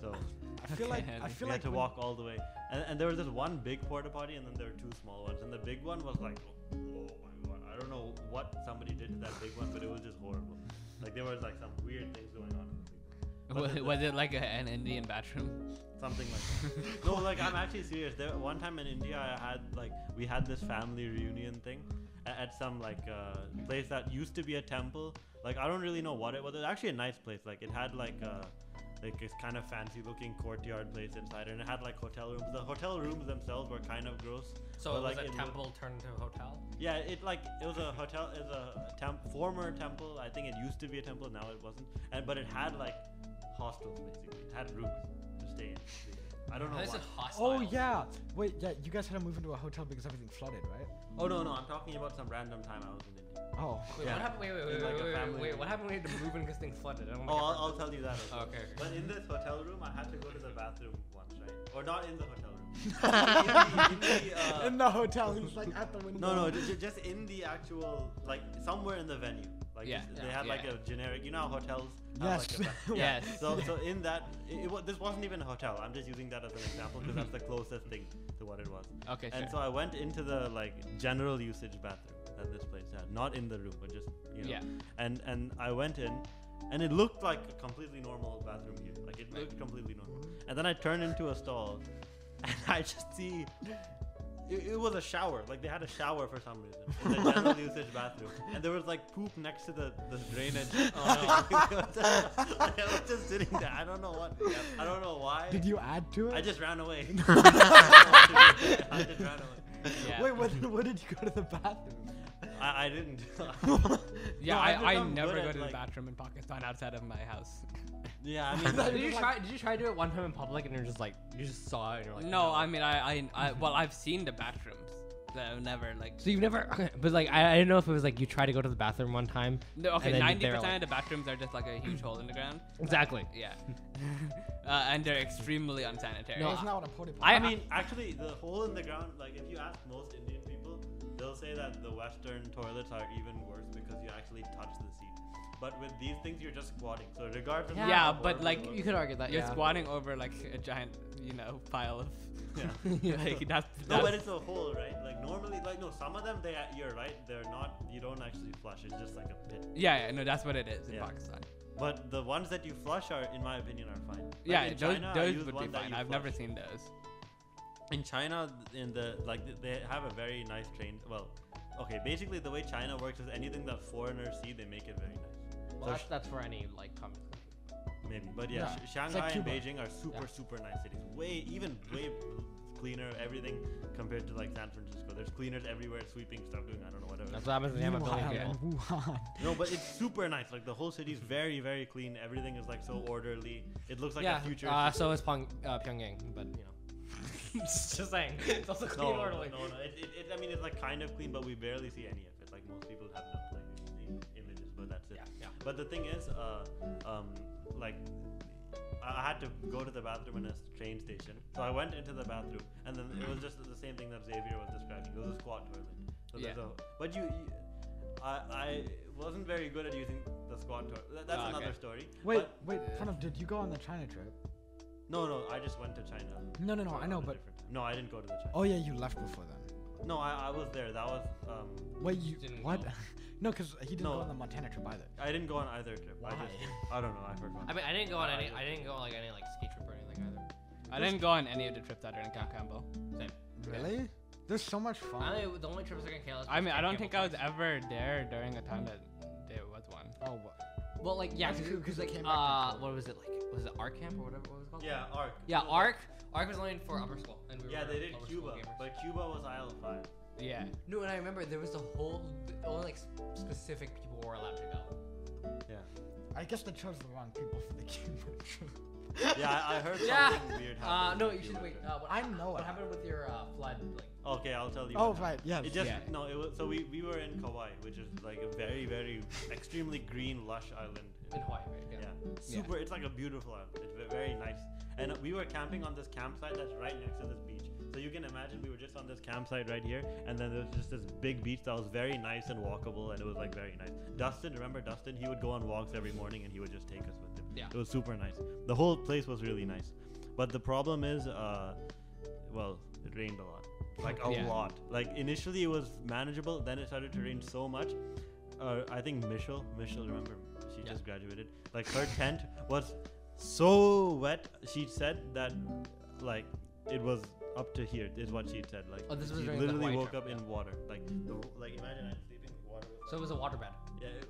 Speaker 1: So
Speaker 3: [sighs] I feel like
Speaker 4: Okay.
Speaker 3: I
Speaker 4: We
Speaker 1: we
Speaker 3: feel
Speaker 1: had
Speaker 3: like
Speaker 1: to
Speaker 3: when-
Speaker 1: walk all the way, and, and there was this one big porta potty, and then there were two small ones, and the big one was like, oh, my god, I don't know what somebody did to that big one, but it was just horrible. Like there was like some weird things going on. in the big one.
Speaker 4: Was, was it like a, an Indian bathroom?
Speaker 1: something like
Speaker 2: [laughs]
Speaker 1: that. no, like I'm actually serious. There, one time in India, I had like we had this family reunion thing a- at some like uh, place that used to be a temple. Like I don't really know what it was. It was actually a nice place. Like it had like a like this kind of fancy looking courtyard place inside, and it had like hotel rooms. The hotel rooms themselves were kind of gross. but,
Speaker 2: So it was
Speaker 1: like,
Speaker 2: a
Speaker 1: looked-
Speaker 2: temple turned into a hotel.
Speaker 1: yeah, it like it was a hotel, it was a temp, former temple. I think it used to be a temple, now it wasn't. And but it had like hostels basically. It had rooms to stay in. I don't know.
Speaker 2: This
Speaker 1: why.
Speaker 2: is hostile.
Speaker 3: Oh yeah. Wait, yeah. You guys had to move into a hotel because everything flooded, right?
Speaker 1: Oh no, no, I'm talking about some random time I was in India.
Speaker 3: Oh.
Speaker 2: Wait,
Speaker 1: Yeah.
Speaker 2: what happened? Wait, wait,
Speaker 1: In,
Speaker 2: wait,
Speaker 1: like, a
Speaker 2: wait, wait,
Speaker 1: family
Speaker 2: wait, What happened? when We had to move in because things flooded. I don't
Speaker 1: Oh,
Speaker 2: wanna
Speaker 1: I'll,
Speaker 2: get
Speaker 1: I'll tell you that. also.
Speaker 4: Oh,
Speaker 2: hurt- okay. okay.
Speaker 1: But in this hotel room, I had to go to the bathroom once, right? Or not in the hotel room. in the, in the, uh,
Speaker 3: [laughs] in the hotel, he's like at the window.
Speaker 1: no, no, just, just in the actual, like somewhere in the venue. Like
Speaker 4: Yeah,
Speaker 1: just-
Speaker 4: yeah,
Speaker 1: they had like
Speaker 4: yeah.
Speaker 1: a generic. You know how hotels. Have,
Speaker 3: [laughs] [laughs] Yes.
Speaker 1: Like, a bathroom?
Speaker 4: Yes.
Speaker 1: So, so in that, it, it, wa- this wasn't even a hotel. I'm just using that as an example because that's the closest thing to what it was.
Speaker 4: Okay,
Speaker 1: And
Speaker 4: sure.
Speaker 1: so I went into the like general usage bathroom that this place had, not in the room, but just you know.
Speaker 4: Yeah.
Speaker 1: And and I went in, and it looked like a completely normal bathroom here. Like it
Speaker 4: Right.
Speaker 1: looked completely normal. And then I turned into a stall, [laughs] and I just see. It, it was a shower. Like they had a shower for some reason in the
Speaker 4: [laughs]
Speaker 1: general usage bathroom, and there was like poop next to the, the
Speaker 4: [laughs]
Speaker 1: drainage. [laughs]
Speaker 2: Oh,
Speaker 1: I was just sitting there. I don't know what. I don't know why.
Speaker 3: Did you add to it?
Speaker 1: I just ran
Speaker 4: [laughs]
Speaker 1: away. [laughs] I just ran away.
Speaker 3: [laughs]
Speaker 4: Yeah. [laughs]
Speaker 3: Wait, when, when did you go to the bathroom?
Speaker 1: I, I didn't.
Speaker 4: [laughs] Yeah,
Speaker 1: No, I've
Speaker 4: I, I
Speaker 1: become
Speaker 4: never
Speaker 1: good
Speaker 4: go
Speaker 1: at,
Speaker 4: to the
Speaker 1: like-
Speaker 4: bathroom in Pakistan outside of my house.
Speaker 1: [laughs]
Speaker 4: [laughs]
Speaker 1: yeah, I mean,
Speaker 3: thought
Speaker 2: Did you
Speaker 3: Like-
Speaker 2: try? Did you try to do it one time in public and you're just like you just saw it and you're like
Speaker 4: no, I mean I, I I well I've seen the bathrooms. but I've never like
Speaker 2: So you've never, [laughs] okay, but like I, I didn't know if it was like you tried to go to the bathroom one time.
Speaker 4: no,
Speaker 2: and
Speaker 4: okay
Speaker 2: then
Speaker 4: ninety
Speaker 2: they're,
Speaker 4: percent
Speaker 2: like-
Speaker 4: of the bathrooms are just like a huge hole in the ground.
Speaker 2: Exactly.
Speaker 4: Yeah, uh, and they're extremely unsanitary.
Speaker 2: No,
Speaker 3: It's not what a potty
Speaker 1: [laughs] I
Speaker 2: I-
Speaker 1: mean, actually, the hole in the ground. Like, if you ask most Indian people, they'll say that the Western toilets are even worse because you actually touch the seat. But with these things, you're just squatting. So regardless. of
Speaker 4: Yeah,
Speaker 1: how
Speaker 4: but,
Speaker 1: horrible
Speaker 4: like,
Speaker 1: it
Speaker 2: You
Speaker 1: looks-
Speaker 2: could argue that.
Speaker 4: You're
Speaker 2: yeah.
Speaker 4: squatting over like a giant, you know, pile of.
Speaker 1: Yeah.
Speaker 4: [laughs] like that's,
Speaker 1: No,
Speaker 4: that's
Speaker 1: but it's a hole, right? Like normally, like no, some of them they a- you're right, they're not. You don't actually flush. It's just like a pit.
Speaker 4: yeah, yeah, no, that's what it is in
Speaker 1: Yeah.
Speaker 4: Pakistan.
Speaker 1: But the ones that you flush are, in my opinion, are fine. Like,
Speaker 4: yeah,
Speaker 1: in
Speaker 4: those,
Speaker 1: China, I
Speaker 4: those
Speaker 1: used
Speaker 4: would be
Speaker 1: one that
Speaker 4: fine.
Speaker 1: you
Speaker 4: I've never
Speaker 1: flush.
Speaker 4: seen those.
Speaker 1: in China, in the like th- they have a very nice train. Well, okay, basically the way China works is anything that foreigners see, they make it very nice.
Speaker 2: Well,
Speaker 1: So
Speaker 2: that's,
Speaker 1: sh-
Speaker 2: that's for any like communist country.
Speaker 1: maybe, but yeah,
Speaker 3: Yeah,
Speaker 1: Sh-
Speaker 3: like
Speaker 1: Shanghai and
Speaker 3: Cuba.
Speaker 1: Beijing are super
Speaker 2: Yeah.
Speaker 1: super nice cities. Way even way cleaner everything compared to like San Francisco. There's cleaners everywhere, sweeping stuff, doing I don't know whatever.
Speaker 2: That's what happens when you have a billion
Speaker 3: Meanwhile,
Speaker 2: people.
Speaker 3: in Wuhan.
Speaker 1: No, but it's super nice. Like the whole city is very very clean. Everything is like so orderly. It looks like
Speaker 2: yeah.
Speaker 1: a future.
Speaker 2: uh,
Speaker 1: city.
Speaker 2: so is Pong, uh, Pyongyang, but you know. [laughs] Just saying. It's also
Speaker 1: no,
Speaker 2: clean
Speaker 1: no,
Speaker 2: orderly.
Speaker 1: no, no. It, it, it, I mean, it's like kind of clean, but we barely see any of it. Like most people have not like im- images, but that's it.
Speaker 2: Yeah, yeah.
Speaker 1: But the thing is, uh, um, like I I had to go to the bathroom in a s- train station, so I went into the bathroom, and then it was just the same thing that Xavier was describing. It was a squat toilet. So there's
Speaker 4: Yeah.
Speaker 1: a, but you, you, I, I wasn't very good at using the squat toilet. That- That's
Speaker 4: Ah, okay.
Speaker 1: another story.
Speaker 3: [laughs] Wait,
Speaker 1: but-
Speaker 3: wait, Pranav, did you go on the China trip?
Speaker 1: no, no, I just went to China.
Speaker 3: No, no, no,
Speaker 1: on
Speaker 3: I know,
Speaker 1: a
Speaker 3: but
Speaker 1: different time. no, I didn't go to the China.
Speaker 3: oh yeah, you left before then.
Speaker 1: No, I, I was there. That was um,
Speaker 3: Wait, you
Speaker 2: Didn't
Speaker 3: what?
Speaker 2: go.
Speaker 3: [laughs] no, because he didn't
Speaker 1: No.
Speaker 3: go on the Montana trip either.
Speaker 1: I didn't go on either trip. I just I don't know. I forgot.
Speaker 2: I mean, I didn't go on any. I didn't go on like any like ski trip or anything either.
Speaker 4: I didn't go on any of the trips that are in Camp Campbell.
Speaker 3: Really? There's so much fun.
Speaker 2: I only, the only trips I can count. is
Speaker 4: I mean, I
Speaker 2: Camp Campbell
Speaker 4: don't think I was
Speaker 2: twice.
Speaker 4: ever there during a time that there was one.
Speaker 3: oh, what?
Speaker 2: Well, like [laughs] yeah,
Speaker 3: That's true,
Speaker 2: because
Speaker 3: 'cause they
Speaker 2: like
Speaker 3: came back
Speaker 2: uh,
Speaker 3: from
Speaker 2: what was it like? Was it Arc Camp or whatever what was it called?
Speaker 1: yeah, Arc.
Speaker 2: Yeah,
Speaker 1: No,
Speaker 2: Arc. Arc was only for upper school, and we
Speaker 1: but- Yeah,
Speaker 2: were
Speaker 1: they did
Speaker 2: upper school
Speaker 1: Cuba,
Speaker 2: gamers.
Speaker 1: but Cuba was Isle of Five.
Speaker 4: Yeah.
Speaker 2: No, and I remember there was the whole the only like s- specific people were allowed to go.
Speaker 1: Yeah.
Speaker 3: I guess they chose the wrong people for the [laughs] Cuba trip.
Speaker 1: Yeah, I, I [laughs] heard something
Speaker 2: Yeah.
Speaker 1: weird
Speaker 2: Uh,
Speaker 1: happened.
Speaker 2: no,
Speaker 1: on
Speaker 2: you should
Speaker 1: Cuba
Speaker 2: wait.
Speaker 1: trip.
Speaker 2: Uh, what,
Speaker 3: I know
Speaker 2: What
Speaker 3: it.
Speaker 2: happened with your uh, flood? Like,
Speaker 1: okay, I'll tell you.
Speaker 3: Oh
Speaker 1: what
Speaker 3: right,
Speaker 1: happened.
Speaker 3: yes.
Speaker 1: It just [laughs]
Speaker 4: Yeah.
Speaker 1: no. It was so we we were in Kauai, which is like a very very extremely green lush island.
Speaker 2: in Hawaii, right? Yeah.
Speaker 1: Yeah. Super. It's like a beautiful island. It's ve- very nice. And uh, we were camping on this campsite that's right next to this beach. So you can imagine we were just on this campsite right here, and then there was just this big beach that was very nice and walkable, and it was like very nice. Dustin, remember Dustin? He would go on walks every morning, and he would just take us with him.
Speaker 2: Yeah.
Speaker 1: It was super nice. The whole place was really nice, but the problem is, uh, well, it rained a lot, like a
Speaker 4: Yeah.
Speaker 1: lot. Like initially it was manageable, then it started to rain so much. Uh, I think Michelle, Michelle, remember she
Speaker 2: Yeah.
Speaker 1: just graduated. Like her tent was so wet. She said that, like, it was up to here. Is what she said. Like,
Speaker 2: Oh, this was
Speaker 1: she
Speaker 2: during the
Speaker 1: literally
Speaker 2: Hawaii
Speaker 1: woke
Speaker 2: trip,
Speaker 1: up in water. Like, the, like imagine I'm sleeping, water. was-
Speaker 2: So it was a
Speaker 1: [laughs]
Speaker 2: waterbed.
Speaker 1: Yeah. It,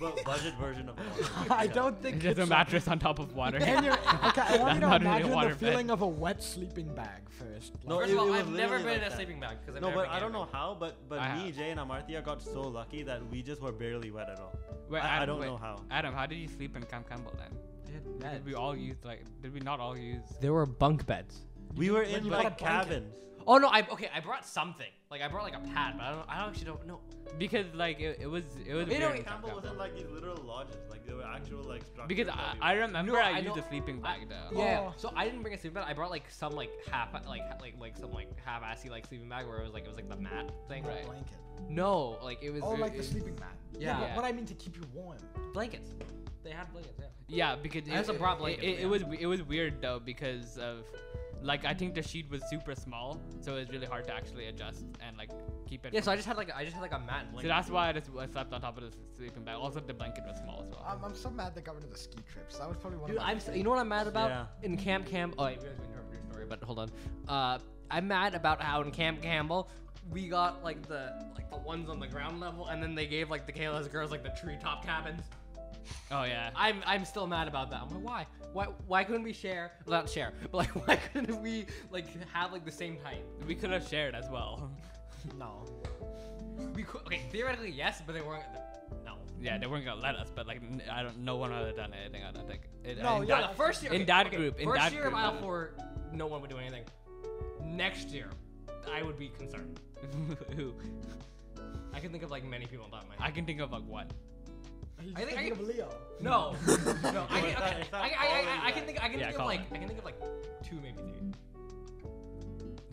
Speaker 1: but budget version of
Speaker 2: [laughs]
Speaker 1: water.
Speaker 3: [laughs] I don't think
Speaker 4: There's a
Speaker 3: it's-
Speaker 4: mattress on top of water.
Speaker 3: And you're, okay, I want you to
Speaker 4: Not really a
Speaker 3: imagine
Speaker 4: water
Speaker 3: the
Speaker 4: bed.
Speaker 3: feeling of a wet sleeping bag first.
Speaker 1: No,
Speaker 2: First
Speaker 1: it-
Speaker 2: of all,
Speaker 1: it was
Speaker 2: I've
Speaker 1: literally
Speaker 2: never been
Speaker 1: like
Speaker 2: in a
Speaker 1: that.
Speaker 2: sleeping bag because I've
Speaker 1: No,
Speaker 2: never
Speaker 1: but
Speaker 2: been
Speaker 1: I don't know
Speaker 2: camping.
Speaker 1: how, but but
Speaker 4: I
Speaker 1: me,
Speaker 4: have.
Speaker 1: Jay, and Amartya got so lucky that we just were barely wet at all.
Speaker 4: Wait,
Speaker 1: I- I
Speaker 4: Adam,
Speaker 1: don't
Speaker 4: wait.
Speaker 1: know how.
Speaker 4: Adam, how did you sleep in Camp Campbell then? Did we all use like? Did we not all use?
Speaker 2: There were bunk beds.
Speaker 1: we were
Speaker 3: but
Speaker 1: in
Speaker 3: you bought
Speaker 1: like
Speaker 3: a blanket.
Speaker 1: cabins.
Speaker 2: Oh no! I okay. I brought something. Like I brought like a pad, but I don't. I don't actually don't know.
Speaker 4: Because like it, it was it was.
Speaker 1: You know,
Speaker 4: weird in Camp
Speaker 1: Campbell was
Speaker 4: Campbell.
Speaker 1: in like these literal lodges, like they were actual like structures.
Speaker 4: Because
Speaker 1: that
Speaker 4: I,
Speaker 1: we
Speaker 4: I
Speaker 1: were-
Speaker 4: remember
Speaker 2: No,
Speaker 4: I,
Speaker 2: I
Speaker 4: used a
Speaker 2: don't-
Speaker 4: sleeping bag
Speaker 2: Yeah.
Speaker 4: though.
Speaker 2: yeah.
Speaker 3: Oh.
Speaker 2: So I didn't bring a sleeping bag. I brought like some like half like ha- like like some like half assy like sleeping bag where it was like it was like the mat thing.
Speaker 4: Right.
Speaker 3: Blanket.
Speaker 2: No, like it was.
Speaker 3: Oh,
Speaker 2: it-
Speaker 3: like the
Speaker 2: it-
Speaker 3: sleeping mat.
Speaker 2: Yeah.
Speaker 3: but what I mean to keep you warm.
Speaker 2: blankets. They had blankets. Yeah.
Speaker 4: Yeah, because
Speaker 2: I also
Speaker 4: it,
Speaker 2: brought
Speaker 4: it-
Speaker 2: blankets,
Speaker 4: It, it
Speaker 2: yeah.
Speaker 4: was it was weird though because of like I think the sheet was super small, so it was really hard to actually adjust and like keep it.
Speaker 2: Yeah. So
Speaker 4: from-
Speaker 2: I just had like I just had like a mat and
Speaker 4: so
Speaker 2: blanket.
Speaker 4: that's why I just I slept on top of the sleeping bag. Also, the blanket was small as well.
Speaker 3: I'm, I'm so mad they got rid of the ski trips. That was probably one
Speaker 2: Dude,
Speaker 3: of my [laughs]
Speaker 2: I'm. s- You know what I'm mad about
Speaker 1: Yeah.
Speaker 2: in Camp Cam? Oh, wait, we guys interrupted your story, but hold on. Uh, I'm mad about how in Camp Campbell we got like the like the ones on the ground level, and then they gave like the Kayla's girls like the treetop cabins.
Speaker 4: oh yeah.
Speaker 2: I'm I'm still mad about that. I'm like, why? Why why couldn't we share? Not share, [laughs] but like why couldn't we like have like the same height?
Speaker 4: [laughs] we could have shared as well.
Speaker 3: No.
Speaker 2: we could, okay, theoretically yes, but they weren't. No.
Speaker 4: Yeah, they weren't gonna let us, but like n- I don't. No one would have done anything. I don't think. It,
Speaker 3: No,
Speaker 4: in
Speaker 3: yeah,
Speaker 4: that-
Speaker 2: Oh, the first year
Speaker 4: in
Speaker 2: okay,
Speaker 4: that
Speaker 2: okay,
Speaker 4: group. In
Speaker 2: first
Speaker 4: that
Speaker 2: year
Speaker 4: group,
Speaker 2: of aisle four, no one would do anything. Next year, I would be concerned.
Speaker 4: [laughs] Who?
Speaker 2: I can think of like many people on top of my
Speaker 4: I
Speaker 2: head.
Speaker 4: can think of like one.
Speaker 3: He's
Speaker 2: I think- I
Speaker 3: thinking of Leo.
Speaker 2: no, no, I
Speaker 1: It's
Speaker 2: can,
Speaker 1: not-
Speaker 2: okay,
Speaker 1: it's
Speaker 2: I,
Speaker 1: not
Speaker 2: I, I,
Speaker 1: always
Speaker 2: I, I can
Speaker 1: that.
Speaker 2: think, I can
Speaker 4: Yeah,
Speaker 2: think of
Speaker 4: Colin.
Speaker 2: like, I can think of like two maybe three.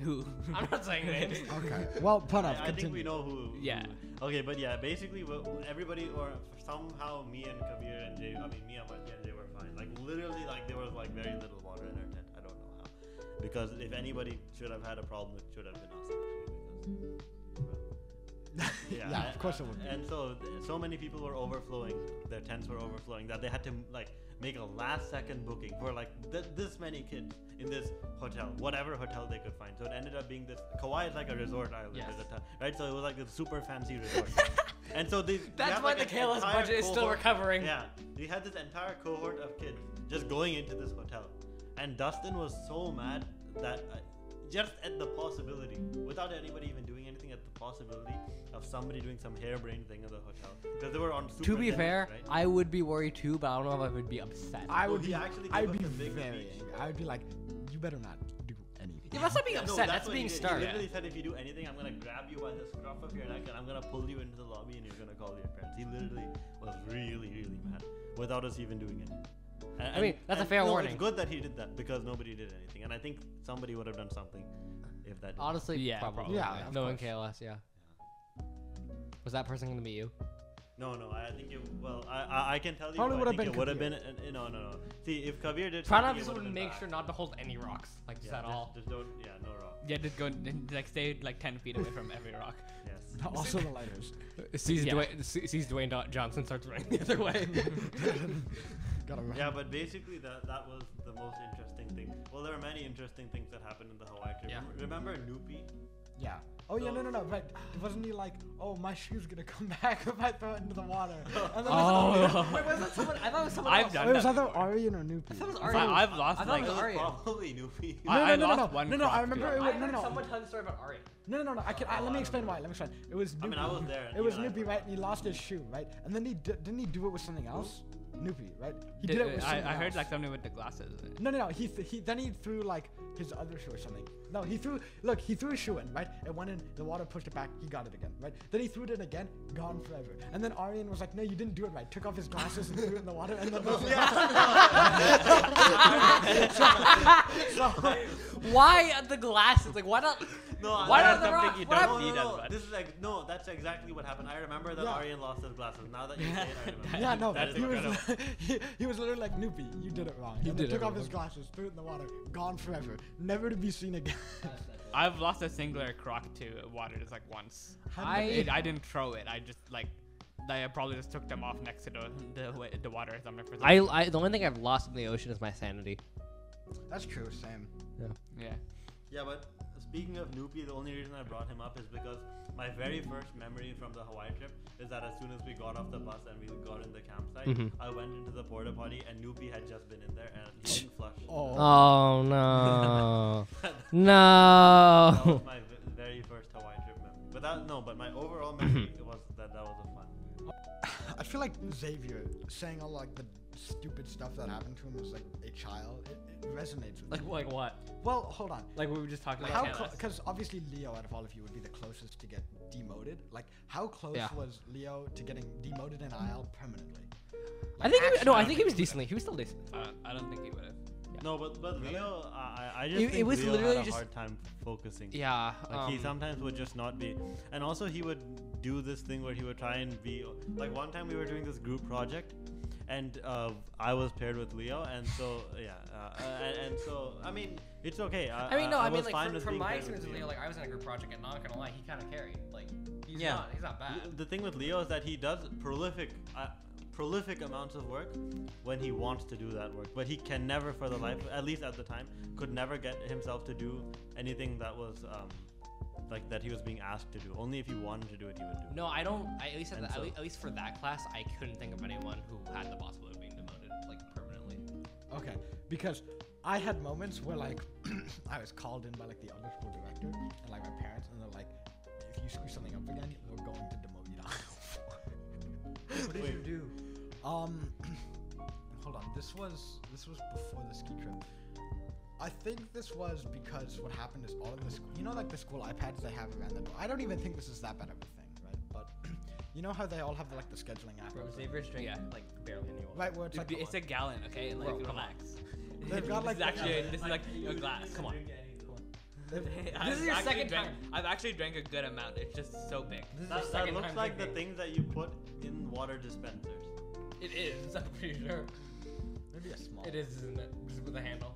Speaker 4: Who?
Speaker 2: I'm
Speaker 4: [laughs]
Speaker 2: not saying names.
Speaker 3: Okay. [laughs] Well, put up.
Speaker 1: I, I think we know who.
Speaker 4: Yeah.
Speaker 1: who- Okay, but yeah, basically, wh- everybody or somehow me and Kabir and Jay, I mean me and Marty and Jay were fine. Like literally, like there was like very little water in our tent. I don't know how, because if anybody should have had a problem, it should have been us. Actually, because,
Speaker 3: Yeah, of course it would be.
Speaker 1: And so, so many people were overflowing. Their tents were overflowing that they had to like make a last-second booking for like th- this many kids in this hotel, whatever hotel they could find. So it ended up being this. Kauai is like a resort island.
Speaker 2: Yes.
Speaker 1: There's a ton- right? So it was like a super fancy
Speaker 2: [laughs]
Speaker 1: resort. and so they. we
Speaker 2: That's
Speaker 1: have,
Speaker 2: why
Speaker 1: like,
Speaker 2: the
Speaker 1: an
Speaker 2: KLS
Speaker 1: entire
Speaker 2: budget is still
Speaker 1: cohort-
Speaker 2: recovering.
Speaker 1: Yeah, we had this entire cohort of kids just going into this hotel, and Dustin was so mad that. I, just at the possibility, without anybody even doing anything, at the possibility of somebody doing some harebrained thing in the hotel, because they were on. Super
Speaker 2: To be
Speaker 1: dense,
Speaker 2: fair,
Speaker 1: right?
Speaker 2: I would be worried too, but I don't know if I would be upset.
Speaker 3: I
Speaker 1: Well,
Speaker 3: would
Speaker 1: he
Speaker 3: be.
Speaker 1: actually
Speaker 3: I
Speaker 1: gave
Speaker 3: would
Speaker 1: us
Speaker 3: be
Speaker 1: a big
Speaker 3: very
Speaker 1: speech.
Speaker 3: angry. I would be like, you better not do anything.
Speaker 2: Yeah, that's not being
Speaker 1: Yeah, no,
Speaker 2: upset. that's,
Speaker 1: what he
Speaker 2: being
Speaker 1: did.
Speaker 2: starved.
Speaker 1: He literally said, if you do anything, I'm gonna grab you by the scruff of your neck and I'm gonna pull you into the lobby and you're gonna call your parents. He literally was really, really mad without us even doing anything. And-
Speaker 2: I mean,
Speaker 1: and-
Speaker 2: that's a
Speaker 1: and
Speaker 2: fair
Speaker 1: no,
Speaker 2: warning.
Speaker 1: It's good that he did that because nobody did anything, and I think somebody would have done something if that. didn't happen.
Speaker 2: Honestly,
Speaker 4: Yeah,
Speaker 2: probably.
Speaker 4: probably.
Speaker 3: Yeah, of
Speaker 2: no one
Speaker 3: course.
Speaker 2: KLS. Yeah. Was that person gonna be you?
Speaker 1: No, no, I think it. Well, I, I, I can tell you.
Speaker 3: Probably
Speaker 1: I
Speaker 3: would've
Speaker 1: think
Speaker 3: been
Speaker 1: it would have
Speaker 3: Kabir.
Speaker 1: been. uh, no, no, no. See, if Kabir did.
Speaker 2: Try
Speaker 1: something,
Speaker 2: not
Speaker 1: it
Speaker 2: just
Speaker 1: would've been
Speaker 2: would make
Speaker 1: bad.
Speaker 2: sure not to hold any rocks, like
Speaker 1: Yeah,
Speaker 2: just at
Speaker 1: just-
Speaker 2: all.
Speaker 1: Just don't. Yeah, no rock.
Speaker 4: Yeah, just go like stay like ten feet away from every rock.
Speaker 1: Yes.
Speaker 3: Also [laughs] the lighters.
Speaker 2: Sees
Speaker 4: Yeah.
Speaker 2: Dwayne, see- sees Dwayne Do- Johnson starts running the other [laughs] way.
Speaker 3: Gotta run.
Speaker 1: Yeah, but basically that that was the most interesting thing. Well, there were many interesting things that happened in the Hawaii trip.
Speaker 2: Yeah.
Speaker 1: Remem- Remember Noopy?
Speaker 3: Yeah. Oh yeah, no, no, no. Right. Wasn't he like, oh, my shoe's gonna come [laughs] back if I throw it into the water? And then [laughs]
Speaker 4: Oh.
Speaker 2: Wait, was that someone? I thought it was someone
Speaker 4: I've
Speaker 2: else.
Speaker 4: done
Speaker 3: Wait, was
Speaker 4: that
Speaker 3: either
Speaker 4: before.
Speaker 3: Aryan or Nupi?
Speaker 2: thought it was
Speaker 4: I-
Speaker 2: Aryan.
Speaker 4: I've lost,
Speaker 2: I thought
Speaker 4: like-
Speaker 2: it
Speaker 1: It
Speaker 2: was
Speaker 1: was
Speaker 2: Aryan.
Speaker 1: probably Noopy.
Speaker 3: No,
Speaker 4: I-
Speaker 3: no,
Speaker 4: I
Speaker 3: no, no,
Speaker 4: lost
Speaker 3: no.
Speaker 4: one
Speaker 3: No, no, I
Speaker 4: crop, dude.
Speaker 3: remember it
Speaker 2: I
Speaker 3: was, no,
Speaker 2: heard
Speaker 3: no,
Speaker 2: someone tell the story about Aryan.
Speaker 3: no, no, no, no. I can. I, let me explain why. Let me explain. It was. Nupi.
Speaker 1: I mean, I was there, and
Speaker 3: It was
Speaker 1: even I
Speaker 3: Nupi,
Speaker 1: forgot.
Speaker 3: right? And he lost his shoe, right? And then he d- didn't he do it with something else? Nupi, right? He did, it with
Speaker 4: I,
Speaker 3: something
Speaker 4: I heard
Speaker 3: else.
Speaker 4: like something with the glasses.
Speaker 3: No, no, no. He, th- he then he threw like his other shoe or something. No, he threw. Look, he threw his shoe in, right? It went in. The water pushed it back. He got it again, right? Then he threw it in again. Gone forever. And then Aryan was like, "No, you didn't do it right." Took off his glasses and threw it in the water. And [laughs] then
Speaker 2: Why are the glasses? Like, why not?
Speaker 1: No, I-
Speaker 2: why
Speaker 1: I
Speaker 2: not
Speaker 1: had
Speaker 2: the
Speaker 4: something
Speaker 2: rock?
Speaker 4: you
Speaker 2: Why
Speaker 4: don't
Speaker 2: not-
Speaker 1: no,
Speaker 4: need
Speaker 1: no,
Speaker 4: as
Speaker 1: no.
Speaker 4: much.
Speaker 1: This is like no. That's exactly what happened. I remember that
Speaker 3: Yeah.
Speaker 1: Aryan lost his glasses. Now that you say it, I remember.
Speaker 3: [laughs] yeah, no,
Speaker 1: That is
Speaker 3: he was [laughs]
Speaker 1: incredible.
Speaker 3: he, he was literally like, "Noopy, you did it wrong." He and then
Speaker 2: did it
Speaker 3: took off
Speaker 2: wrong.
Speaker 3: his glasses, threw it in the water. Gone forever, never to be seen again.
Speaker 4: I've lost a singular croc to water just like once.
Speaker 2: I-
Speaker 4: it, I didn't throw it. I just like I probably just took them off next to the the, wa- the water or something. For some-
Speaker 2: I, I the only thing I've lost in the ocean is my sanity.
Speaker 3: That's true. Same.
Speaker 4: yeah.
Speaker 1: Yeah, but speaking of Noopy, the only reason I brought him up is because my very first memory from the Hawaii trip is that as soon as we got off the bus and we got in the campsite,
Speaker 2: Mhm.
Speaker 1: I went into the porta potty and Noopy had just been in there and he didn't flush. [laughs]
Speaker 3: Oh.
Speaker 2: Oh [laughs] no,
Speaker 1: That was
Speaker 2: no.
Speaker 1: my v- very first Hawaii trip memory. But that no, but my overall memory
Speaker 2: Mm-hmm.
Speaker 1: it was that that was a fun.
Speaker 3: I feel like Xavier saying all like the stupid stuff that happened to him as like a child. It, it resonates with
Speaker 2: Like,
Speaker 3: me.
Speaker 2: like what?
Speaker 3: Well, hold on.
Speaker 2: Like we were just talking
Speaker 3: How?
Speaker 2: about. KLS.
Speaker 3: Because obviously Leo, out of all of you, would be the closest to get demoted. Like, how close
Speaker 2: Yeah.
Speaker 3: was Leo to getting demoted in IL permanently?
Speaker 2: I think he was, no, I think
Speaker 4: don't think
Speaker 2: he was
Speaker 4: he
Speaker 2: decently. He was still decent.
Speaker 4: Uh, I don't think he would have.
Speaker 1: No, but but Leo, I I I just
Speaker 2: It- it
Speaker 1: think
Speaker 2: was
Speaker 1: Leo
Speaker 2: literally
Speaker 1: had a
Speaker 2: just-
Speaker 1: hard time focusing.
Speaker 2: Yeah.
Speaker 1: Like he
Speaker 2: um,
Speaker 1: sometimes would just not be, and also he would do this thing where he would try and be like one time we were doing this group project, and uh, I was paired with Leo, and so yeah, uh, and, and so I mean it's okay. I,
Speaker 2: I mean, no, I, mean,
Speaker 1: was
Speaker 2: like
Speaker 1: fine
Speaker 2: from,
Speaker 1: with
Speaker 2: from
Speaker 1: being
Speaker 2: my
Speaker 1: paired with
Speaker 2: experience with Leo, like I was in a group project, and not gonna lie, he kind of carried. Like, he's
Speaker 1: Yeah.
Speaker 2: not, he's not bad.
Speaker 1: The thing with Leo is that he does prolific, uh, prolific amounts of work when he wants to do that work, but he can never, for the life, at least at the time, could never get himself to do anything that was um, like that he was being asked to do. Only if he wanted to do it, he would do. it.
Speaker 2: No, I don't. I, at least at,
Speaker 1: And
Speaker 2: the, at,
Speaker 1: so-
Speaker 2: least, at least for that class, I couldn't think of anyone who had the possibility of being demoted like permanently.
Speaker 3: Okay, because I had moments where like [clears throat] I was called in by like the other school director and like my parents, and they're like, "If you screw something up again, we're going to [laughs] did
Speaker 1: Wait.
Speaker 3: you do? Um, [clears throat] hold on. This was this was before the ski trip. I think this was because what happened is all of the school, you know, like the school iPads they have around the door. I don't even think this is that bad of a thing, right? But [clears throat] you know how they all have like the scheduling app,
Speaker 2: Bro, Xavier's drinking
Speaker 4: Yeah.
Speaker 2: like barely anyone.
Speaker 3: right? Where it's like
Speaker 4: Dude, it's a gallon, okay? Like,
Speaker 2: Bro, come on.
Speaker 4: relax.
Speaker 3: They've got, like,
Speaker 4: this is actually,
Speaker 3: the-
Speaker 4: this is like a glass. Come on.
Speaker 3: they've-
Speaker 4: I've
Speaker 2: is your
Speaker 4: actually
Speaker 2: second
Speaker 4: drank-
Speaker 2: time.
Speaker 4: I've actually drank a good amount. It's just so big.
Speaker 2: This is your
Speaker 1: That, that
Speaker 2: second
Speaker 1: looks
Speaker 2: time
Speaker 1: like the thing
Speaker 2: drinking.
Speaker 1: that you put in water dispensers.
Speaker 2: It is. [laughs] I'm pretty sure.
Speaker 3: maybe a small.
Speaker 2: It is, isn't it? Just with a handle.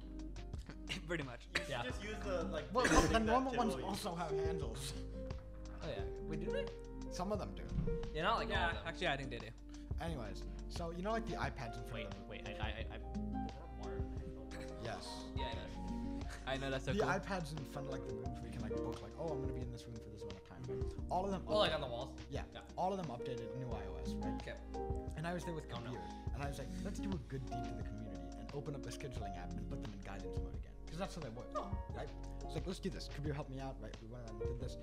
Speaker 4: [laughs] Pretty much.
Speaker 1: You should
Speaker 2: Yeah.
Speaker 1: Just use the like. [laughs]
Speaker 3: Well,
Speaker 1: thing
Speaker 3: the
Speaker 1: that
Speaker 3: normal
Speaker 1: Tibble
Speaker 3: ones
Speaker 1: uses.
Speaker 3: also have handles.
Speaker 2: Oh yeah. Wait, did we?
Speaker 3: Some of them do.
Speaker 2: Yeah, not like all
Speaker 4: Yeah,
Speaker 2: of them.
Speaker 4: actually, I think they do.
Speaker 3: Anyways, so you know like the iPads in front
Speaker 2: Wait,
Speaker 3: of them.
Speaker 2: wait. I, I, [laughs] I. Is that water?
Speaker 3: Yes.
Speaker 4: Yeah, I know. I know that's so
Speaker 3: the
Speaker 4: cool.
Speaker 3: iPads in front of like the rooms where you can like book like, oh, I'm gonna be in this room for this amount of time. right? All of them.
Speaker 2: Oh, like
Speaker 3: updated-
Speaker 2: on the walls.
Speaker 3: Yeah,
Speaker 2: Yeah.
Speaker 3: all of them updated new iOS, right?
Speaker 2: Okay.
Speaker 3: And I was there with
Speaker 2: Oh, no.
Speaker 3: computer, and I was like, let's do a good deed to the community and open up the scheduling app and put them in guidance mode again, because that's how they work, right? It's like, let's do this. Kabir helped me out, right? We went and did this.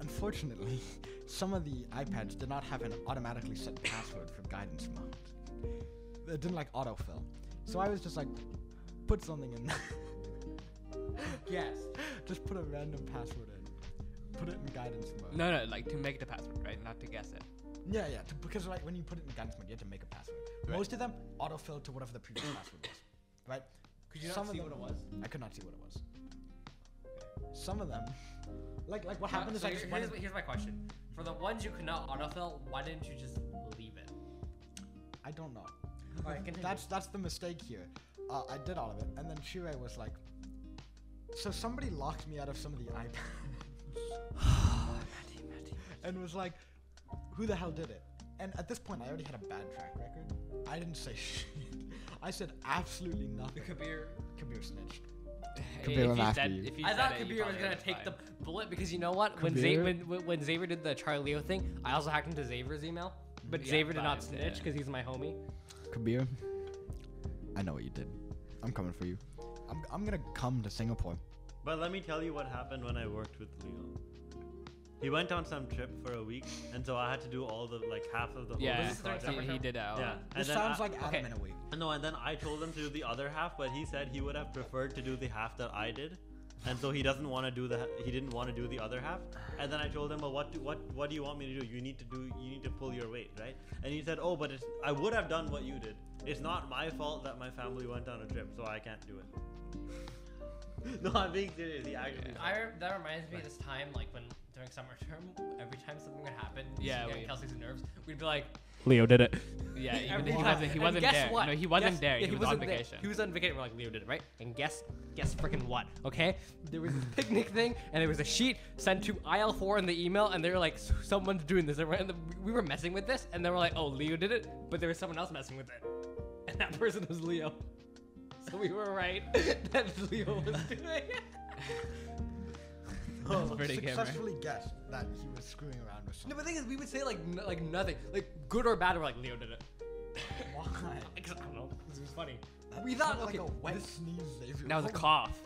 Speaker 3: Unfortunately, [laughs] some of the iPads did not have an automatically set password for guidance mode. It didn't like autofill, so I was just like, put something in.
Speaker 2: Yes.
Speaker 3: [laughs] just put a random password in. Put it in guidance mode.
Speaker 4: No, no, like to make the password, right? Not to guess it.
Speaker 3: Yeah, yeah. To, because like when you put it in guidance mode, you have to make a password. Most of them autofill to whatever
Speaker 2: [coughs]
Speaker 3: the previous password was, right?
Speaker 2: Could you not
Speaker 3: Some of
Speaker 2: see
Speaker 3: them-
Speaker 2: what it was?
Speaker 3: I could not see what it was. Some of them, like like what happened is
Speaker 2: so
Speaker 3: I
Speaker 2: here-
Speaker 3: just went.
Speaker 2: here's, here's my question. For the ones you could not autofill, why didn't you just leave it?
Speaker 3: I don't know.
Speaker 2: All right, continue.
Speaker 3: That's that's the mistake here. Uh, I did all of it, and then Shirei was like, "So somebody locked me out of some of
Speaker 2: [laughs]
Speaker 3: the iPads,"
Speaker 2: Oh,
Speaker 3: and was like, "Who the hell did it?" And at this point, I already had a bad track record. I didn't say [laughs] shit. I said absolutely nothing.
Speaker 2: Kabir.
Speaker 3: Kabir snitched.
Speaker 4: if
Speaker 3: and
Speaker 4: you
Speaker 3: after
Speaker 4: said,
Speaker 3: you.
Speaker 4: If you
Speaker 2: I
Speaker 4: said
Speaker 2: thought
Speaker 4: it, you
Speaker 2: Kabir was
Speaker 4: probably
Speaker 2: gonna
Speaker 4: would've
Speaker 2: take the
Speaker 4: died.
Speaker 2: bullet because you know what? When
Speaker 3: Kabir?
Speaker 2: Xavier when, when- when Xavier did the Charlie Leo thing, I also hacked into Xavier's email. But
Speaker 4: Yeah,
Speaker 2: Xavier did not
Speaker 4: vibes,
Speaker 2: snitch
Speaker 4: yeah.
Speaker 2: because he's my homie.
Speaker 3: Kabir, I know what you did. I'm coming for you. I'm, I'm gonna come to Singapore.
Speaker 1: But let me tell you what happened when I worked with Leo. He went on some trip for a week, and so I had to do all the like half of the whole
Speaker 4: Yeah,
Speaker 2: This is the
Speaker 1: project.
Speaker 2: third
Speaker 4: he, he did that.
Speaker 1: Yeah, and
Speaker 4: one.
Speaker 3: Um, this
Speaker 1: then
Speaker 3: sounds
Speaker 1: I-
Speaker 3: like Adam
Speaker 2: okay.
Speaker 3: in a week.
Speaker 1: no, and then I told him to do the other half, but he said he would have preferred to do the half that I did, and so he doesn't want to do the he didn't want to do the other half. And then I told him, well, what do, what what do you want me to do? You need to do you need to pull your weight, right? And he said, oh, but it's, I would have done what you did. It's not my fault that my family went on a trip, so I can't do it. [laughs] no, I'm being serious. He actually.
Speaker 2: I rem- that reminds me of this time, like when during summer term, every time something would happen,
Speaker 4: Yeah,
Speaker 2: yeah,
Speaker 4: we-
Speaker 2: getting Kelsey's nerves, we'd be like,
Speaker 1: Leo did it.
Speaker 4: [laughs] Yeah, even
Speaker 2: every
Speaker 4: he
Speaker 2: time-
Speaker 4: wasn't, he
Speaker 2: and
Speaker 4: wasn't
Speaker 2: guess
Speaker 4: there.
Speaker 2: What?
Speaker 4: No, he wasn't
Speaker 2: Guess-
Speaker 4: there.
Speaker 2: yeah,
Speaker 4: He, was on
Speaker 2: wasn't there.
Speaker 4: vacation.
Speaker 2: He was on vacation. We're like, Leo did it, right? And guess, guess freaking what? Okay, there was this [laughs] picnic thing, and there was a sheet sent to IL four in the email, and they were like, "S- someone's doing this. And we're- and we were messing with this, and they were like, oh, Leo did it, but there was someone else messing with it, and that person was Leo. So we were right [laughs] that Leo
Speaker 4: [laughs]
Speaker 2: was doing it.
Speaker 4: That's pretty good, right?
Speaker 3: Successfully guessed that he was screwing around with
Speaker 2: No,
Speaker 3: something.
Speaker 2: but the thing is, we would say like n- like nothing, like good or bad. We're like Leo did it. [laughs]
Speaker 3: Why? [laughs]
Speaker 2: Because I don't know. 'cause it was funny.
Speaker 3: That
Speaker 2: we thought
Speaker 3: sounded
Speaker 2: okay.
Speaker 3: like a wet sneeze. Xavier.
Speaker 4: That was a
Speaker 3: Oh, [laughs]
Speaker 4: cough.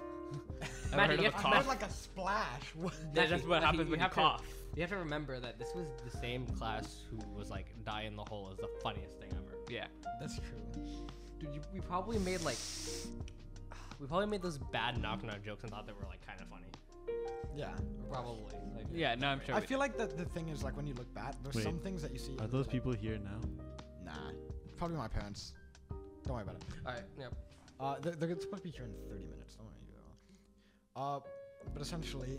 Speaker 4: Ever
Speaker 2: Maddie,
Speaker 4: heard of
Speaker 2: you
Speaker 4: a
Speaker 2: have to-
Speaker 3: That was
Speaker 4: cough?
Speaker 3: like a splash. [laughs] What-
Speaker 4: That's just what
Speaker 2: Matthew,
Speaker 4: happens when you
Speaker 2: have to-
Speaker 4: cough.
Speaker 2: you have to remember that this was the same class who was like die in the hole is the funniest thing ever.
Speaker 4: Yeah.
Speaker 3: That's true.
Speaker 2: Dude, you, we probably made like [sighs] we probably made those bad knock knock jokes and thought they were like kind of funny.
Speaker 3: Yeah.
Speaker 2: Probably. Like,
Speaker 4: Yeah, no, I'm sure.
Speaker 3: I
Speaker 4: we-
Speaker 3: feel like that the thing is like when you look back, there's
Speaker 1: Wait.
Speaker 3: some things that you see.
Speaker 1: Are
Speaker 3: and
Speaker 1: those
Speaker 3: like,
Speaker 1: people here now?
Speaker 3: Nah. Probably my parents. Don't worry about it.
Speaker 2: All right. Yep. [laughs]
Speaker 3: Uh, they're, they're supposed to be here in 30 minutes. Don't worry. you know. Uh, but essentially,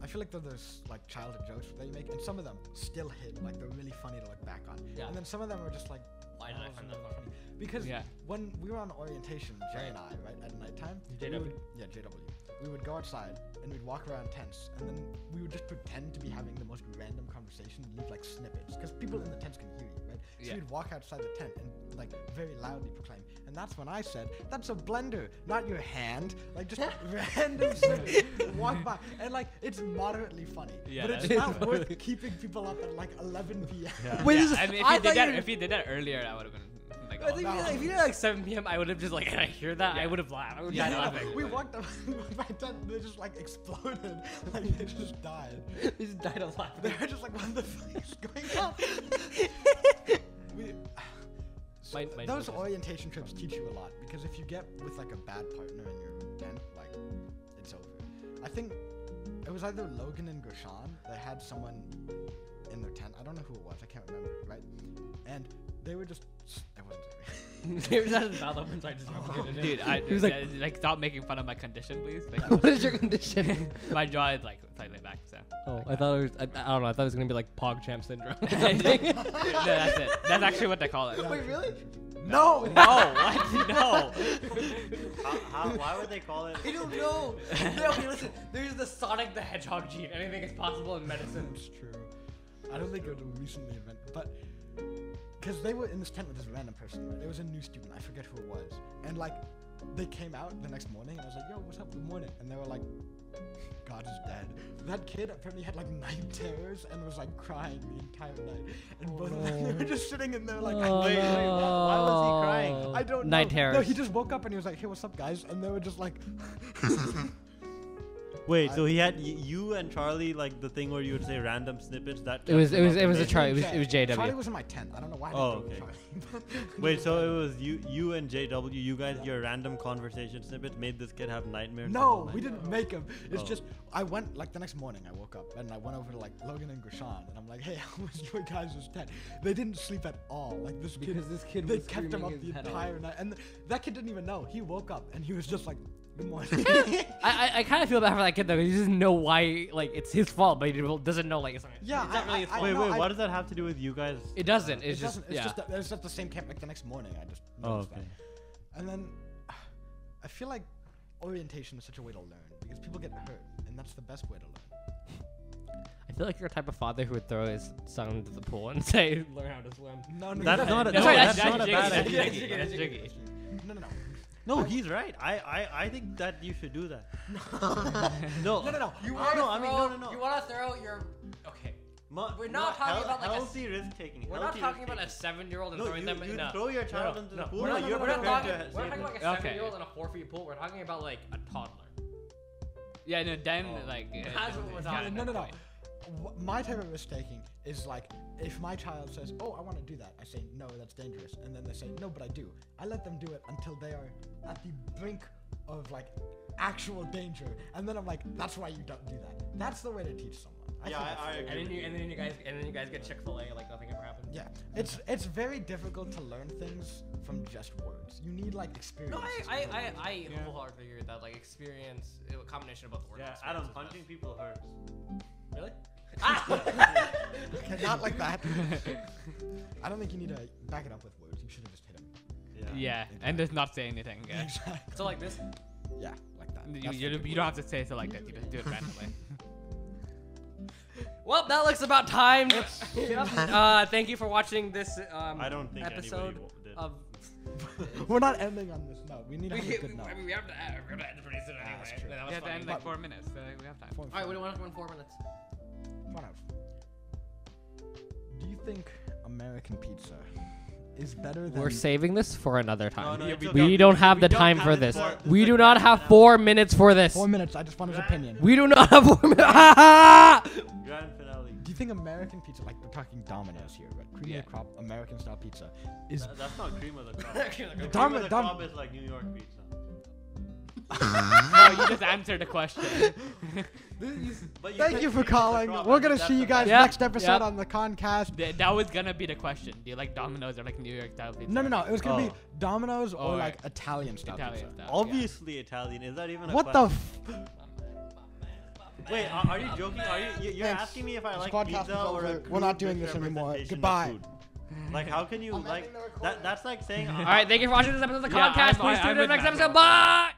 Speaker 3: I feel like there- there's like childhood jokes that you make, and some of them still hit. Like they're really funny to look back on.
Speaker 2: Yeah.
Speaker 3: And then some of them are just like.
Speaker 2: Why did I
Speaker 3: "Oh,
Speaker 2: find
Speaker 3: those
Speaker 2: that
Speaker 3: are funny?" Because
Speaker 4: Yeah.
Speaker 3: when we were on orientation, Jay and I, right at nighttime, we
Speaker 2: JW.
Speaker 3: would- yeah, JW, we would go outside and we'd walk around tents, and then we would just pretend to be having the most random conversation, and leave like snippets, because people in the tents can hear you, right? So
Speaker 4: Yeah.
Speaker 3: we'd walk outside the tent and like very loudly proclaim, and that's when I said, "That's a blender, not your hand." Like [laughs] just random snippets walk by, and like it's moderately funny,
Speaker 4: Yeah,
Speaker 3: but it's
Speaker 4: that is
Speaker 3: not
Speaker 4: funny.
Speaker 3: worth keeping people up at like 11 p.m. [laughs]
Speaker 2: Wait,
Speaker 4: Yeah,
Speaker 2: this is-
Speaker 4: I mean, if
Speaker 2: I
Speaker 4: you
Speaker 2: thought
Speaker 4: did that,
Speaker 2: you-
Speaker 4: if you did that earlier, that would have been like.
Speaker 2: I
Speaker 4: all
Speaker 2: think
Speaker 4: about-
Speaker 3: no.
Speaker 2: if you did like 7 p.m., I would have just
Speaker 4: [laughs]
Speaker 2: like I hear that, I
Speaker 4: Yeah.
Speaker 2: would have laughed. I would
Speaker 3: [laughs]
Speaker 4: Yeah,
Speaker 2: have
Speaker 4: no,
Speaker 2: died
Speaker 4: I
Speaker 2: laughing.
Speaker 4: [laughs] think-
Speaker 3: We walked up by tent, they just like exploded. [laughs] Like they just died. [laughs]
Speaker 2: They just "Oh." died of laughter. [laughs]
Speaker 3: They were just like, what the fuck is going on? we, those orientation trips teach you a lot because if you get with like a bad partner and you're bent, like it's over. I think it was either Logan and Gershon that had someone in their tent. I don't know who it was. I can't remember. Right, and they were just. It wasn't.
Speaker 2: There's not about that one, so Oh, I just remembered [laughs] it.
Speaker 4: Dude, I,
Speaker 2: He was like-
Speaker 4: like, like, stop making fun of my condition, please. Thank
Speaker 2: [laughs]
Speaker 4: you.
Speaker 2: what is your condition? [laughs]
Speaker 4: my jaw is like slightly back, so.
Speaker 2: Oh, I thought it was. I, I don't know. I thought it was gonna be like Pog Champ syndrome. or
Speaker 4: no,
Speaker 2: something. [laughs]
Speaker 4: that's it. That's actually what they call it.
Speaker 3: Wait,
Speaker 4: really?
Speaker 3: [laughs] No.
Speaker 4: No, what? No.
Speaker 2: [laughs]
Speaker 1: How, how, why would they call it?
Speaker 2: I don't know. No, okay, listen. There's the Sonic the Hedgehog gene. Anything is possible in medicine.
Speaker 3: It's true. I don't think it was a recently event, but because they were in this tent with this random person, right? It was a new student. I forget who it was, and like they came out the next morning, and I was like, "Yo, what's up? Good morning." And they were like, "God is dead." That kid apparently had like night terrors and was like crying the entire night, and
Speaker 2: Oh,
Speaker 3: both of them they were just sitting in there like,
Speaker 1: wait, wait, why- why was he crying?
Speaker 2: Oh.
Speaker 3: "I don't know."
Speaker 2: Night terrors.
Speaker 3: No, he just woke up and he was like, "Hey, what's up, guys?" And they were just like,
Speaker 1: Wait, so he had y- you and Charlie like the thing where you would say random snippets that.
Speaker 2: It was-
Speaker 1: kept
Speaker 2: it was-
Speaker 1: up
Speaker 2: it
Speaker 1: to
Speaker 3: [laughs]
Speaker 2: was a
Speaker 1: date?
Speaker 2: Char- it was- it was JW.
Speaker 3: Charlie was in my tent. I don't know why. I
Speaker 1: Oh,
Speaker 3: didn't go with Charlie. [laughs]
Speaker 1: Wait, so it was you, you and JW. You guys, your random conversation snippets made this kid have nightmares. the whole
Speaker 3: No,
Speaker 1: night?
Speaker 3: we didn't make them. It's
Speaker 1: Oh.
Speaker 3: just I went like the next morning. I woke up and I went over to like Logan and Grishan and I'm like, hey, [laughs] how was your guys' tent? They didn't sleep at all. Like this kid,
Speaker 2: Because this kid
Speaker 3: they
Speaker 2: was
Speaker 3: kept him
Speaker 2: screaming
Speaker 3: up
Speaker 2: his
Speaker 3: the
Speaker 2: head off.
Speaker 3: entire night, and th- that kid didn't even know. He woke up and he was just like, good morning.
Speaker 2: I, I, I kind of feel bad for that kid though. 'cause He doesn't know why. Like it's his fault, but he doesn't know. Like it's not.
Speaker 3: yeah,
Speaker 2: it's not
Speaker 3: I-
Speaker 2: really
Speaker 3: I-
Speaker 2: his
Speaker 3: I
Speaker 2: fault.
Speaker 1: Wait,
Speaker 3: know,
Speaker 1: wait.
Speaker 3: I-
Speaker 1: What does that have to do with you guys?
Speaker 2: it doesn't.
Speaker 3: It
Speaker 2: It's just.
Speaker 3: doesn't. It's
Speaker 2: yeah.
Speaker 3: just that- it's just the same camp like the next morning. I just
Speaker 1: Oh,
Speaker 3: noticed
Speaker 1: okay.
Speaker 3: that. And then [sighs] I feel like orientation is such a way to learn because people get hurt, and that's the best way to learn.
Speaker 2: I feel like you're the type of father who would throw his son into the pool and [laughs] say, "Learn how to swim."
Speaker 3: No, no,
Speaker 1: That's not a-
Speaker 2: No,
Speaker 1: No,
Speaker 2: sorry,
Speaker 1: that's
Speaker 2: that's,
Speaker 1: not a
Speaker 2: Jiggy,
Speaker 1: bad
Speaker 2: that's
Speaker 1: idea.
Speaker 2: Jiggy, that's Jiggy.
Speaker 3: No, no, no.
Speaker 1: No, he's right. I, I, I think that you should do that.
Speaker 2: [laughs]
Speaker 1: no,
Speaker 3: No, no, no.
Speaker 1: You want no, I mean, no, no, no.
Speaker 2: want to throw your. Okay.
Speaker 1: Ma-
Speaker 2: we're not talking
Speaker 1: hel-
Speaker 2: about, like, a s-
Speaker 1: healthy risk taking.
Speaker 2: We're not talking about a seven-year-old and
Speaker 1: No,
Speaker 2: throwing
Speaker 1: you-
Speaker 2: them
Speaker 1: you
Speaker 2: in a.
Speaker 1: throw your child into the pool,
Speaker 2: We're
Speaker 1: no,
Speaker 2: not,
Speaker 1: you're
Speaker 2: we're not
Speaker 1: prepared
Speaker 2: talking.
Speaker 1: to-
Speaker 2: We're talking like a
Speaker 4: Okay.
Speaker 2: seven-year-old in a four-feet pool. We're talking about like a toddler.
Speaker 4: Yeah, no, Dan,
Speaker 1: Oh.
Speaker 4: like. uh,
Speaker 2: That's what
Speaker 4: [laughs]
Speaker 2: we're talking
Speaker 3: no, no, no.
Speaker 4: point.
Speaker 3: Wh- My type of risk taking is like if my child says, "Oh, I want to do that," I say, "No, that's dangerous," and then they say, "No, but I do." I let them do it until they are at the brink of like actual danger, and then I'm like, "That's why you don't do that." That's the way to teach someone. I
Speaker 1: Yeah,
Speaker 3: think
Speaker 1: I-
Speaker 3: that's
Speaker 1: I
Speaker 3: the way.
Speaker 1: agree.
Speaker 2: And then you and then you guys and then you guys get Chick Fil A like nothing ever happened.
Speaker 3: Yeah, it's it's very difficult to learn things from just words. You need like experience.
Speaker 2: No, I I I, I wholeheartedly agree with that. Like experience, a combination of both words.
Speaker 1: Yeah,
Speaker 2: and
Speaker 1: Adam,
Speaker 2: [laughs] experience
Speaker 1: punching
Speaker 2: is
Speaker 1: people hurts.
Speaker 2: best. Really? Ah!
Speaker 3: [laughs] not like that.
Speaker 1: [laughs]
Speaker 3: I don't think you need to back it up with words. You should have just hit him.
Speaker 4: Yeah, and just not say anything. Yeah.
Speaker 3: Exactly.
Speaker 2: [laughs] [laughs] so like this.
Speaker 3: Yeah, like that.
Speaker 4: You,
Speaker 3: That's the
Speaker 4: you,
Speaker 3: good
Speaker 4: you
Speaker 3: way.
Speaker 4: don't have to say it like that. You just do it randomly.
Speaker 2: Well, that looks about time. [laughs]
Speaker 3: [laughs]
Speaker 2: uh, thank you for watching this um,
Speaker 1: I don't think
Speaker 2: episode
Speaker 1: anybody w- did.
Speaker 2: of.
Speaker 3: We're not ending on this note. We need to
Speaker 2: We,
Speaker 3: have a
Speaker 2: can't-
Speaker 3: good
Speaker 2: we,
Speaker 3: note.
Speaker 2: I mean, we have to end, we have to end pretty soon anyway.
Speaker 3: that's true.
Speaker 2: That
Speaker 4: We
Speaker 2: was
Speaker 4: have to
Speaker 2: fun.
Speaker 4: end like four minutes, so we have time.
Speaker 3: Fun
Speaker 2: All right,
Speaker 3: fact.
Speaker 2: we don't want to go in four minutes.
Speaker 3: Fun fact. Do you think American pizza is better than?
Speaker 2: saving this for another
Speaker 1: No, no, it's okay.
Speaker 2: We don't have
Speaker 1: We
Speaker 2: the
Speaker 1: don't
Speaker 2: time
Speaker 1: have
Speaker 2: for
Speaker 1: it
Speaker 2: this.
Speaker 1: for- this
Speaker 2: We
Speaker 1: is
Speaker 2: do
Speaker 1: like
Speaker 2: not
Speaker 1: half
Speaker 2: have
Speaker 1: an hour.
Speaker 2: four minutes for this.
Speaker 3: Four minutes. I just want his opinion.
Speaker 2: We do not have [laughs] four minutes.
Speaker 1: Grand finale.
Speaker 3: Do you think American pizza, like we're talking Domino's here, but cream
Speaker 4: Yeah.
Speaker 3: of the crop American style pizza, is
Speaker 1: Th- That's not cream of the crop.
Speaker 2: Cream of the
Speaker 1: the
Speaker 3: crop.
Speaker 1: cream of the
Speaker 3: Dom-
Speaker 1: crop is like New York pizza.
Speaker 4: no, Oh, you just answered the question.
Speaker 1: But
Speaker 3: [laughs] Thank
Speaker 1: said
Speaker 3: you for
Speaker 1: cream of the
Speaker 3: calling.
Speaker 1: crop,
Speaker 3: We're
Speaker 1: I think
Speaker 3: gonna
Speaker 1: that's
Speaker 3: see you
Speaker 1: the
Speaker 3: guys
Speaker 1: best.
Speaker 2: Yeah,
Speaker 3: next episode
Speaker 2: yeah.
Speaker 3: on the Concast.
Speaker 4: Th- that was gonna be the question. Do you like Domino's or like New York style pizza?
Speaker 3: No, no, no. It was gonna
Speaker 1: Oh.
Speaker 3: be Domino's or
Speaker 4: Oh,
Speaker 3: like
Speaker 4: right.
Speaker 3: Italian style
Speaker 4: Italian
Speaker 3: pizza.
Speaker 4: style.
Speaker 1: Obviously Italian. Is that even a
Speaker 3: What the?
Speaker 1: question?
Speaker 3: F-
Speaker 1: Wait, are, are you joking? Are you, you you're
Speaker 3: Thanks.
Speaker 1: asking me if I
Speaker 3: This
Speaker 1: like
Speaker 3: podcast
Speaker 1: pizza
Speaker 3: is
Speaker 1: or a
Speaker 3: over. We're not
Speaker 1: crude
Speaker 3: doing this anymore.
Speaker 1: misrepresentation
Speaker 3: Goodbye.
Speaker 1: of food? Like how can you
Speaker 3: I'm ending
Speaker 1: like
Speaker 3: the recording.
Speaker 1: that that's like saying
Speaker 2: All right, thank you for watching this episode of the
Speaker 4: Yeah,
Speaker 2: Concast.
Speaker 4: I'm-
Speaker 2: Please tune
Speaker 4: I- I'm
Speaker 2: in to the
Speaker 4: with
Speaker 2: next
Speaker 4: Matt.
Speaker 2: episode. Bye.